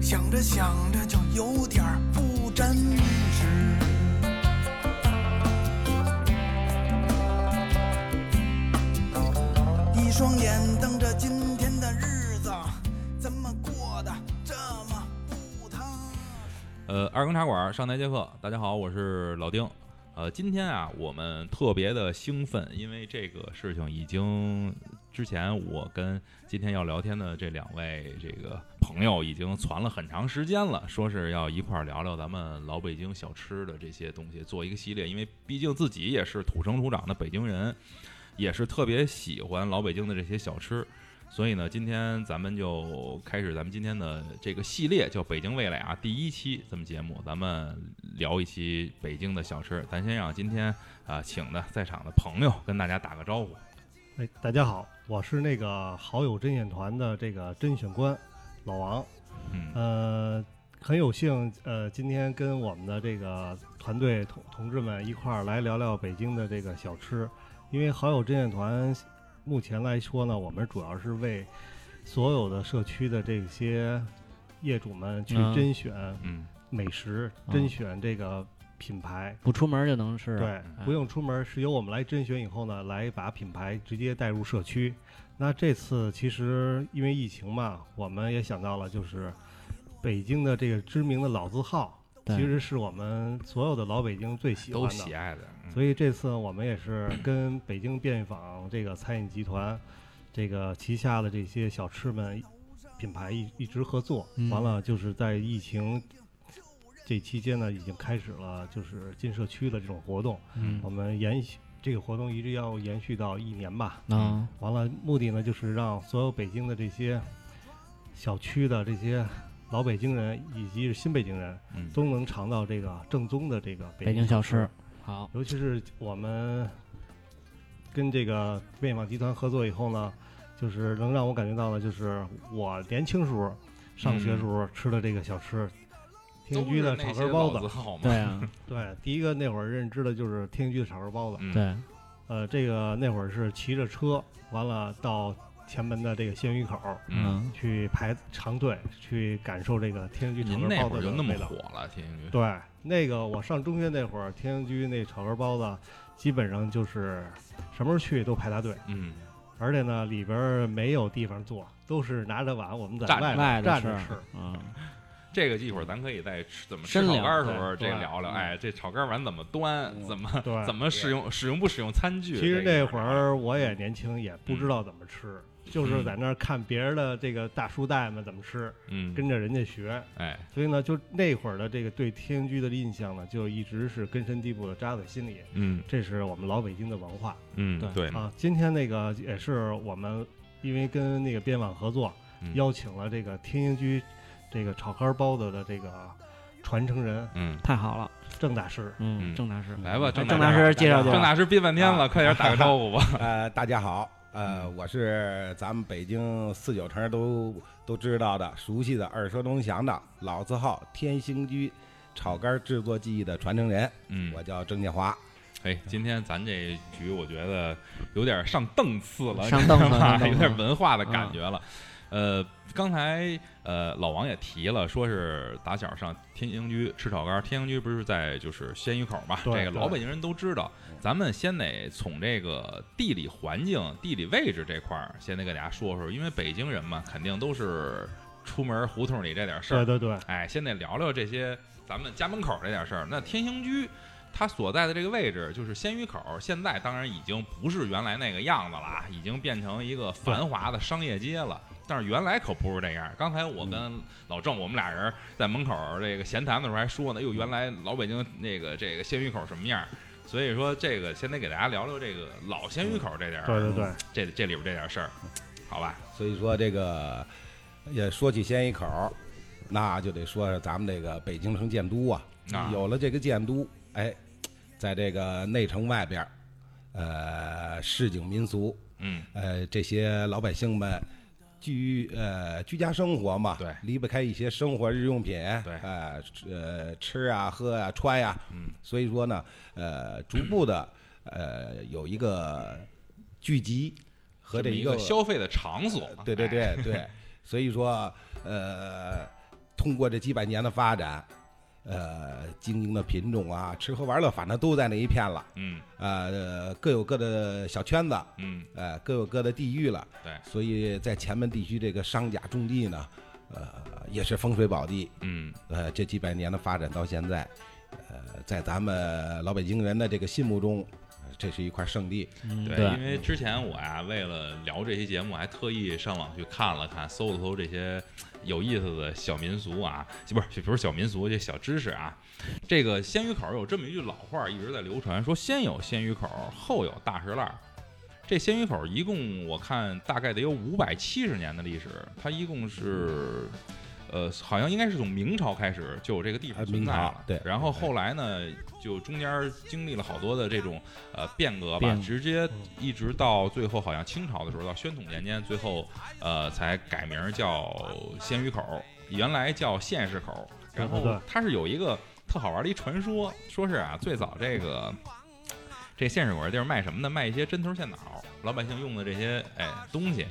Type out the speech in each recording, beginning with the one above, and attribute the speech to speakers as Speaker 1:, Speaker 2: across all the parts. Speaker 1: 想着就有点儿不真实。一双眼瞪着今天的日子，怎么过得这么不踏实？
Speaker 2: 呃，二更茶馆上台接客，大家好，我是老丁。呃，今天啊，我们特别的兴奋，因为这个事情已经之前我跟今天要聊天的这两位这个朋友已经传了很长时间了，说是要一块儿聊聊咱们老北京小吃的这些东西，做一个系列，因为毕竟自己也是土生土长的北京人，也是特别喜欢老北京的这些小吃。所以呢，今天咱们就开始咱们今天的这个系列，叫《北京味蕾》啊，第一期咱们节目，咱们聊一期北京的小吃。咱先让今天啊、请的在场的朋友跟大家打个招呼。
Speaker 3: 哎，大家好，我是那个好友甄选团的这个甄选官老王，
Speaker 2: 嗯，
Speaker 3: 呃，很有幸，呃，今天跟我们的这个团队同同志们一块儿来聊聊北京的这个小吃，因为好友甄选团目前来说呢，我们主要是为所有的社区的这些业主们去
Speaker 4: 嗯
Speaker 3: 甄选
Speaker 2: 嗯，
Speaker 3: 美食，
Speaker 4: 嗯
Speaker 3: 甄选这个品牌，
Speaker 4: 不出门就能吃。啊
Speaker 3: 对，不用出门，是由我们来甄选以后呢，来把品牌直接带入社区。那这次其实因为疫情嘛，我们也想到了，就是北京的这个知名的老字号，
Speaker 4: 对
Speaker 3: 其实是我们所有的老北京最喜欢
Speaker 2: 都
Speaker 3: 的。
Speaker 2: 喜爱的。嗯、
Speaker 3: 所以这次我们也是跟北京便利坊这个餐饮集团，这个旗下的这些小吃们品牌一一直合作，
Speaker 4: 嗯
Speaker 3: 完了就是在疫情这期间呢，已经开始了就是进社区的这种活动，
Speaker 4: 嗯
Speaker 3: 我们延续这个活动一直要延续到一年吧。
Speaker 4: 啊，
Speaker 3: 完了，目的呢就是让所有北京的这些小区的这些老北京人以及是新北京人
Speaker 2: 嗯，
Speaker 3: 都能尝到这个正宗的这个
Speaker 4: 北京小吃。好，
Speaker 3: 尤其是我们跟这个便利坊集团合作以后呢，就是能让我感觉到呢，就是我年轻时候上学时
Speaker 4: 嗯
Speaker 3: 候吃的这个小吃，天津居的炒根包子。
Speaker 2: 好嘛。
Speaker 4: 对啊，
Speaker 3: 对，第一个那会儿认知的就是天津居的炒根包子。
Speaker 2: 嗯，
Speaker 4: 对，啊
Speaker 3: 呃，这个那会儿是骑着车，完了到前门的这个鲜鱼口
Speaker 2: 嗯。
Speaker 4: 嗯，
Speaker 3: 去排长队，去感受这个天津居炒
Speaker 2: 您
Speaker 3: 根
Speaker 2: 那
Speaker 3: 包
Speaker 2: 会儿
Speaker 3: 子
Speaker 2: 就
Speaker 3: 的
Speaker 2: 那么
Speaker 3: 味道
Speaker 2: 火。了，天津居。
Speaker 3: 对，那个我上中学那会儿，天津居那炒根包子，基本上就是什么时候去都排大队，
Speaker 2: 嗯，
Speaker 3: 而且呢里边儿没有地方坐，都是拿着碗我们在
Speaker 2: 站
Speaker 3: 外
Speaker 4: 外
Speaker 3: 面
Speaker 4: 的
Speaker 3: 站
Speaker 4: 吃
Speaker 3: 着吃。，
Speaker 4: 嗯，
Speaker 2: 这个一会儿咱可以在吃怎么吃
Speaker 4: 深
Speaker 2: 炒
Speaker 4: 聊
Speaker 2: 肝儿的时候
Speaker 3: 对
Speaker 2: 这
Speaker 3: 对
Speaker 2: 聊聊。
Speaker 4: 嗯
Speaker 2: 哎，这炒肝碗怎么端？怎么
Speaker 3: 嗯对
Speaker 2: 怎么使用使用不使用餐具？
Speaker 3: 其
Speaker 2: 这
Speaker 3: 实那
Speaker 2: 一
Speaker 3: 会
Speaker 2: 聊
Speaker 3: 儿我也年轻，也不
Speaker 2: 嗯
Speaker 3: 知道怎么吃，就是在那儿看别人的这个大叔大爷们怎么吃，
Speaker 2: 嗯，
Speaker 3: 跟着人家学。
Speaker 2: 哎，
Speaker 3: 所以呢，就那会儿的这个对天津居的印象呢，就一直是根深蒂固的扎在心里。
Speaker 2: 嗯
Speaker 3: 这是我们老北京的文化。
Speaker 2: 嗯，
Speaker 4: 对
Speaker 2: 对，
Speaker 3: 啊，今天那个也是我们因为跟那个编网合作，
Speaker 2: 嗯
Speaker 3: 邀请了这个天津居这个炒肝包子的这个传承人
Speaker 2: 嗯。
Speaker 4: 太好了，
Speaker 3: 郑大师。
Speaker 4: 嗯，
Speaker 2: 嗯
Speaker 4: 郑大师，
Speaker 2: 来吧，
Speaker 4: 郑
Speaker 2: 郑
Speaker 4: 大师介绍介
Speaker 2: 郑
Speaker 4: 绍，
Speaker 2: 大师憋半天了，快点打个招呼吧。
Speaker 5: 呃，大家好，呃，我是咱们北京四九城都都知道的、熟悉的、耳熟能详的老字号天兴居炒肝制作技艺的传承人，
Speaker 2: 嗯
Speaker 5: 我叫郑建华。
Speaker 2: 哎，今天咱这局我觉得有点上档次了，
Speaker 4: 上 档次
Speaker 2: 你知道吗
Speaker 4: 上档次嗯
Speaker 2: 有点文化的感觉了。呃，刚才呃老王也提了，说是打小上天津居吃炒肝，天津居不是在就是鲜鱼口嘛，
Speaker 3: 对
Speaker 2: 这个
Speaker 3: 对
Speaker 2: 老北京人都知道。咱们先得从这个地理环境、地理位置这块儿，先得给大家说说，因为北京人嘛，肯定都是出门胡同里这点事儿
Speaker 3: 对，对对，
Speaker 2: 哎，先得聊聊这些咱们家门口这点事儿。那天兴居它所在的这个位置，就是鲜鱼口，现在当然已经不是原来那个样子了啊，已经变成一个繁华的商业街了。但是原来可不是这样。刚才我跟老郑，我们俩人在门口这个闲谈的时候还说呢，哟，原来老北京那个这个鲜鱼口什么样儿？所以说这个先得给大家聊聊这个老鲜鱼口这点儿
Speaker 3: 对对对，
Speaker 2: 这这里边这点事儿，好吧？
Speaker 5: 所以说这个，也说起鲜鱼口，那就得说说咱们这个北京城建都啊，
Speaker 2: 啊
Speaker 5: 有了这个建都，哎，在这个内城外边儿，呃，市井民俗，
Speaker 2: 嗯，
Speaker 5: 呃，这些老百姓们居呃居家生活嘛，
Speaker 2: 对
Speaker 5: 离不开一些生活日用品，
Speaker 2: 对
Speaker 5: 呃吃呃吃啊喝啊穿呀、
Speaker 2: 嗯，
Speaker 5: 所以说呢，呃，逐步的呃有一个聚集和
Speaker 2: 这
Speaker 5: 这
Speaker 2: 么一
Speaker 5: 个
Speaker 2: 消费的场所，
Speaker 5: 对对
Speaker 2: 哎，
Speaker 5: 对对，所以说呃，通过这几百年的发展，呃，经营的品种啊，吃喝玩乐，反正都在那一片了。
Speaker 2: 嗯
Speaker 5: 呃，各有各的小圈子，
Speaker 2: 嗯，
Speaker 5: 呃，各有各的地域了。
Speaker 2: 对，
Speaker 5: 所以在前门地区这个商贾种地呢，呃，也是风水宝地。
Speaker 2: 嗯
Speaker 5: 呃，这几百年的发展到现在，呃，在咱们老北京人的这个心目中，呃这是一块圣地。
Speaker 4: 嗯
Speaker 2: 对，因为之前我呀、为了聊这期节目，还特意上网去看了看，搜了搜这些有意思的小民俗啊，不是不是小民俗，这小知识啊。这个鲜鱼口有这么一句老话一直在流传，说先有鲜鱼口，后有大石烂儿。这鲜鱼口一共我看大概得有五百七十年的历史，它一共是。呃，好像应该是从明朝开始就有这个地方
Speaker 5: 呃
Speaker 2: 存在
Speaker 5: 明朝
Speaker 2: 了，
Speaker 5: 对
Speaker 2: 然后后来呢，就中间经历了好多的这种呃变革吧
Speaker 4: 变，
Speaker 2: 直接一直到最后，好像清朝的时候，到宣统年间，最后呃才改名叫鲜鱼口，原来叫县市口。然
Speaker 3: 对对
Speaker 2: 后
Speaker 3: 对
Speaker 2: 它是有一个特好玩的一传说，说是啊，最早这个这县市口这地儿卖什么呢？卖一些针头线脑，老百姓用的这些哎东西。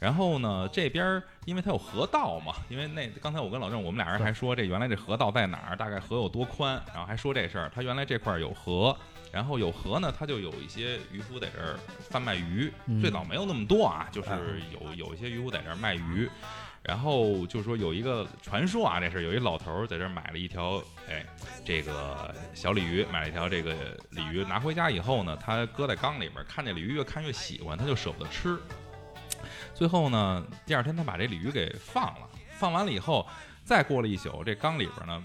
Speaker 2: 然后呢，这边儿因为它有河道嘛，因为那刚才我跟老郑我们俩人还说这原来这河道在哪儿，大概河有多宽，然后还说这事儿，它原来这块儿有河，然后有河呢，它就有一些渔夫在这儿贩卖鱼，
Speaker 4: 嗯
Speaker 2: 最早没有那么多啊，就是有有一些渔夫在这儿卖鱼，然后就说有一个传说啊，这是有一老头儿在这儿买了一条，哎，这个小鲤鱼，买了一条这个鲤鱼，拿回家以后呢，他搁在缸里边儿，看这鲤鱼越看越喜欢，他就舍不得吃。最后呢，第二天他把这鲤鱼给放了，放完了以后，再过了一宿，这缸里边呢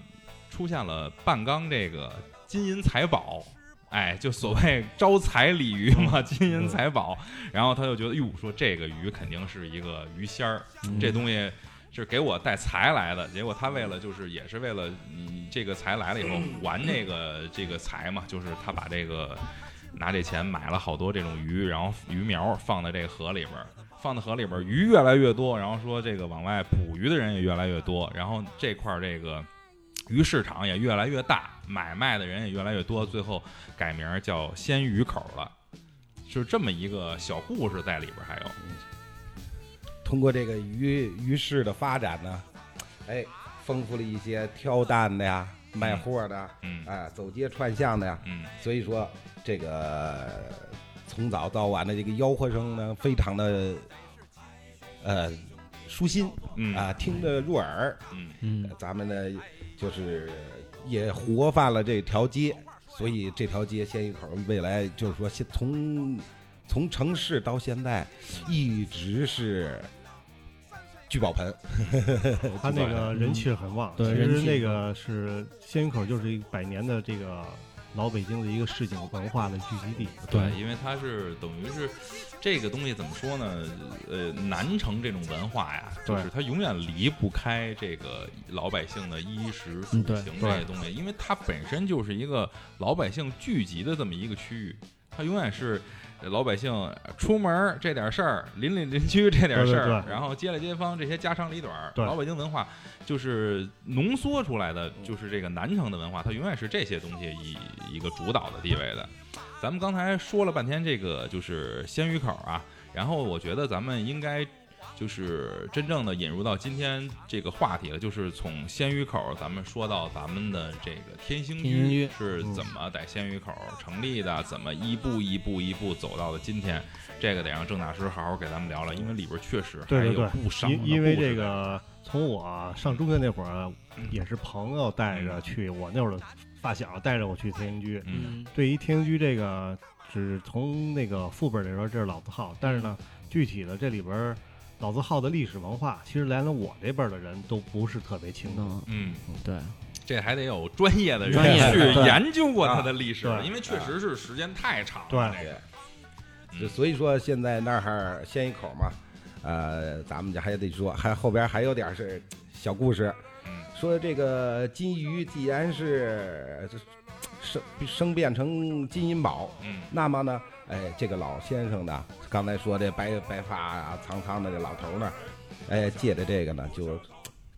Speaker 2: 出现了半缸这个金银财宝。哎，就所谓招财鲤鱼嘛，金银财宝。然后他就觉得，哟，说这个鱼肯定是一个鱼仙儿，这东西是给我带财来的。结果他为了就是也是为了你这个财来了以后还这个这个财嘛，就是他把这个拿这钱买了好多这种鱼，然后鱼苗放在这个河里边儿，放到河里边儿，鱼越来越多，然后说这个往外捕鱼的人也越来越多，然后这块儿这个鱼市场也越来越大，买卖的人也越来越多，最后改名儿叫鲜鱼口了。就这么一个小故事在里边，还有，
Speaker 5: 通过这个鱼鱼市的发展呢，哎，丰富了一些挑担的呀、卖货的啊、
Speaker 2: 嗯
Speaker 5: 走街串巷的呀。
Speaker 2: 嗯
Speaker 5: 所以说，这个呃从早到晚的这个吆喝声呢，非常的呃舒心
Speaker 2: 嗯
Speaker 5: 啊、听着入耳。
Speaker 2: 嗯
Speaker 4: 嗯
Speaker 5: 咱们呢，就是也活泛了这条街，所以这条街鲜鱼口未来就是说，现从从城市到现在，一直是聚宝盆。
Speaker 2: 嗯
Speaker 3: 它那个人气很旺。
Speaker 4: 对
Speaker 3: 其
Speaker 4: 人
Speaker 3: 实
Speaker 4: 气
Speaker 3: 那个是鲜鱼口，就是一个百年的这个老北京的一个市井文化的聚集地。
Speaker 4: 嗯
Speaker 2: 对，因为它是等于是这个东西怎么说呢？呃，南城这种文化呀，就
Speaker 3: 对
Speaker 2: 是它永远离不开这个老百姓的衣食住
Speaker 4: 嗯对
Speaker 2: 行这些东西，因为它本身就是一个老百姓聚集的这么一个区域，它永远是。呃老百姓呃出门儿这点事儿，邻里邻居这点事儿，
Speaker 3: 对对对
Speaker 2: 然后街里街坊这些家长里短儿，
Speaker 3: 对
Speaker 2: 老北京文化就是浓缩出来的，就是这个南城的文化，它永远是这些东西以一个主导的地位的。咱们刚才说了半天这个就是鲜鱼口啊，然后我觉得咱们应该就是真正的引入到今天这个话题了，就是从鲜鱼口咱们说到咱们的这个天兴
Speaker 4: 天兴居
Speaker 2: 是怎么在鲜鱼口成立的，怎么一步一步一步走到了今天，这个得让郑大师好好给咱们聊聊，因为里边确实还
Speaker 3: 对对
Speaker 2: 有
Speaker 3: 对
Speaker 2: 不少的
Speaker 3: 因因为
Speaker 2: 故事嗯
Speaker 3: 这
Speaker 2: 在里
Speaker 3: 个，从我上中学那会儿，啊也是朋友带
Speaker 2: 嗯
Speaker 3: 着去，我那会儿的发小带着我去天津居。
Speaker 2: 边嗯
Speaker 3: 对于天津居这个，只从那个副本里说这是老字号，但是呢，
Speaker 2: 嗯
Speaker 3: 具体的这里边儿老字号的历史文化，其实连了我这辈儿的人都不是特别清楚。
Speaker 4: 嗯
Speaker 2: 嗯。
Speaker 4: 对
Speaker 2: 这还得有专业的
Speaker 4: 专业
Speaker 2: 人
Speaker 4: 的
Speaker 2: 去
Speaker 4: 对
Speaker 2: 研究过它的历史，
Speaker 3: 对
Speaker 2: 因为确实是时间太长了。
Speaker 3: 对
Speaker 2: 这个，
Speaker 5: 就所以说，现在那儿鲜鱼口嘛，呃，咱们这还得说，还后边还有点儿是小故事，
Speaker 2: 嗯
Speaker 5: 说这个金鱼既然是这生生变成金银宝，
Speaker 2: 嗯
Speaker 5: 那么呢，哎，这个老先生呢，刚才说这白白发啊、苍苍的这老头呢，哎，借着这个呢，就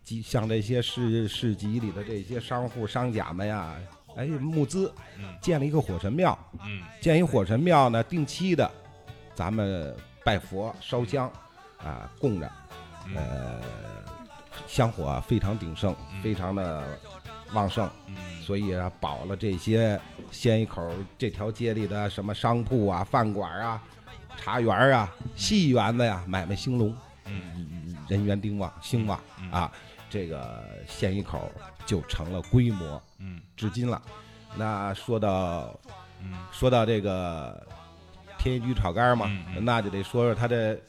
Speaker 5: 集向这些市市集里的这些商户、商贾们呀，哎，募资
Speaker 2: 嗯
Speaker 5: 建了一个火神庙，
Speaker 2: 嗯
Speaker 5: 建一火神庙呢，定期的咱们拜佛烧香啊、供着，
Speaker 2: 嗯
Speaker 5: 呃，香火非常鼎盛，
Speaker 2: 嗯
Speaker 5: 非常的旺盛，
Speaker 2: 嗯，
Speaker 5: 所以啊，保了这些鲜一口这条街里的什么商铺啊、饭馆啊、茶园啊、戏园子呀、买卖兴隆，
Speaker 2: 嗯
Speaker 5: 人员丁旺兴旺
Speaker 2: 嗯
Speaker 5: 啊，这个鲜一口就成了规模，
Speaker 2: 嗯
Speaker 5: 至今了。那说到
Speaker 2: 嗯
Speaker 5: 说到这个天一居炒肝嘛，
Speaker 2: 嗯嗯
Speaker 5: 那就得说说它的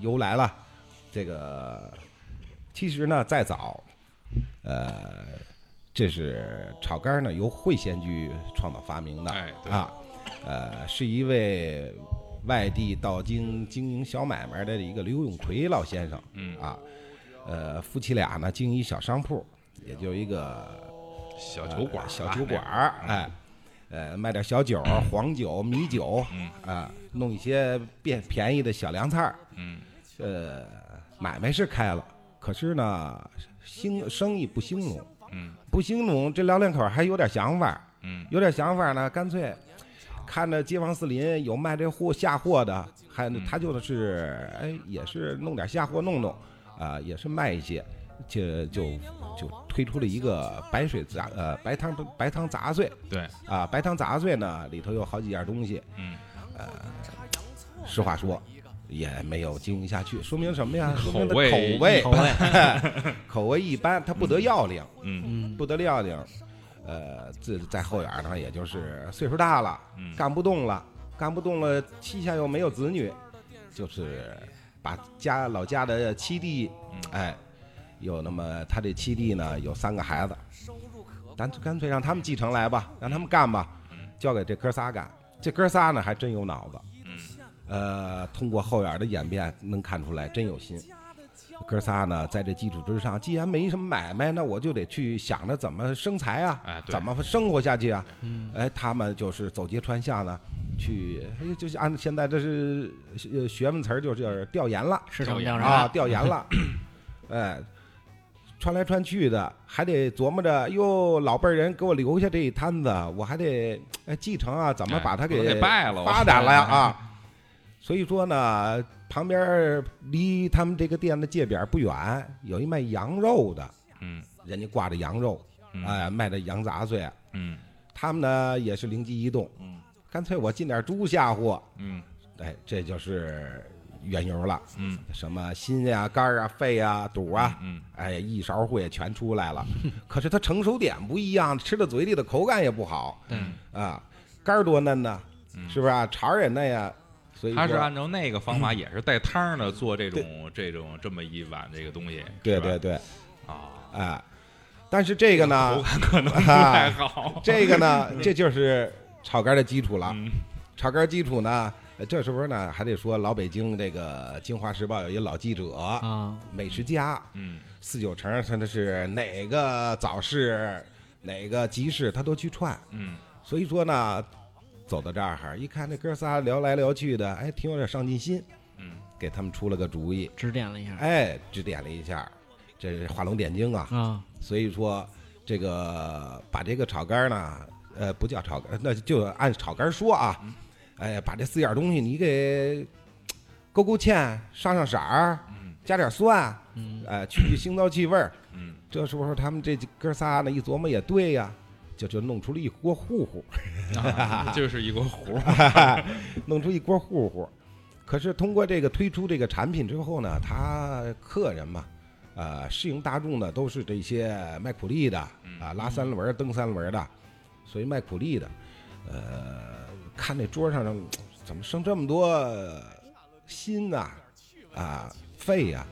Speaker 5: 由来了。这个其实呢，再早，呃，这是炒肝呢由会仙居创造发明的，
Speaker 2: 哎对
Speaker 5: 啊，呃，是一位外地到京经营小买卖的一个刘永奎老先生，
Speaker 2: 嗯
Speaker 5: 啊，呃，夫妻俩呢经营一小商铺，也就一个
Speaker 2: 小酒馆儿吧，啊
Speaker 5: 呃小酒馆儿，哎，呃，卖点小酒儿、黄酒、米酒，
Speaker 2: 嗯
Speaker 5: 啊，弄一些便便宜的小凉菜儿，
Speaker 2: 嗯
Speaker 5: 呃，买卖是开了，可是呢，兴生意不兴隆，
Speaker 2: 嗯
Speaker 5: 不兴隆，这辽两口还有点想法儿，
Speaker 2: 嗯
Speaker 5: 有点想法儿呢，干脆。看着街坊四邻有卖这货下货的，还
Speaker 2: 嗯
Speaker 5: 他就是哎，也是弄点下货弄弄，啊、也是卖一些，就就就推出了一个白水杂呃白汤白汤杂碎，
Speaker 2: 对，
Speaker 5: 啊，白糖杂碎呢，里头有好几样东西。
Speaker 2: 嗯
Speaker 5: 实话说，也没有经营下去，说明什么呀？说
Speaker 2: 嗯
Speaker 5: 明它
Speaker 2: 口味
Speaker 5: 口味口 味一般，它不得要领，
Speaker 2: 嗯
Speaker 4: 嗯，
Speaker 5: 不得要领。呃，这在后院呢，也就是岁数大了，
Speaker 2: 嗯
Speaker 5: 干不动了，干不动了，膝下又没有子女，就是把家老家的七弟，哎，有那么他这七弟呢有三个孩子，咱干脆让他们继承来吧，让他们干吧，交给这哥仨干。这哥仨呢还真有脑子，呃，通过后院的演变能看出来，真有心。哥仨呢，在这基础之上，既然没什么买卖，那我就得去想着怎么生财啊，
Speaker 2: 哎对
Speaker 5: 怎么生活下去啊。
Speaker 4: 嗯
Speaker 5: 哎，他们就是走街串巷呢，去，哎，就是按现在这是呃学问词儿，就是调研了
Speaker 4: 市
Speaker 2: 调
Speaker 4: 场调
Speaker 2: 研
Speaker 5: 啊，
Speaker 4: 查，
Speaker 5: 调 研了，哎，穿来穿去的，还得琢磨着，哟，老辈儿人给我留下这一摊子，我还得哎继承啊，怎么
Speaker 2: 哎
Speaker 5: 把它
Speaker 2: 不能给败了我
Speaker 5: 发展 了呀啊？所以说呢，旁边儿离他们这个店的界边儿不远，有一卖羊肉的，
Speaker 2: 嗯
Speaker 5: 人家挂着羊肉，
Speaker 2: 嗯
Speaker 5: 哎，卖的羊杂碎，
Speaker 2: 嗯
Speaker 5: 他们呢也是灵机一动，
Speaker 2: 嗯
Speaker 5: 干脆我进点猪下货，
Speaker 2: 嗯
Speaker 5: 哎，这就是缘由了。
Speaker 2: 嗯
Speaker 5: 什么心呀、肝儿啊、肺啊、肚啊，
Speaker 2: 嗯
Speaker 5: 哎，一勺烩全出来 了。可是它成熟点不一样，吃到嘴里的口感也不好
Speaker 4: 对，
Speaker 5: 啊。肝儿多嫩呢，
Speaker 2: 嗯
Speaker 5: 是不是啊？肠儿也嫩呀，所以
Speaker 2: 他是
Speaker 5: 说
Speaker 2: 按照那个方法，也是带汤儿的做这种这种这么一碗这个东西，
Speaker 5: 对
Speaker 2: 是吧
Speaker 5: 对对，
Speaker 2: 啊，
Speaker 5: 啊。但是这个
Speaker 2: 口
Speaker 5: 呢，
Speaker 2: 感可能不太
Speaker 5: 啊，
Speaker 2: 好，
Speaker 5: 这个呢，这就是炒肝的基础了。
Speaker 2: 嗯
Speaker 5: 炒肝基础呢，呃这时候呢还得说老北京这个《京华时报》有一老记者、
Speaker 4: 啊，
Speaker 5: 美食家，
Speaker 2: 嗯
Speaker 5: 四九城，他那是哪个早市、哪个集市，他都去串。
Speaker 2: 嗯
Speaker 5: 所以说呢，走到这儿一看，这哥仨聊来聊去的，哎，挺有点上进心，
Speaker 2: 嗯
Speaker 5: 给他们出了个主意，
Speaker 4: 指点了一下
Speaker 5: 哎，指点了一下，这是画龙点睛啊。
Speaker 4: 啊，
Speaker 5: 所以说，这个把这个炒肝呢，呃，不叫炒肝，那就按炒肝说啊，哎，把这四样东西你给嘖勾勾芡，上上色儿，
Speaker 2: 嗯
Speaker 5: 加点蒜，
Speaker 4: 嗯
Speaker 5: 哎，去去腥糟气味儿。
Speaker 2: 嗯，
Speaker 5: 这时候他们这哥仨呢一琢磨也对呀，就就弄出了一锅糊糊，
Speaker 2: 啊就是一锅糊，
Speaker 5: 弄出一锅糊糊。可是通过这个推出这个产品之后呢，他客人嘛，呃，适应大众的都是这些卖苦力的啊，拉三轮儿、蹬三轮儿的，所以卖苦力的，呃，看这桌上怎么剩这么多心呐、啊，肺呀、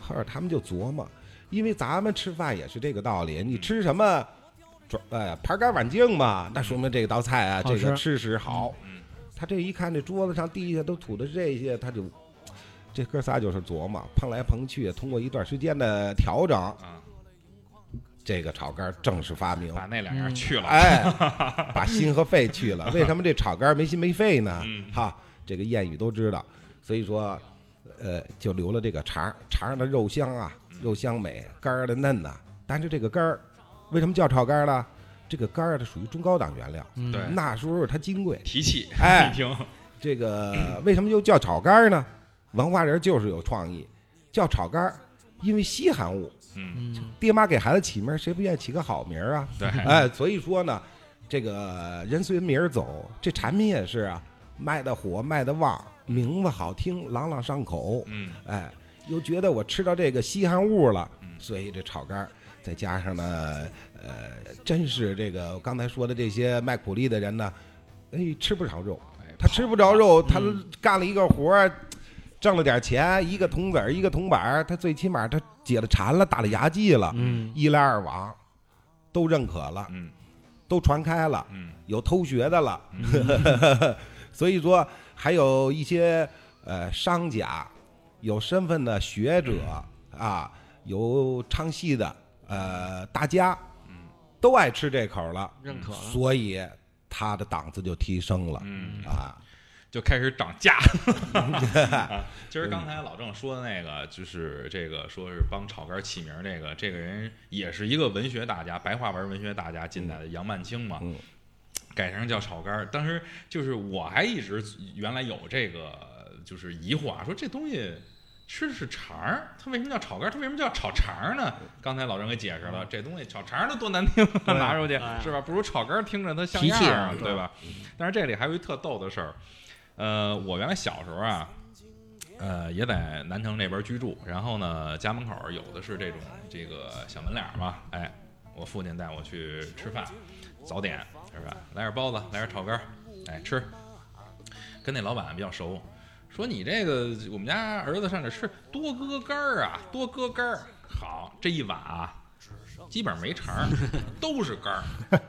Speaker 5: 后来他们就琢磨，因为咱们吃饭也是这个道理，你吃什么，转呃盘干碗净嘛，那说明这道菜啊，
Speaker 4: 好
Speaker 5: 这
Speaker 4: 吃
Speaker 5: 个吃食好
Speaker 2: 嗯嗯。
Speaker 5: 他这一看，这桌子上、地下都吐的这些，他就这哥仨就是琢磨，碰来碰去，通过一段时间的调整，
Speaker 2: 啊，
Speaker 5: 这个炒肝正式发明。
Speaker 2: 把那两样去了，
Speaker 5: 哎，把心和肺去了。为什么这炒肝没心没肺呢？哈，这个谚语都知道，所以说，呃，就留了这个肠儿，肠儿的肉香啊，肉香美，肝儿的嫩呐、但是这个肝儿为什么叫炒肝儿呢？这个肝儿它属于中高档原料，
Speaker 4: 嗯
Speaker 2: 对
Speaker 5: 那时候它金贵。
Speaker 2: 提气，
Speaker 5: 哎
Speaker 2: 一听，
Speaker 5: 这个为什么又叫炒肝儿呢？文化人就是有创意，叫炒肝儿，因为稀罕物，
Speaker 2: 嗯，
Speaker 4: 嗯，
Speaker 5: 爹妈给孩子起名儿，谁不愿意起个好名儿啊？
Speaker 2: 对，
Speaker 5: 哎，所以说呢，这个人随名儿走，这产品也是啊，卖的火，卖的旺，名字好听，朗朗上口，
Speaker 2: 嗯
Speaker 5: 哎，又觉得我吃到这个稀罕物了
Speaker 2: 嗯，
Speaker 5: 所以这炒肝儿，再加上呢，呃，真是这个我刚才说的这些卖苦力的人呢，哎，吃不着肉，他吃不着肉，他
Speaker 2: 嗯
Speaker 5: 干了一个活儿，挣了点钱，一个铜子儿，一个铜板儿，他最起码他解了馋了，打了牙祭了，
Speaker 4: 嗯
Speaker 5: 一来二往都认可了，
Speaker 2: 嗯
Speaker 5: 都传开了，
Speaker 2: 嗯
Speaker 5: 有偷学的了， 所以说还有一些呃商家，有身份的学者啊，有唱戏的呃大家，
Speaker 2: 嗯
Speaker 5: 都爱吃这口了，
Speaker 4: 认可了，
Speaker 5: 所以他的档次就提升了
Speaker 2: 嗯，
Speaker 5: 啊。
Speaker 2: 就开始涨 价。啊其实刚才老郑说的那个，就是这个说是帮炒肝起名儿这个，这个人也是一个文学大家，白话文文学大家进来的杨曼青嘛
Speaker 5: 嗯，
Speaker 2: 改成叫炒肝儿。当时就是我还一直原来有这个就是疑惑啊，说这东西。吃的是肠儿，它为什么叫炒肝儿？它为什么叫炒肠儿呢？刚才老郑给解释了，这东西炒肠儿都多难听，
Speaker 3: 对
Speaker 2: 拿出去
Speaker 4: 哎
Speaker 2: 是吧？不如炒肝儿听着它像
Speaker 4: 提
Speaker 2: 样
Speaker 4: 气
Speaker 2: 儿啊
Speaker 4: 啊，
Speaker 2: 对吧？但是这里还有一特逗的事儿，呃，我原来小时候啊，呃，也在南城这边居住，然后呢，家门口有的是这种这个小门脸儿嘛，哎，我父亲带我去吃饭，早点是吧？来点包子，来点炒肝儿，哎，吃。跟那老板比较熟，说你这个我们家儿子上这吃，多搁肝儿啊，多搁肝儿。好，这一碗啊，基本上没肠儿，都是肝儿。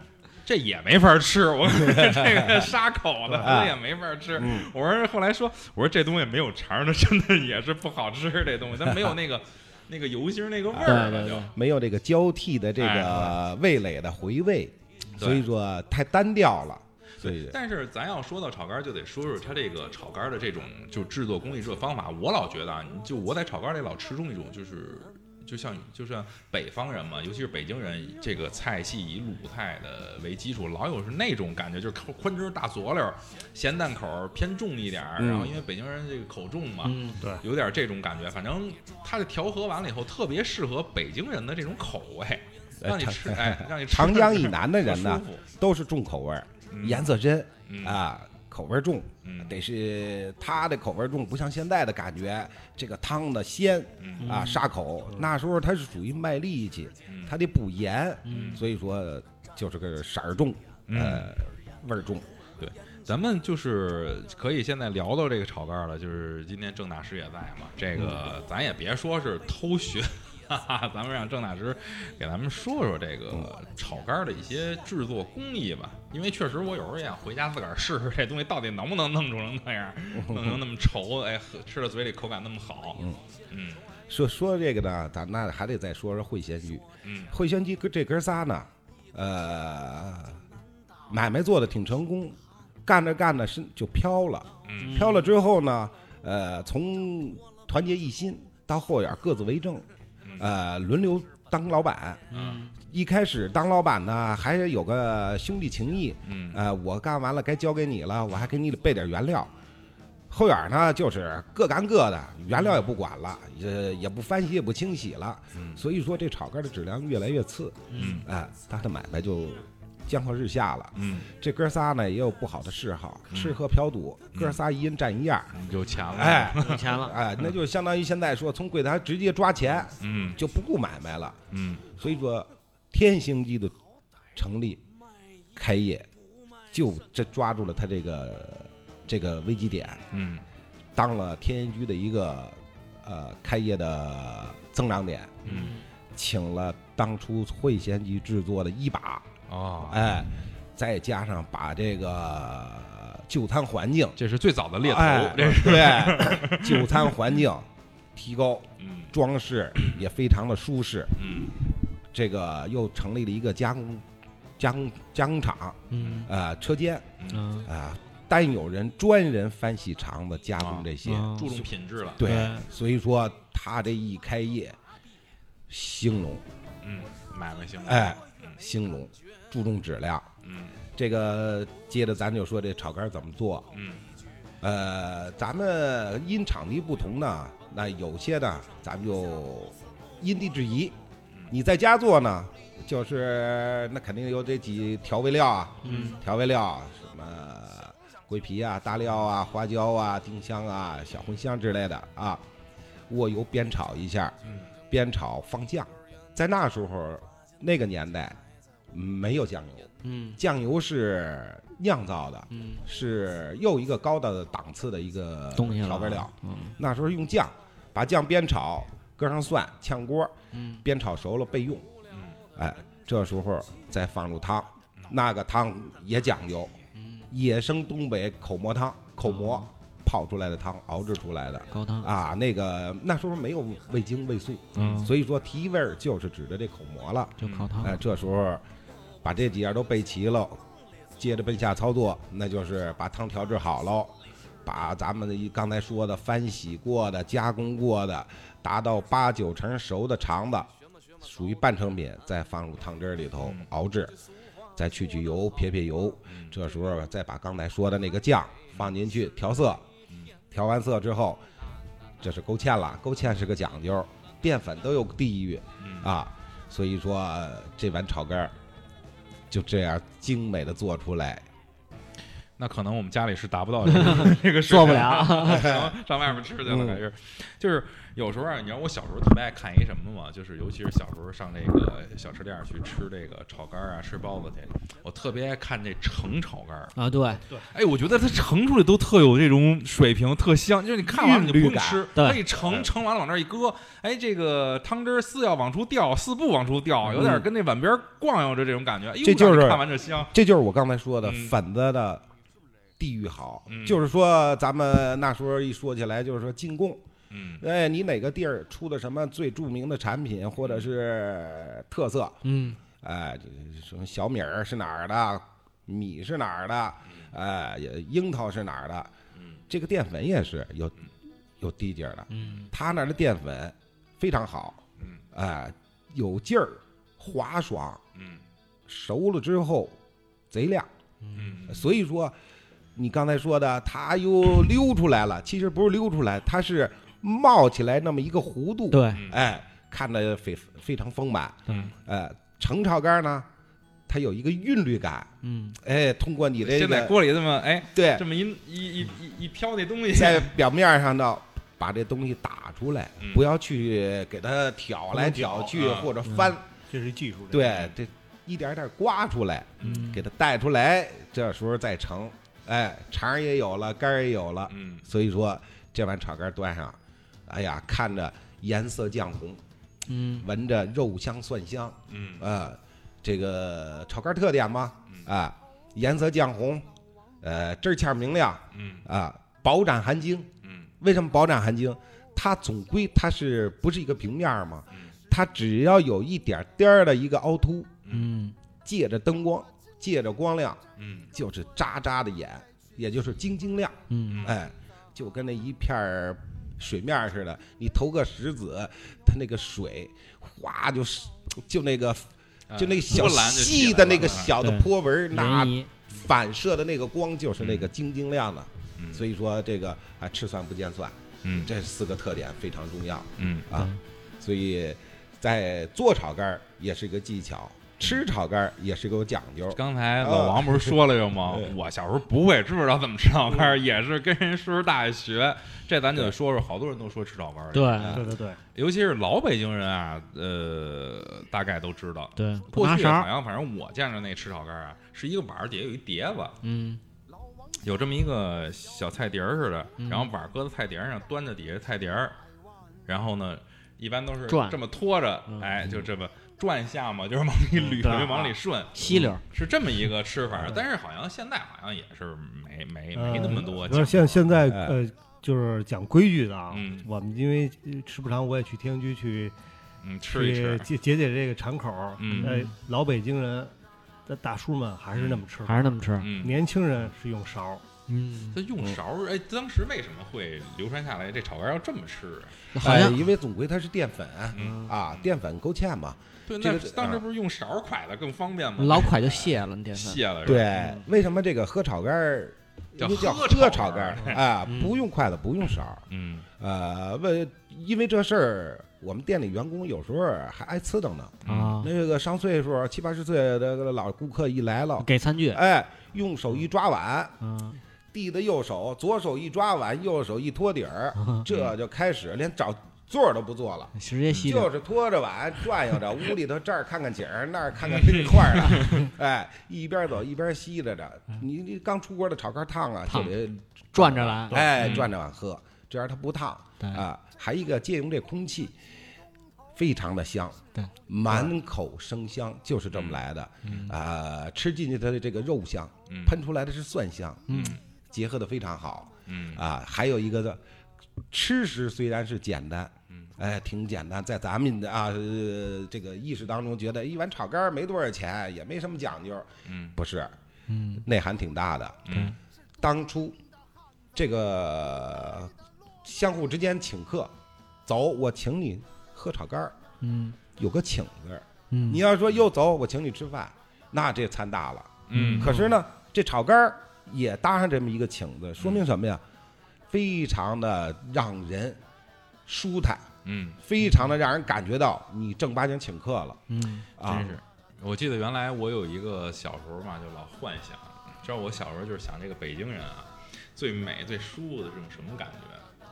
Speaker 2: 这也没法吃，我说这个沙口 的
Speaker 4: 啊
Speaker 2: 这也没法吃。
Speaker 4: 嗯
Speaker 2: 我说后来说，我说这东西没有肠儿的，真的也是不好吃。这东西它没有那个那个油腥儿那个味儿了，
Speaker 4: 对对
Speaker 2: 就
Speaker 4: 对
Speaker 5: 没有这个交替的这
Speaker 2: 哎
Speaker 5: 个味蕾的回味，
Speaker 2: 对
Speaker 5: 所以说太单调了。所以
Speaker 2: 但是咱要说到炒肝儿，就得说说它这个炒肝儿的这种就制作工艺、制作方法。我老觉得啊，你就我在炒肝儿里老吃中一种就是。就像就像北方人嘛，尤其是北京人，这个菜系以鲁菜的为基础，老有是那种感觉，就是口宽汁儿大佐料儿，咸淡口儿偏重一点儿。然后因为北京人这个口重嘛，
Speaker 4: 嗯，
Speaker 2: 有点这种感觉。反正它的调和完了以后，特别适合北京人的这种口味，让你吃，哎，让你吃
Speaker 5: 长江
Speaker 2: 着
Speaker 5: 以南的人呢
Speaker 2: 舒服，
Speaker 5: 都是重口味儿，
Speaker 2: 嗯
Speaker 5: 颜色深
Speaker 2: 嗯
Speaker 5: 啊，口味儿重，
Speaker 2: 嗯
Speaker 5: 得是他的口味儿重，不像现在的感觉，这个汤的鲜
Speaker 2: 嗯
Speaker 5: 啊沙口。那时候它是属于卖力气
Speaker 2: 嗯，
Speaker 5: 它得补盐，
Speaker 2: 嗯
Speaker 5: 所以说就是个色儿重，
Speaker 2: 嗯
Speaker 5: 呃，味儿重。
Speaker 2: 对，咱们就是可以现在聊到这个炒肝儿了，就是今天郑大师也在嘛，这个
Speaker 5: 嗯
Speaker 2: 咱也别说是偷学， 哈哈，咱们让郑大师给咱们说说这个
Speaker 5: 嗯
Speaker 2: 炒肝儿的一些制作工艺吧，因为确实我有时候也想回家自个儿试试这东西到底能不能弄出成那样，弄成那么稠，哎，喝吃到嘴里口感那么好，嗯
Speaker 5: 说说这个呢，咱那还得再说说会仙居。
Speaker 2: 嗯
Speaker 5: 会仙居哥这哥仨呢，呃，买卖做的挺成功，干着干着是就飘了，
Speaker 2: 嗯
Speaker 5: 飘了之后呢，呃，从团结一心到后眼各自为政，呃，轮流当老板。
Speaker 2: 嗯
Speaker 5: 一开始当老板呢，还有个兄弟情谊，
Speaker 2: 嗯
Speaker 5: 呃，我干完了该交给你了，我还给你备点原料。后眼呢，就是各干各的，原料也不管了，也也不翻洗，也不清洗了。
Speaker 2: 嗯
Speaker 5: 所以说这炒肝的质量越来越次，
Speaker 2: 嗯
Speaker 5: 哎、他的买卖就江河日下了。
Speaker 2: 嗯，
Speaker 5: 这哥仨呢也有不好的嗜好，吃喝嫖赌，哥仨一人占一样，
Speaker 2: 嗯有钱了，
Speaker 5: 哎
Speaker 4: 有钱了，
Speaker 5: 哎，那就相当于现在说从柜台直接抓钱，
Speaker 2: 嗯
Speaker 5: 就不顾买卖了。
Speaker 2: 嗯
Speaker 5: 所以说，天星机的成立、开业，就这抓住了他这个这个危机点，
Speaker 2: 嗯
Speaker 5: 当了天星居的一个呃开业的增长点，
Speaker 2: 嗯，
Speaker 5: 请了当初会仙居制作的一把，
Speaker 2: 哦，
Speaker 5: 哎，再加上把这个就餐环境，
Speaker 2: 这是最早的猎头，
Speaker 5: 哎
Speaker 2: 这是，
Speaker 5: 对，就餐环境提高，
Speaker 2: 嗯
Speaker 5: 装饰也非常的舒适。
Speaker 2: 嗯。
Speaker 5: 这个又成立了一个加工加工加工厂，
Speaker 4: 嗯
Speaker 5: 呃，车间
Speaker 4: 嗯，
Speaker 5: 啊、单有人专人翻洗肠子加工这些，
Speaker 4: 啊
Speaker 2: 注重品质了。
Speaker 5: 对
Speaker 4: 对，
Speaker 5: 所以说他这一开业，兴隆，
Speaker 2: 嗯，买了行了。
Speaker 5: 哎，兴隆，注重质量。
Speaker 2: 嗯
Speaker 5: 这个接着咱就说这炒肝怎么做，
Speaker 2: 嗯
Speaker 5: 呃，咱们因场地不同呢，那有些呢，咱们就因地制宜。你在家做呢，就是那肯定有这几调味料啊，
Speaker 4: 嗯，
Speaker 5: 调味料什么桂皮啊、大料啊、花椒啊、丁香啊、小茴香之类的啊，卧油煸炒一下，煸炒放酱。在那时候那个年代，没有酱油，
Speaker 4: 嗯
Speaker 5: 酱油是酿造的，
Speaker 4: 嗯，
Speaker 5: 是又一个高的档次的一个
Speaker 4: 东西了
Speaker 5: 调味料。，
Speaker 4: 嗯
Speaker 5: 那时候用酱，把酱煸炒，搁上蒜，炝锅，
Speaker 4: 嗯
Speaker 5: 煸炒熟了备用。
Speaker 2: 嗯，
Speaker 5: 哎，这时候再放入汤，那个汤也讲究，
Speaker 4: 嗯，
Speaker 5: 野生东北口蘑汤，口蘑
Speaker 4: 哦
Speaker 5: 泡出来的汤，熬制出来的
Speaker 4: 高汤，
Speaker 5: 啊。那个那时候没有味精味素，
Speaker 4: 嗯，
Speaker 5: 所以说提味儿就是指着这口蘑了。
Speaker 4: 就靠
Speaker 2: 啊
Speaker 4: 汤，
Speaker 5: 哎，这时候把这几样都备齐了，接着奔下操作，那就是把汤调制好喽，把咱们的一刚才说的翻洗过的、加工过的，达到八九成熟的肠子，属于半成品，再放入汤汁儿里头
Speaker 2: 嗯
Speaker 5: 熬制，再去去油，撇撇油，
Speaker 2: 嗯
Speaker 5: 这时候再把刚才说的那个酱放进去调色，
Speaker 2: 嗯
Speaker 5: 调完色之后，这是勾芡了，勾芡是个讲究，淀粉都有地域
Speaker 2: 嗯
Speaker 5: 啊，所以说呃这碗炒肝儿就这样精美的做出来，
Speaker 2: 那可能我们家里是达不到这 个这个水平
Speaker 4: 做不了
Speaker 2: 上上外面吃去了，
Speaker 5: 嗯
Speaker 2: 还是就是有时候啊，你知道我小时候特别爱看一什么吗？就是尤其是小时候上这个小吃店儿去吃这个炒肝儿啊、吃包子去，我特别爱看这盛炒肝儿。
Speaker 4: 啊，对，
Speaker 2: 哎，我觉得它盛出来都特有这种水平，特香，就是你看完了你就不
Speaker 5: 韵律
Speaker 2: 用
Speaker 5: 感
Speaker 2: 吃，
Speaker 4: 对
Speaker 2: 它一盛盛完了往那儿一搁，哎，这个汤汁儿似要往出掉，似不往出掉，有点跟那碗边儿逛悠着这种感觉。哎呦
Speaker 5: 嗯这就是
Speaker 2: 让你看完这香，
Speaker 5: 这就是我刚才说的
Speaker 2: 嗯
Speaker 5: 粉子的地域好，
Speaker 2: 嗯
Speaker 5: 就是说咱们那时候一说起来，就是说进贡，
Speaker 2: 嗯
Speaker 5: 哎，你哪个地儿出的什么最著名的产品或者是特色，
Speaker 4: 嗯，
Speaker 5: 哎，这什么小米儿是哪儿的，米是哪儿的，哎，也樱桃是哪儿的，
Speaker 2: 嗯
Speaker 5: 这个淀粉也是有有地界儿的，
Speaker 4: 嗯，
Speaker 5: 他那儿的淀粉非常好，
Speaker 2: 嗯
Speaker 5: 哎，有劲儿，滑爽，
Speaker 2: 嗯
Speaker 5: 熟了之后贼亮。
Speaker 2: 嗯
Speaker 5: 所以说，你刚才说的，它又溜出来了，其实不是溜出来，它是冒起来那么一个弧度，
Speaker 4: 对，
Speaker 2: 嗯
Speaker 5: 哎，看着非非常丰满。
Speaker 2: 嗯，
Speaker 5: 呃，成炒肝呢，它有一个韵律感，
Speaker 4: 嗯，
Speaker 5: 哎，通过你这
Speaker 2: 先在
Speaker 5: 个
Speaker 2: 锅里这么哎
Speaker 5: 对
Speaker 2: 这，么一一一一一飘那东西，
Speaker 5: 在表面上呢。把这东西打出来，
Speaker 2: 嗯
Speaker 5: 不要去给它挑来挑去
Speaker 2: 不能挑
Speaker 5: 或者
Speaker 4: 嗯
Speaker 5: 翻，
Speaker 3: 这是技术。
Speaker 5: 对，这一点点刮出来，
Speaker 4: 嗯
Speaker 5: 给它带出来，这时候再盛，哎，肠儿也有了，肝儿也有了，
Speaker 2: 嗯
Speaker 5: 所以说这碗炒肝端上，哎呀，看着颜色绛红，
Speaker 4: 嗯，
Speaker 5: 闻着肉香蒜香，
Speaker 2: 嗯
Speaker 5: 呃，这个炒肝特点嘛，啊、
Speaker 2: 嗯
Speaker 5: 颜色绛红，呃，汁儿欠明亮，啊、
Speaker 2: 嗯
Speaker 5: 饱盏含精。
Speaker 2: 嗯
Speaker 5: 为什么饱盏含精？它总归它是不是一个平面儿嘛
Speaker 2: 嗯？
Speaker 5: 它只要有一点点儿的一个凹凸，
Speaker 4: 嗯，
Speaker 5: 借着灯光，借着光亮，
Speaker 2: 嗯
Speaker 5: 就是渣渣的眼，也就是晶晶亮，
Speaker 4: 嗯，
Speaker 5: 哎，就跟那一片儿水面儿似的。你投个石子，它那个水哗就是就那个
Speaker 2: 嗯，
Speaker 5: 就那个小
Speaker 2: 波澜就起来
Speaker 5: 细的那
Speaker 2: 了啊
Speaker 5: 个小的
Speaker 4: 对
Speaker 5: 波纹儿，
Speaker 4: 涟
Speaker 5: 那
Speaker 4: 漪，
Speaker 5: 反射的那个光就是那个晶晶亮的。
Speaker 2: 嗯
Speaker 5: 所以说这个啊，吃蒜不见蒜，
Speaker 2: 嗯
Speaker 5: 这四个特点非常重要
Speaker 2: 嗯
Speaker 5: 啊。所以在做炒肝儿也是一个技巧，吃炒肝儿也是个讲究。
Speaker 2: 刚才老王不是说了有吗？我小时候不会，知不知道怎么吃炒肝儿，也是跟人叔叔大爷学。这咱就得说说，好多人都说吃炒肝儿，
Speaker 4: 对，
Speaker 3: 对对对，
Speaker 2: 尤其是老北京人啊，呃，大概都知道。
Speaker 4: 对，不
Speaker 2: 过
Speaker 4: 拿
Speaker 2: 去
Speaker 4: 勺
Speaker 2: 好
Speaker 4: 儿，
Speaker 2: 像反正我见着那吃炒肝儿啊，是一个碗儿底下有一碟子，
Speaker 4: 嗯
Speaker 2: 有这么一个小菜碟儿似的，
Speaker 4: 嗯
Speaker 2: 然后碗儿搁在菜碟儿上，端着底下菜碟儿，然后呢，一般都是
Speaker 4: 转
Speaker 2: 这么拖着，
Speaker 4: 嗯
Speaker 2: 哎，就这么转一下嘛，就是往里捋，
Speaker 4: 对啊
Speaker 2: 就往里顺，嗯
Speaker 4: 吸溜儿，嗯
Speaker 2: 是这么一个吃法。但是好像现在好像也是没没没那么多
Speaker 3: 呃
Speaker 2: 讲究，
Speaker 3: 现现在
Speaker 5: 哎
Speaker 3: 呃，就是讲规矩的啊
Speaker 2: 嗯。
Speaker 3: 我们因为呃时不常我也去天津居去
Speaker 2: 嗯，吃一
Speaker 3: 去
Speaker 2: 吃，
Speaker 3: 解解解这个馋口儿。
Speaker 2: 嗯
Speaker 3: 呃，老北京人的大叔们还是那么吃，
Speaker 4: 还是那么吃，
Speaker 2: 嗯。
Speaker 3: 年轻人是用勺儿。
Speaker 4: 嗯
Speaker 2: 他，用勺儿，哎，当时为什么会流传下来这炒肝要这么吃？啊
Speaker 4: 好
Speaker 5: 哎，
Speaker 4: 像
Speaker 5: 因为总归它是淀粉
Speaker 2: 嗯
Speaker 5: 啊，淀粉勾芡嘛。
Speaker 2: 对，
Speaker 5: 这
Speaker 2: 那
Speaker 5: 个
Speaker 4: 嗯
Speaker 2: 当时不是用勺儿㧟的更方便吗？
Speaker 4: 老蒯就卸了，你这份，
Speaker 2: 卸了，是吧
Speaker 5: 对，为什么这个喝炒肝儿
Speaker 2: 叫
Speaker 5: 又叫
Speaker 2: 喝炒
Speaker 5: 喝炒
Speaker 2: 肝儿
Speaker 5: 肝儿啊，
Speaker 4: 嗯
Speaker 5: 不用筷子，不用勺儿。
Speaker 2: 嗯
Speaker 5: 呃，为因为这事儿，我们店里员工有时候还挨呲瞪呢。
Speaker 2: 嗯
Speaker 4: 啊，
Speaker 5: 那个上岁数七八十岁的老顾客一来了，
Speaker 4: 给餐具，
Speaker 5: 哎，用手一抓碗，
Speaker 4: 嗯，
Speaker 5: 递的右手，左手一抓碗，右手一托底儿，
Speaker 4: 啊
Speaker 5: 这就开始连找座儿都不坐了。
Speaker 4: 直接吸溜
Speaker 5: 就是拖着碗转悠着，屋里头这儿看看景儿，那儿看看冰块儿啊， 哎，一边走一边吸着着。
Speaker 2: 嗯
Speaker 5: 你你刚出锅的炒肝烫啊，就
Speaker 4: 烫
Speaker 5: 得
Speaker 4: 转着来，
Speaker 5: 哎
Speaker 2: 嗯
Speaker 5: 转着碗喝，这样它不烫
Speaker 4: 对
Speaker 5: 啊。还一个借用这空气，非常的香，
Speaker 4: 对，
Speaker 5: 满口生香，就是这么来的
Speaker 2: 嗯
Speaker 5: 啊。吃进去它的这个肉香，
Speaker 2: 嗯
Speaker 5: 喷出来的是蒜香，
Speaker 4: 嗯
Speaker 5: 结合的非常好。
Speaker 2: 嗯
Speaker 5: 啊，还有一个的，吃食虽然是简单
Speaker 2: 嗯，
Speaker 5: 哎，挺简单，在咱们的啊、呃这个意识当中，觉得一碗炒肝儿没多少钱，也没什么讲究，
Speaker 2: 嗯
Speaker 5: 不是，
Speaker 4: 嗯，
Speaker 5: 内涵挺大的。
Speaker 2: 嗯
Speaker 5: 当初这个相互之间请客，走，我请你喝炒肝儿，
Speaker 4: 嗯
Speaker 5: 有个请字儿。
Speaker 4: 嗯
Speaker 5: 你要说又走，我请你吃饭，那这餐大了。
Speaker 2: 嗯
Speaker 5: 可是呢，这炒肝儿也搭上这么一个请字，说明什么呀？非常的让人舒坦，
Speaker 2: 嗯，
Speaker 5: 非常的让人感觉到你正儿八经请客了
Speaker 4: 嗯
Speaker 5: 啊！
Speaker 2: 真是。我记得原来我有一个小时候嘛，就老幻想，知道我小时候就是想这个北京人啊，最美最舒服的这种什么感觉。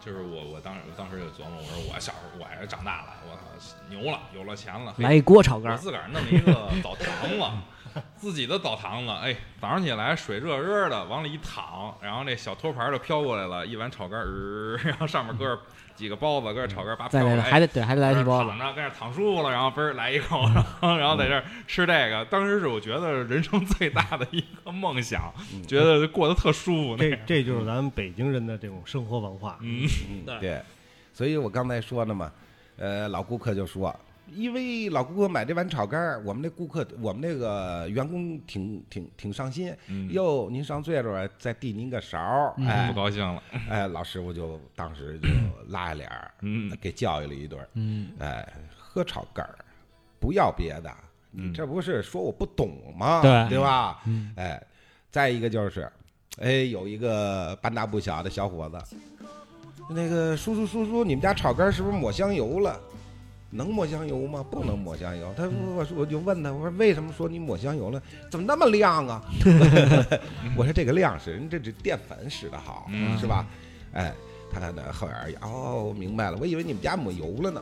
Speaker 2: 就是我，我当时我当时就琢磨，我说我小时候我要是长大了，我操牛了，有了钱了，嘿
Speaker 4: 来一锅炒肝
Speaker 2: 我
Speaker 4: 儿，
Speaker 2: 自个儿弄一个澡堂子，自己的澡堂子，哎，早上起来水热热的，往里一躺，然后那小托盘儿就飘过来了，一碗炒肝儿，呃然后上面搁着几个包子，搁着炒肝儿，叭飘
Speaker 4: 嗯再
Speaker 2: 过
Speaker 4: 来
Speaker 2: 来，
Speaker 4: 还得对，还得来
Speaker 2: 哎
Speaker 4: 一屉包
Speaker 2: 躺
Speaker 4: 子，
Speaker 2: 着，跟那儿躺舒服了，然后嘣儿来一口，然后 然后在这儿吃这个，当时是我觉得人生最大的一个梦想，
Speaker 5: 嗯
Speaker 2: 觉得过得特舒服那
Speaker 3: 这
Speaker 2: 样，
Speaker 3: 这就是咱们北京人的这种生活文化。
Speaker 2: 嗯
Speaker 5: 嗯
Speaker 4: 对
Speaker 5: 对，所以我刚才说了嘛，呃，老顾客就说，因为老顾客买这碗炒肝儿，我们那顾客，我们那个员工挺挺挺伤心。
Speaker 2: 嗯，
Speaker 5: 哟，您上岁数了，再递您个勺儿，
Speaker 4: 嗯
Speaker 5: 哎
Speaker 2: 不高兴了，
Speaker 5: 哎，老师傅就当 时就拉下脸儿，
Speaker 2: 嗯
Speaker 5: 给教育了一顿儿。
Speaker 4: 嗯
Speaker 5: 哎，喝炒肝儿，不要别的，
Speaker 2: 嗯
Speaker 5: 你这不是说我不懂吗？
Speaker 4: 对
Speaker 5: 吧？
Speaker 4: 嗯
Speaker 5: 哎，再一个就是，哎，有一个半大不小的小伙子，那个叔叔叔叔，你们家炒肝儿是不是抹香油了？能抹香油吗？不能抹香油。他说
Speaker 2: 嗯
Speaker 5: 我说我就问他，我说为什么说你抹香油了？怎么那么亮 啊？ 我说这个亮是人这这淀粉使得好，
Speaker 2: 嗯
Speaker 5: 是吧？哎，他看那后眼儿一哦，明白了，我以为你们家抹油了呢。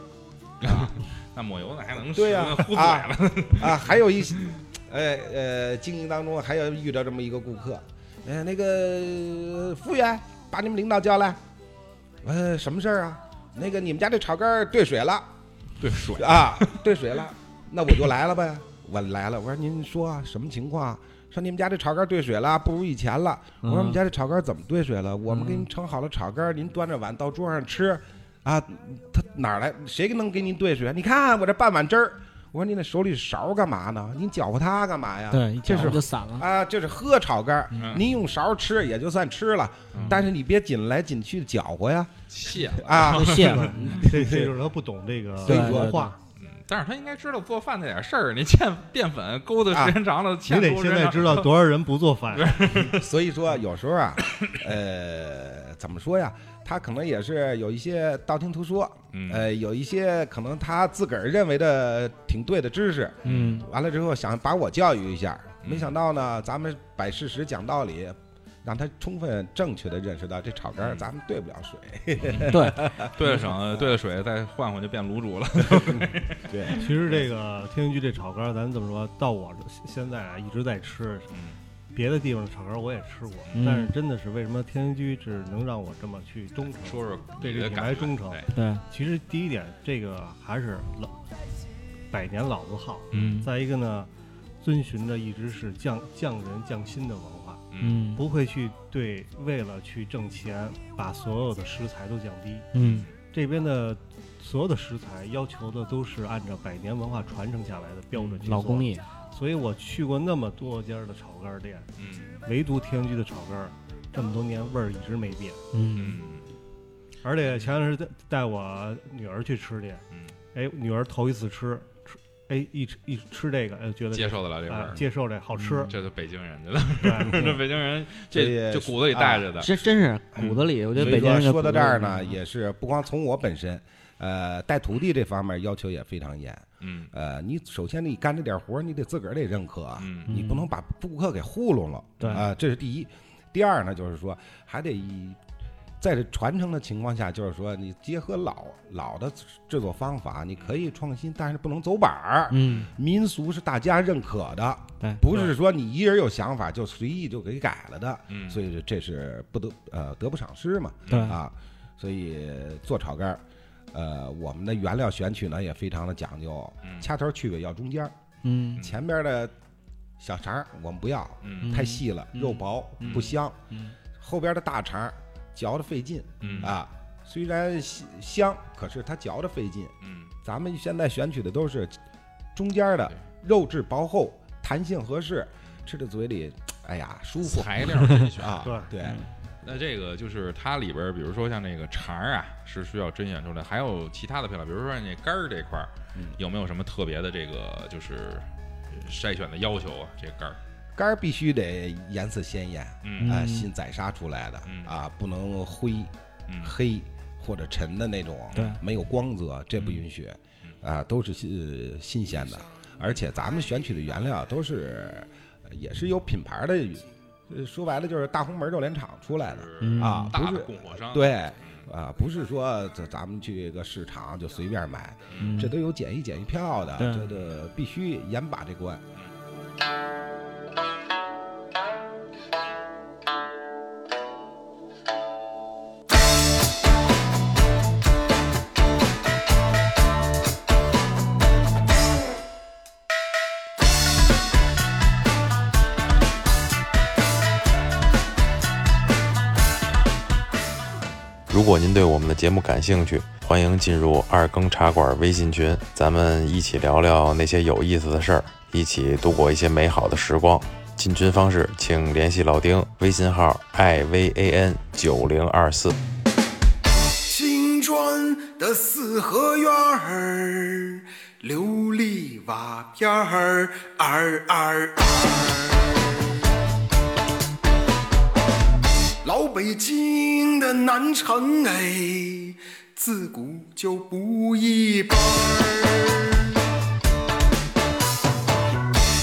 Speaker 2: 那抹油那还能
Speaker 5: 对呀
Speaker 2: 呀，糊嘴
Speaker 5: 啊
Speaker 2: 了，
Speaker 5: 啊，还有一些，呃呃，经营当中还有遇到这么一个顾客，呃，那个服务员把你们领导叫来，呃，什么事儿啊？那个你们家这炒肝儿兑水了
Speaker 2: 对水，
Speaker 5: 啊，兑水了，那我就来了呗。我来了，我说您说啊，什么情况啊？说你们家这炒肝儿兑水了，不如以前了。我说我们家这炒肝儿怎么兑水了？我们给您盛好了炒肝儿，您端着碗到桌上吃，啊，他哪儿来？谁能给您兑水啊？你看我这半碗汁儿。我说您那手里勺干嘛呢？您搅和它干嘛呀？
Speaker 4: 对，一
Speaker 5: 这
Speaker 4: 搅
Speaker 5: 是
Speaker 4: 就散了，
Speaker 5: 啊，这是喝炒肝儿。
Speaker 2: 嗯
Speaker 5: 您用勺吃也就算吃了，
Speaker 2: 嗯
Speaker 5: 但是你别紧来紧去搅和呀
Speaker 2: 谢了。
Speaker 5: 啊！
Speaker 4: 就卸 了，
Speaker 3: 这这就是他不懂这个
Speaker 5: 所以说
Speaker 3: 文化，
Speaker 2: 嗯，但是他应该知道做饭那点事儿，你欠 淀粉勾的时间长了，
Speaker 3: 你
Speaker 2: 欠
Speaker 3: 得
Speaker 2: 多
Speaker 3: 现
Speaker 2: 时
Speaker 3: 在
Speaker 2: 间
Speaker 3: 知
Speaker 2: 长
Speaker 3: 道多少人不做饭。
Speaker 5: 所以说有时候啊，呃，怎么说呀？他可能也是有一些道听途说，
Speaker 2: 嗯
Speaker 5: 呃，有一些可能他自个儿认为的挺对的知识，
Speaker 4: 嗯
Speaker 5: 完了之后想把我教育一下，
Speaker 2: 嗯
Speaker 5: 没想到呢，咱们摆事实讲道理，让他充分正确的认识到这炒肝儿
Speaker 2: 嗯
Speaker 5: 咱们兑不了水。
Speaker 4: 对，
Speaker 2: 兑了省，兑了水，再换换就变卤煮了。
Speaker 5: 对，
Speaker 3: 其实这个天津居这炒肝儿，咱这么说，到我这现在啊一直在吃，别的地方的炒肝儿我也吃过，
Speaker 4: 嗯
Speaker 3: 但是真的是为什么天津居只能让我这么去忠诚？
Speaker 2: 说说
Speaker 3: 对
Speaker 2: 你
Speaker 3: 这
Speaker 2: 的
Speaker 3: 品
Speaker 2: 感
Speaker 3: 牌
Speaker 2: 觉
Speaker 3: 忠诚，
Speaker 2: 哎
Speaker 4: 对，
Speaker 3: 其实第一点，这个还是老百年老字号。
Speaker 2: 嗯
Speaker 3: 再一个呢，遵循的一直是匠匠人匠心的文化，
Speaker 2: 嗯
Speaker 4: 嗯
Speaker 3: 不会去对为了去挣钱把所有的食材都降低。
Speaker 4: 嗯
Speaker 3: 这边的所有的食材要求的都是按照百年文化传承下来的标
Speaker 2: 嗯
Speaker 3: 准去
Speaker 4: 嗯老工
Speaker 3: 艺。
Speaker 4: 艺，
Speaker 3: 所以我去过那么多家的炒肝店，
Speaker 2: 嗯
Speaker 3: 唯独天津居的炒肝儿，这么多年味儿一直没变。
Speaker 4: 嗯
Speaker 2: 嗯
Speaker 3: 而且前两天带带我女儿去吃去，
Speaker 2: 嗯
Speaker 3: 哎，女儿头一次吃，吃哎，一吃一吃这个，哎，觉得
Speaker 2: 嗯接受得了这味
Speaker 3: 啊
Speaker 2: 儿，
Speaker 3: 接受这好吃，
Speaker 2: 这是北京人，这都
Speaker 3: 对
Speaker 2: 是这北京人
Speaker 5: 嗯所
Speaker 2: 这
Speaker 5: 以啊
Speaker 2: 这骨子里带着的。
Speaker 4: 真真是骨子里，我觉
Speaker 5: 所
Speaker 4: 得北
Speaker 5: 以
Speaker 4: 京
Speaker 5: 说
Speaker 4: 人的嗯
Speaker 5: 说到
Speaker 4: 骨子
Speaker 5: 这儿
Speaker 4: 里
Speaker 5: 呢，也是不光从我本身，呃，带徒弟这方面要求也非常严。
Speaker 2: 嗯
Speaker 5: 呃，你首先你干这点活儿，你得自个儿得认可啊，
Speaker 2: 嗯
Speaker 5: 你不能把顾客给糊弄了。
Speaker 3: 对
Speaker 5: 啊、这是第一。第二呢，就是说还得以在这传承的情况下，就是说你结合老老的制作方法，你可以创新，但是不能走板儿。
Speaker 4: 嗯，
Speaker 5: 民俗是大家认可的
Speaker 4: 对，
Speaker 5: 不是说你一人有想法就随意就给改了的。
Speaker 2: 嗯，
Speaker 5: 所以这是不得呃得不偿失嘛。
Speaker 4: 对
Speaker 5: 啊，所以做炒肝儿，呃，我们的原料选取呢也非常的讲究，
Speaker 2: 嗯
Speaker 5: 掐头去尾要中间儿，
Speaker 4: 嗯
Speaker 5: 前边儿的小肠儿我们不要，
Speaker 2: 嗯
Speaker 5: 太细了，
Speaker 4: 嗯
Speaker 5: 肉薄不香，
Speaker 4: 嗯
Speaker 5: 后边的大肠儿嚼着费劲
Speaker 2: 嗯
Speaker 5: 啊，虽然香香，可是它嚼着费劲。
Speaker 2: 嗯
Speaker 5: 咱们现在选取的都是中间儿的
Speaker 2: 对，
Speaker 5: 肉质薄厚，弹性合适，吃到嘴里，哎呀舒服
Speaker 2: 材料儿一选。
Speaker 5: 啊！
Speaker 3: 对
Speaker 5: 对，
Speaker 2: 那这个就是它里边儿，比如说像那个肠儿啊，是需要甄选出来，还有其他的配料，比如说那肝儿这块儿，
Speaker 5: 嗯
Speaker 2: 有没有什么特别的这个就是筛选的要求啊？这个肝儿，
Speaker 5: 肝儿必须得颜色鲜艳。
Speaker 2: 嗯
Speaker 5: 啊，
Speaker 4: 嗯
Speaker 5: 新宰杀出来的
Speaker 2: 嗯
Speaker 5: 啊，不能灰、
Speaker 2: 嗯
Speaker 5: 黑或者沉的那种
Speaker 4: 对，
Speaker 5: 没有光泽，这
Speaker 2: 嗯
Speaker 5: 不允许啊，都是新呃新鲜的，
Speaker 2: 嗯
Speaker 5: 而且咱们选取的原料都是呃也是有品牌的，呃说白了就是大红门肉联厂出来的
Speaker 4: 嗯
Speaker 2: 是
Speaker 5: 啊，
Speaker 2: 嗯大
Speaker 5: 不
Speaker 2: 的
Speaker 5: 是
Speaker 2: 供货商，
Speaker 5: 对。啊，不是说这咱们去一个市场就随便买，
Speaker 4: 嗯
Speaker 5: 这都有检疫检疫票的，
Speaker 4: 对
Speaker 5: 这个必须严把这关。
Speaker 6: 如果您对我们的节目感兴趣，欢迎进入二更茶馆微信群，咱们一起聊聊那些有意思的事儿，一起度过一些美好的时光。进群方式，请联系老丁，微信号 i v a n 九零二四。
Speaker 1: 青砖的四合院儿，琉璃瓦片儿，二二二。老北京的南城哎，自古就不一般儿。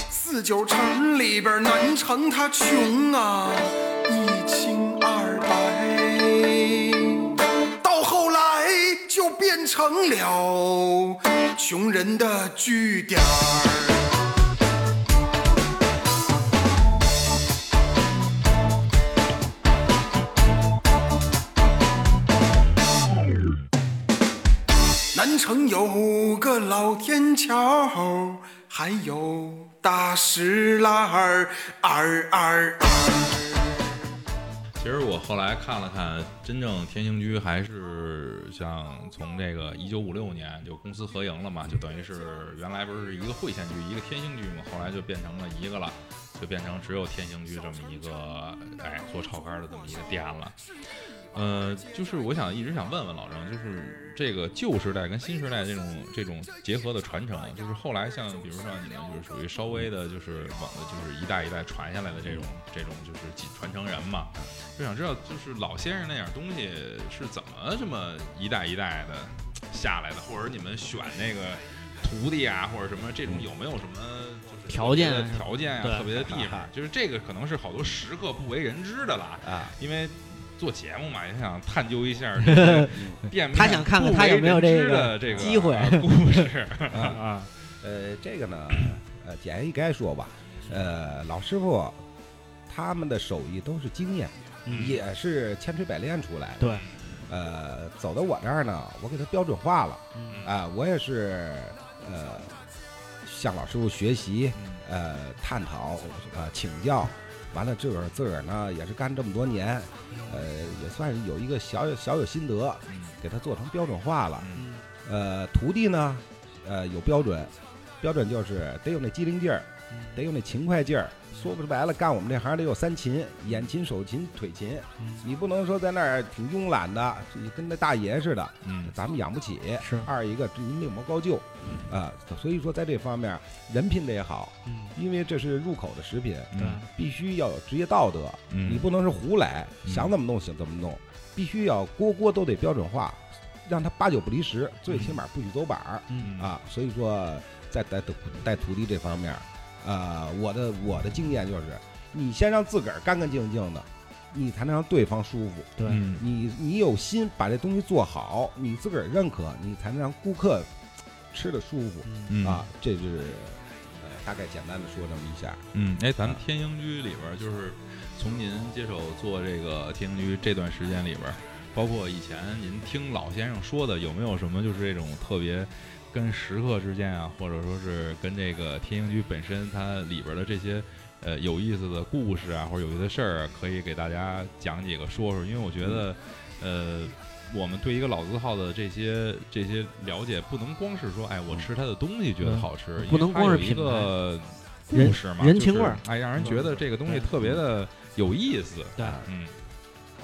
Speaker 1: 四九城里边儿南城它穷啊，一清二白。到后来就变成了穷人的据点儿。南城有个老天桥，还有大石栏儿，二二二。
Speaker 2: 其实我后来看了看，真正天兴居还是像从这个一九五六年就公司合营了嘛，就等于是原来不是一个汇县居一个天兴居嘛，后来就变成了一个了，就变成只有天兴居这么一个哎做炒肝的这么一个店了。呃，就是我想一直想问问老郑，就是这个旧时代跟新时代这种这种结合的传承，啊就是后来像比如说你们就是属于稍微的，就是往就是一代一代传下来的这种这种就是继传承人嘛，就想知道就是老先生那点东西是怎么这么一代一代的下来的，或者你们选那个徒弟啊或者什么这种有没有什么就是
Speaker 4: 条件
Speaker 2: 特
Speaker 4: 啊
Speaker 2: 别的条件啊
Speaker 4: 对
Speaker 2: 特别的地方，就是这个可能是好多食客不为人知的了。
Speaker 5: 啊，
Speaker 2: 因为做节目嘛，也想探究一下这 个店面
Speaker 4: 他想看看他有没有
Speaker 2: 不为人
Speaker 4: 这
Speaker 2: 知
Speaker 4: 个
Speaker 2: 的这个
Speaker 4: 机会
Speaker 2: 啊故事。
Speaker 4: 啊，
Speaker 5: 呃，这个呢，呃，简一该说吧，呃，老师傅他们的手艺都是经验，也是千锤百炼出来的。
Speaker 4: 嗯对，
Speaker 5: 呃，走到我这儿呢，我给他标准化了，
Speaker 4: 嗯
Speaker 5: 啊、我也是，呃，向老师傅学习，
Speaker 4: 嗯
Speaker 5: 呃，探讨，呃，请教，完了自个儿自个儿呢也是干这么多年，呃，也算是有一个小有小有心得，
Speaker 4: 嗯
Speaker 5: 给他做成标准化了。
Speaker 2: 嗯
Speaker 5: 呃，徒弟呢，呃呃，有标准，标准就是得有那机灵劲儿，得有那勤快劲儿，说不白了，干我们这行得有三勤：眼勤、手勤、腿勤。你不能说在那儿挺慵懒的，你跟那大爷似的，
Speaker 2: 嗯
Speaker 5: 咱们养不起。
Speaker 3: 是
Speaker 5: 二一个您另谋高就，啊、所以说在这方面人品得也好，
Speaker 4: 嗯，
Speaker 5: 因为这是入口的食品，
Speaker 2: 嗯
Speaker 4: 对
Speaker 5: 必须要有职业道德，
Speaker 2: 嗯，
Speaker 5: 你不能是胡来，
Speaker 2: 嗯
Speaker 5: 想怎么弄想怎么弄，必须要锅锅都得标准化，让它八九不离十，最起码不许走板儿。
Speaker 2: 嗯
Speaker 5: 啊，所以说在带土带徒弟这方面儿，呃，我的我的经验就是，你先让自个儿干干净净的，你才能让对方舒服。
Speaker 3: 对，
Speaker 2: 嗯
Speaker 5: 你你有心把这东西做好，你自个儿认可，你才能让顾客吃的舒服、
Speaker 2: 嗯
Speaker 5: 啊。这是呃大概简单的说这么一下。
Speaker 2: 嗯，哎，咱们天鹰居里边儿就是从您接手做这个天鹰居这段时间里边儿，包括以前您听老先生说的，有没有什么就是这种特别跟食客之间啊，或者说是跟这个天鹰居本身它里边儿的这些呃有意思的故事啊，或者有意思的事儿啊，可以给大家讲几个说说？因为我觉得，呃。我们对一个老字号的这些这些了解，不能光是说，哎，我吃它的东西觉得
Speaker 4: 嗯
Speaker 2: 好吃，
Speaker 4: 不能光是
Speaker 2: 因为它有一
Speaker 4: 品牌
Speaker 2: 个
Speaker 4: 人
Speaker 2: 故事嘛，
Speaker 4: 人情味儿
Speaker 2: 就是哎，让人觉得这个东西
Speaker 4: 对
Speaker 2: 特别的有意思。
Speaker 4: 对
Speaker 2: 嗯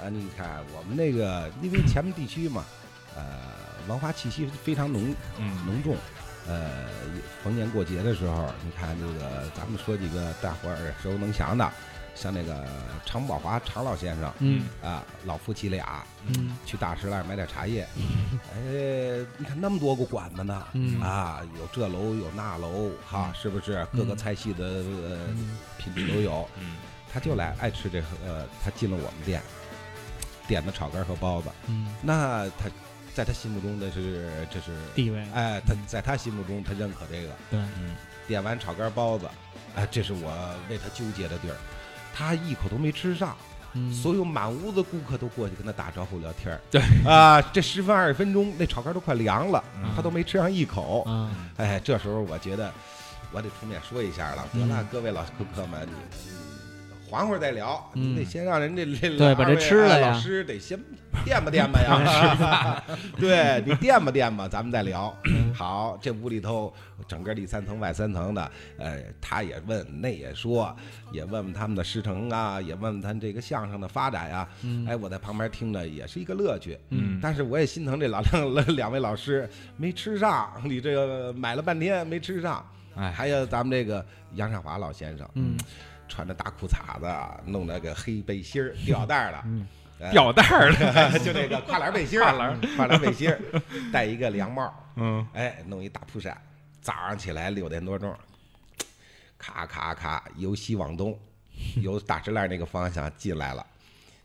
Speaker 5: 啊，你看我们那个，因为前面地区嘛，呃，文化气息非常浓
Speaker 2: 嗯
Speaker 5: 浓重。呃，逢年过节的时候，你看这个，咱们说几个大伙儿耳熟能详的，像那个常宝华常老先生啊、
Speaker 4: 嗯
Speaker 5: 老夫妻俩
Speaker 4: 嗯
Speaker 5: 去大石栏买点茶叶，哎，你看那么多个馆子呢，
Speaker 4: 嗯
Speaker 5: 啊，有这楼有那楼，哈，是不是？各个菜系的、呃
Speaker 4: 嗯
Speaker 5: 品质都有，
Speaker 2: 嗯
Speaker 5: 他就来爱吃这个，呃，他进了我们店，点的炒肝和包子，
Speaker 4: 嗯，
Speaker 5: 那他在他心目中的是这是
Speaker 4: 地位
Speaker 5: 哎，他在他心目中他认可这个，
Speaker 4: 对，
Speaker 2: 嗯
Speaker 5: 点完炒肝包子，哎，这是我为他纠结的地儿，他一口都没吃上，
Speaker 4: 嗯，
Speaker 5: 所有满屋子顾客都过去跟他打招呼聊天儿，
Speaker 2: 对
Speaker 5: 啊，这十分二十分钟，那炒肝都快凉了，他都没吃上一口，
Speaker 2: 嗯
Speaker 4: 啊，
Speaker 5: 哎，这时候我觉得我得出面说一下了，
Speaker 4: 嗯
Speaker 5: 得了，各位老顾客们，你你缓会儿再聊，
Speaker 4: 嗯
Speaker 5: 你得先让人这这
Speaker 4: 对把这
Speaker 5: 二位
Speaker 4: 吃了
Speaker 5: 哎
Speaker 4: 呀
Speaker 5: 老师得先垫吧垫吧 呀， 对你垫吧垫吧，咱们再聊。
Speaker 4: 嗯
Speaker 5: 好，这屋里头整个里三层外三层的，呃，他也问，那也说，也问问他们的师承啊，也问问他们这个相声的发展呀、
Speaker 4: 嗯
Speaker 5: 哎，我在旁边听着也是一个乐趣。
Speaker 2: 嗯，
Speaker 5: 但是我也心疼这老两两位老师没吃上，你这个买了半天没吃上。
Speaker 2: 哎，
Speaker 5: 还有咱们这个杨善华老先生，
Speaker 4: 嗯，
Speaker 5: 穿着大裤衩子，弄了个黑背心儿，吊带儿的，呃
Speaker 2: 嗯吊带儿了，
Speaker 5: 就那个跨栏背心儿，哎跨栏跨栏背心儿，戴一个凉帽，
Speaker 2: 嗯，
Speaker 5: 哎，弄一大蒲扇。早上起来六点多钟，咔咔咔，由西往东，由大石栏那个方向进来了，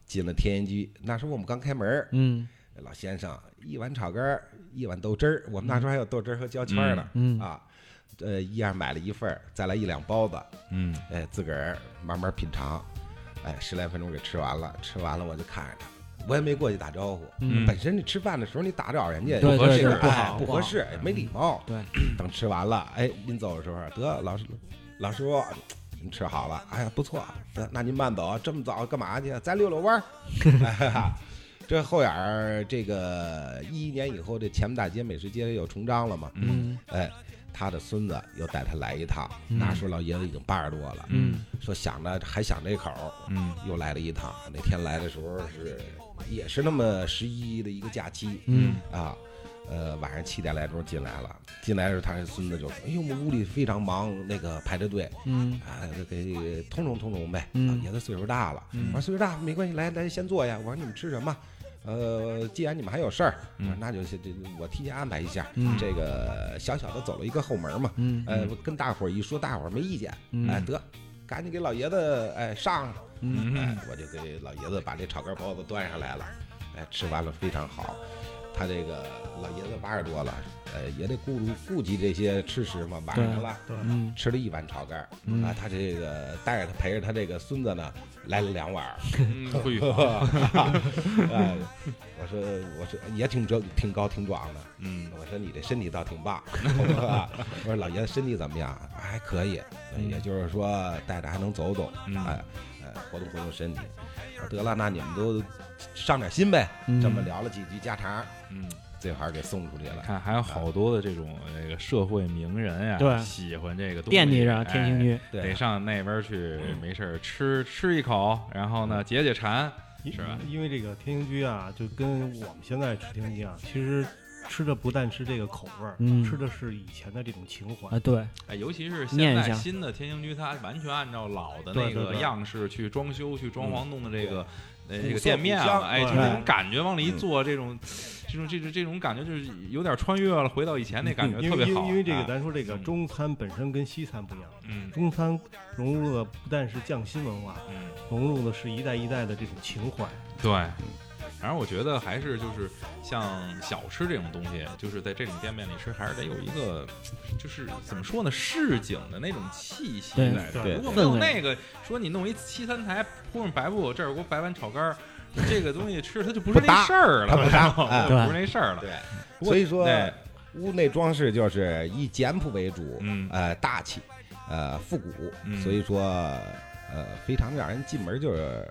Speaker 5: 进了天音居。那时候我们刚开门儿，
Speaker 4: 嗯
Speaker 5: 老先生一碗炒肝儿，一碗豆汁儿，我们那时候还有豆汁儿和焦圈儿呢，
Speaker 4: 嗯
Speaker 5: 啊，呃，一样买了一份儿，再来一两包子，
Speaker 2: 嗯
Speaker 5: 哎，自个儿慢慢品尝，哎，十来分钟给吃完了，吃完了我就看着他，我也没过去打招呼，
Speaker 4: 嗯
Speaker 5: 本身你吃饭的时候你打扰人家
Speaker 4: 对
Speaker 5: 不合
Speaker 4: 对
Speaker 5: 适，
Speaker 4: 对不
Speaker 5: 哎
Speaker 4: 好
Speaker 5: 不
Speaker 4: 不
Speaker 5: 合
Speaker 4: 好嗯
Speaker 5: 适，没礼貌，
Speaker 4: 对，
Speaker 5: 等吃完了，哎，临走的时候，得老师，老师傅，您吃好了，哎呀，不错，得那您慢走啊，这么早干嘛去？咱溜溜弯儿。 哎呀这后眼儿，这个一一年以后，这前门大街美食街又重张了嘛，
Speaker 4: 嗯
Speaker 5: 哎，他的孙子又带他来一趟，
Speaker 4: 嗯
Speaker 5: 那时候老爷子已经八十多了，
Speaker 4: 嗯
Speaker 5: 说想着还想这口儿，
Speaker 2: 嗯
Speaker 5: 又来了一趟。那天来的时候是也是那么十一的一个假期，
Speaker 4: 嗯
Speaker 5: 啊，呃，晚上七点来钟进来了。进来的时候，他这孙子就说：“哎呦，我们屋里非常忙，那个排着队，
Speaker 4: 嗯
Speaker 5: 啊，给通融通融呗。
Speaker 4: 嗯
Speaker 5: 啊爷子岁数大了，我说岁数大没关系，来来先坐呀。我说你们吃什么？呃，既然你们还有事儿，我说那就先这我提前安排一下。
Speaker 4: 嗯
Speaker 5: 这个小小的走了一个后门嘛，
Speaker 4: 嗯
Speaker 5: 呃，我跟大伙儿一说，大伙儿没意见，
Speaker 4: 嗯
Speaker 5: 哎，得。赶紧给老爷子哎上上，
Speaker 4: 嗯
Speaker 5: 哎，我就给老爷子把这炒肝包子端上来了，哎，吃完了非常好。他这个老爷子八十多了，呃、也得顾顾及这些吃食嘛，晚上了，
Speaker 4: 嗯
Speaker 5: 吃了一碗炒肝儿、
Speaker 4: 嗯
Speaker 5: 啊，他这个带着他陪着他这个孙子呢，来了两碗儿，
Speaker 2: 嗯， 会
Speaker 5: 哎，我说我说也挺壮，挺高挺壮的，
Speaker 2: 嗯
Speaker 5: 我说你这身体倒挺棒， 我说老爷子身体怎么样？还可以，
Speaker 4: 嗯
Speaker 5: 也就是说带着还能走走，
Speaker 2: 嗯
Speaker 5: 哎，呃，活动活动身体。得了，那你们都上点心呗，
Speaker 4: 嗯
Speaker 5: 这么聊了几句家常，
Speaker 2: 嗯
Speaker 5: 这玩意儿给送出去了。
Speaker 2: 看还有好多的这种这个社会名人呀，
Speaker 4: 对
Speaker 2: 喜欢这个东西，
Speaker 4: 惦记着天
Speaker 2: 哎
Speaker 4: 星嗯区，
Speaker 5: 对
Speaker 2: 得上那边去，没事儿吃吃一口，然后呢解解馋，是吧？
Speaker 3: 嗯因为这个天津居啊，就跟我们现在吃天津居啊，其实吃的不但是这个口味儿，
Speaker 4: 嗯
Speaker 3: 吃的是以前的这种情怀。
Speaker 4: 啊，对，
Speaker 2: 哎，尤其是现
Speaker 4: 念一
Speaker 2: 在
Speaker 4: 下
Speaker 2: 新的天星居，它完全按照老的
Speaker 3: 对
Speaker 2: 那
Speaker 3: 对
Speaker 2: 个
Speaker 3: 对
Speaker 2: 样式去装修、去装潢，
Speaker 3: 嗯
Speaker 2: 弄的这个呃这
Speaker 5: 古
Speaker 2: 个
Speaker 5: 色
Speaker 2: 店
Speaker 5: 古
Speaker 2: 面
Speaker 5: 香
Speaker 2: 了，哎，就
Speaker 3: 对
Speaker 2: 是
Speaker 3: 嗯
Speaker 2: 这种感觉，往里一坐，这种这种这种这种感觉就是有点穿越了，回到以前那感觉
Speaker 3: 因
Speaker 2: 特
Speaker 3: 为
Speaker 2: 别
Speaker 3: 嗯因为
Speaker 2: 好。
Speaker 3: 因为这个，
Speaker 2: 哎
Speaker 3: 咱说这个
Speaker 2: 嗯
Speaker 3: 中餐本身跟西餐不一样，
Speaker 2: 嗯
Speaker 3: 中餐融入的不但是匠心文化，
Speaker 2: 嗯，
Speaker 3: 融入的是一代一代的这种情怀。
Speaker 2: 对。反正我觉得还是就是像小吃这种东西，就是在这种店面里吃，还是得有一个，就是怎么说呢，市井的那种气息
Speaker 4: 对
Speaker 2: 在这儿。
Speaker 5: 对
Speaker 2: 如果没有
Speaker 4: 氛围
Speaker 2: 那个，说你弄一西餐台铺上白布，这儿给我摆碗炒肝儿，这个东西吃它就不是那
Speaker 5: 不搭
Speaker 2: 事儿了，
Speaker 5: 它不搭
Speaker 2: 知道吗
Speaker 5: 哎
Speaker 2: 它就不是那事儿了。
Speaker 5: 对，
Speaker 2: 不过
Speaker 5: 所以说
Speaker 2: 对
Speaker 5: 屋内装饰就是以简朴为主，
Speaker 2: 嗯
Speaker 5: 呃，大气，呃，复古，
Speaker 2: 嗯
Speaker 5: 所以说呃，非常让人进门就是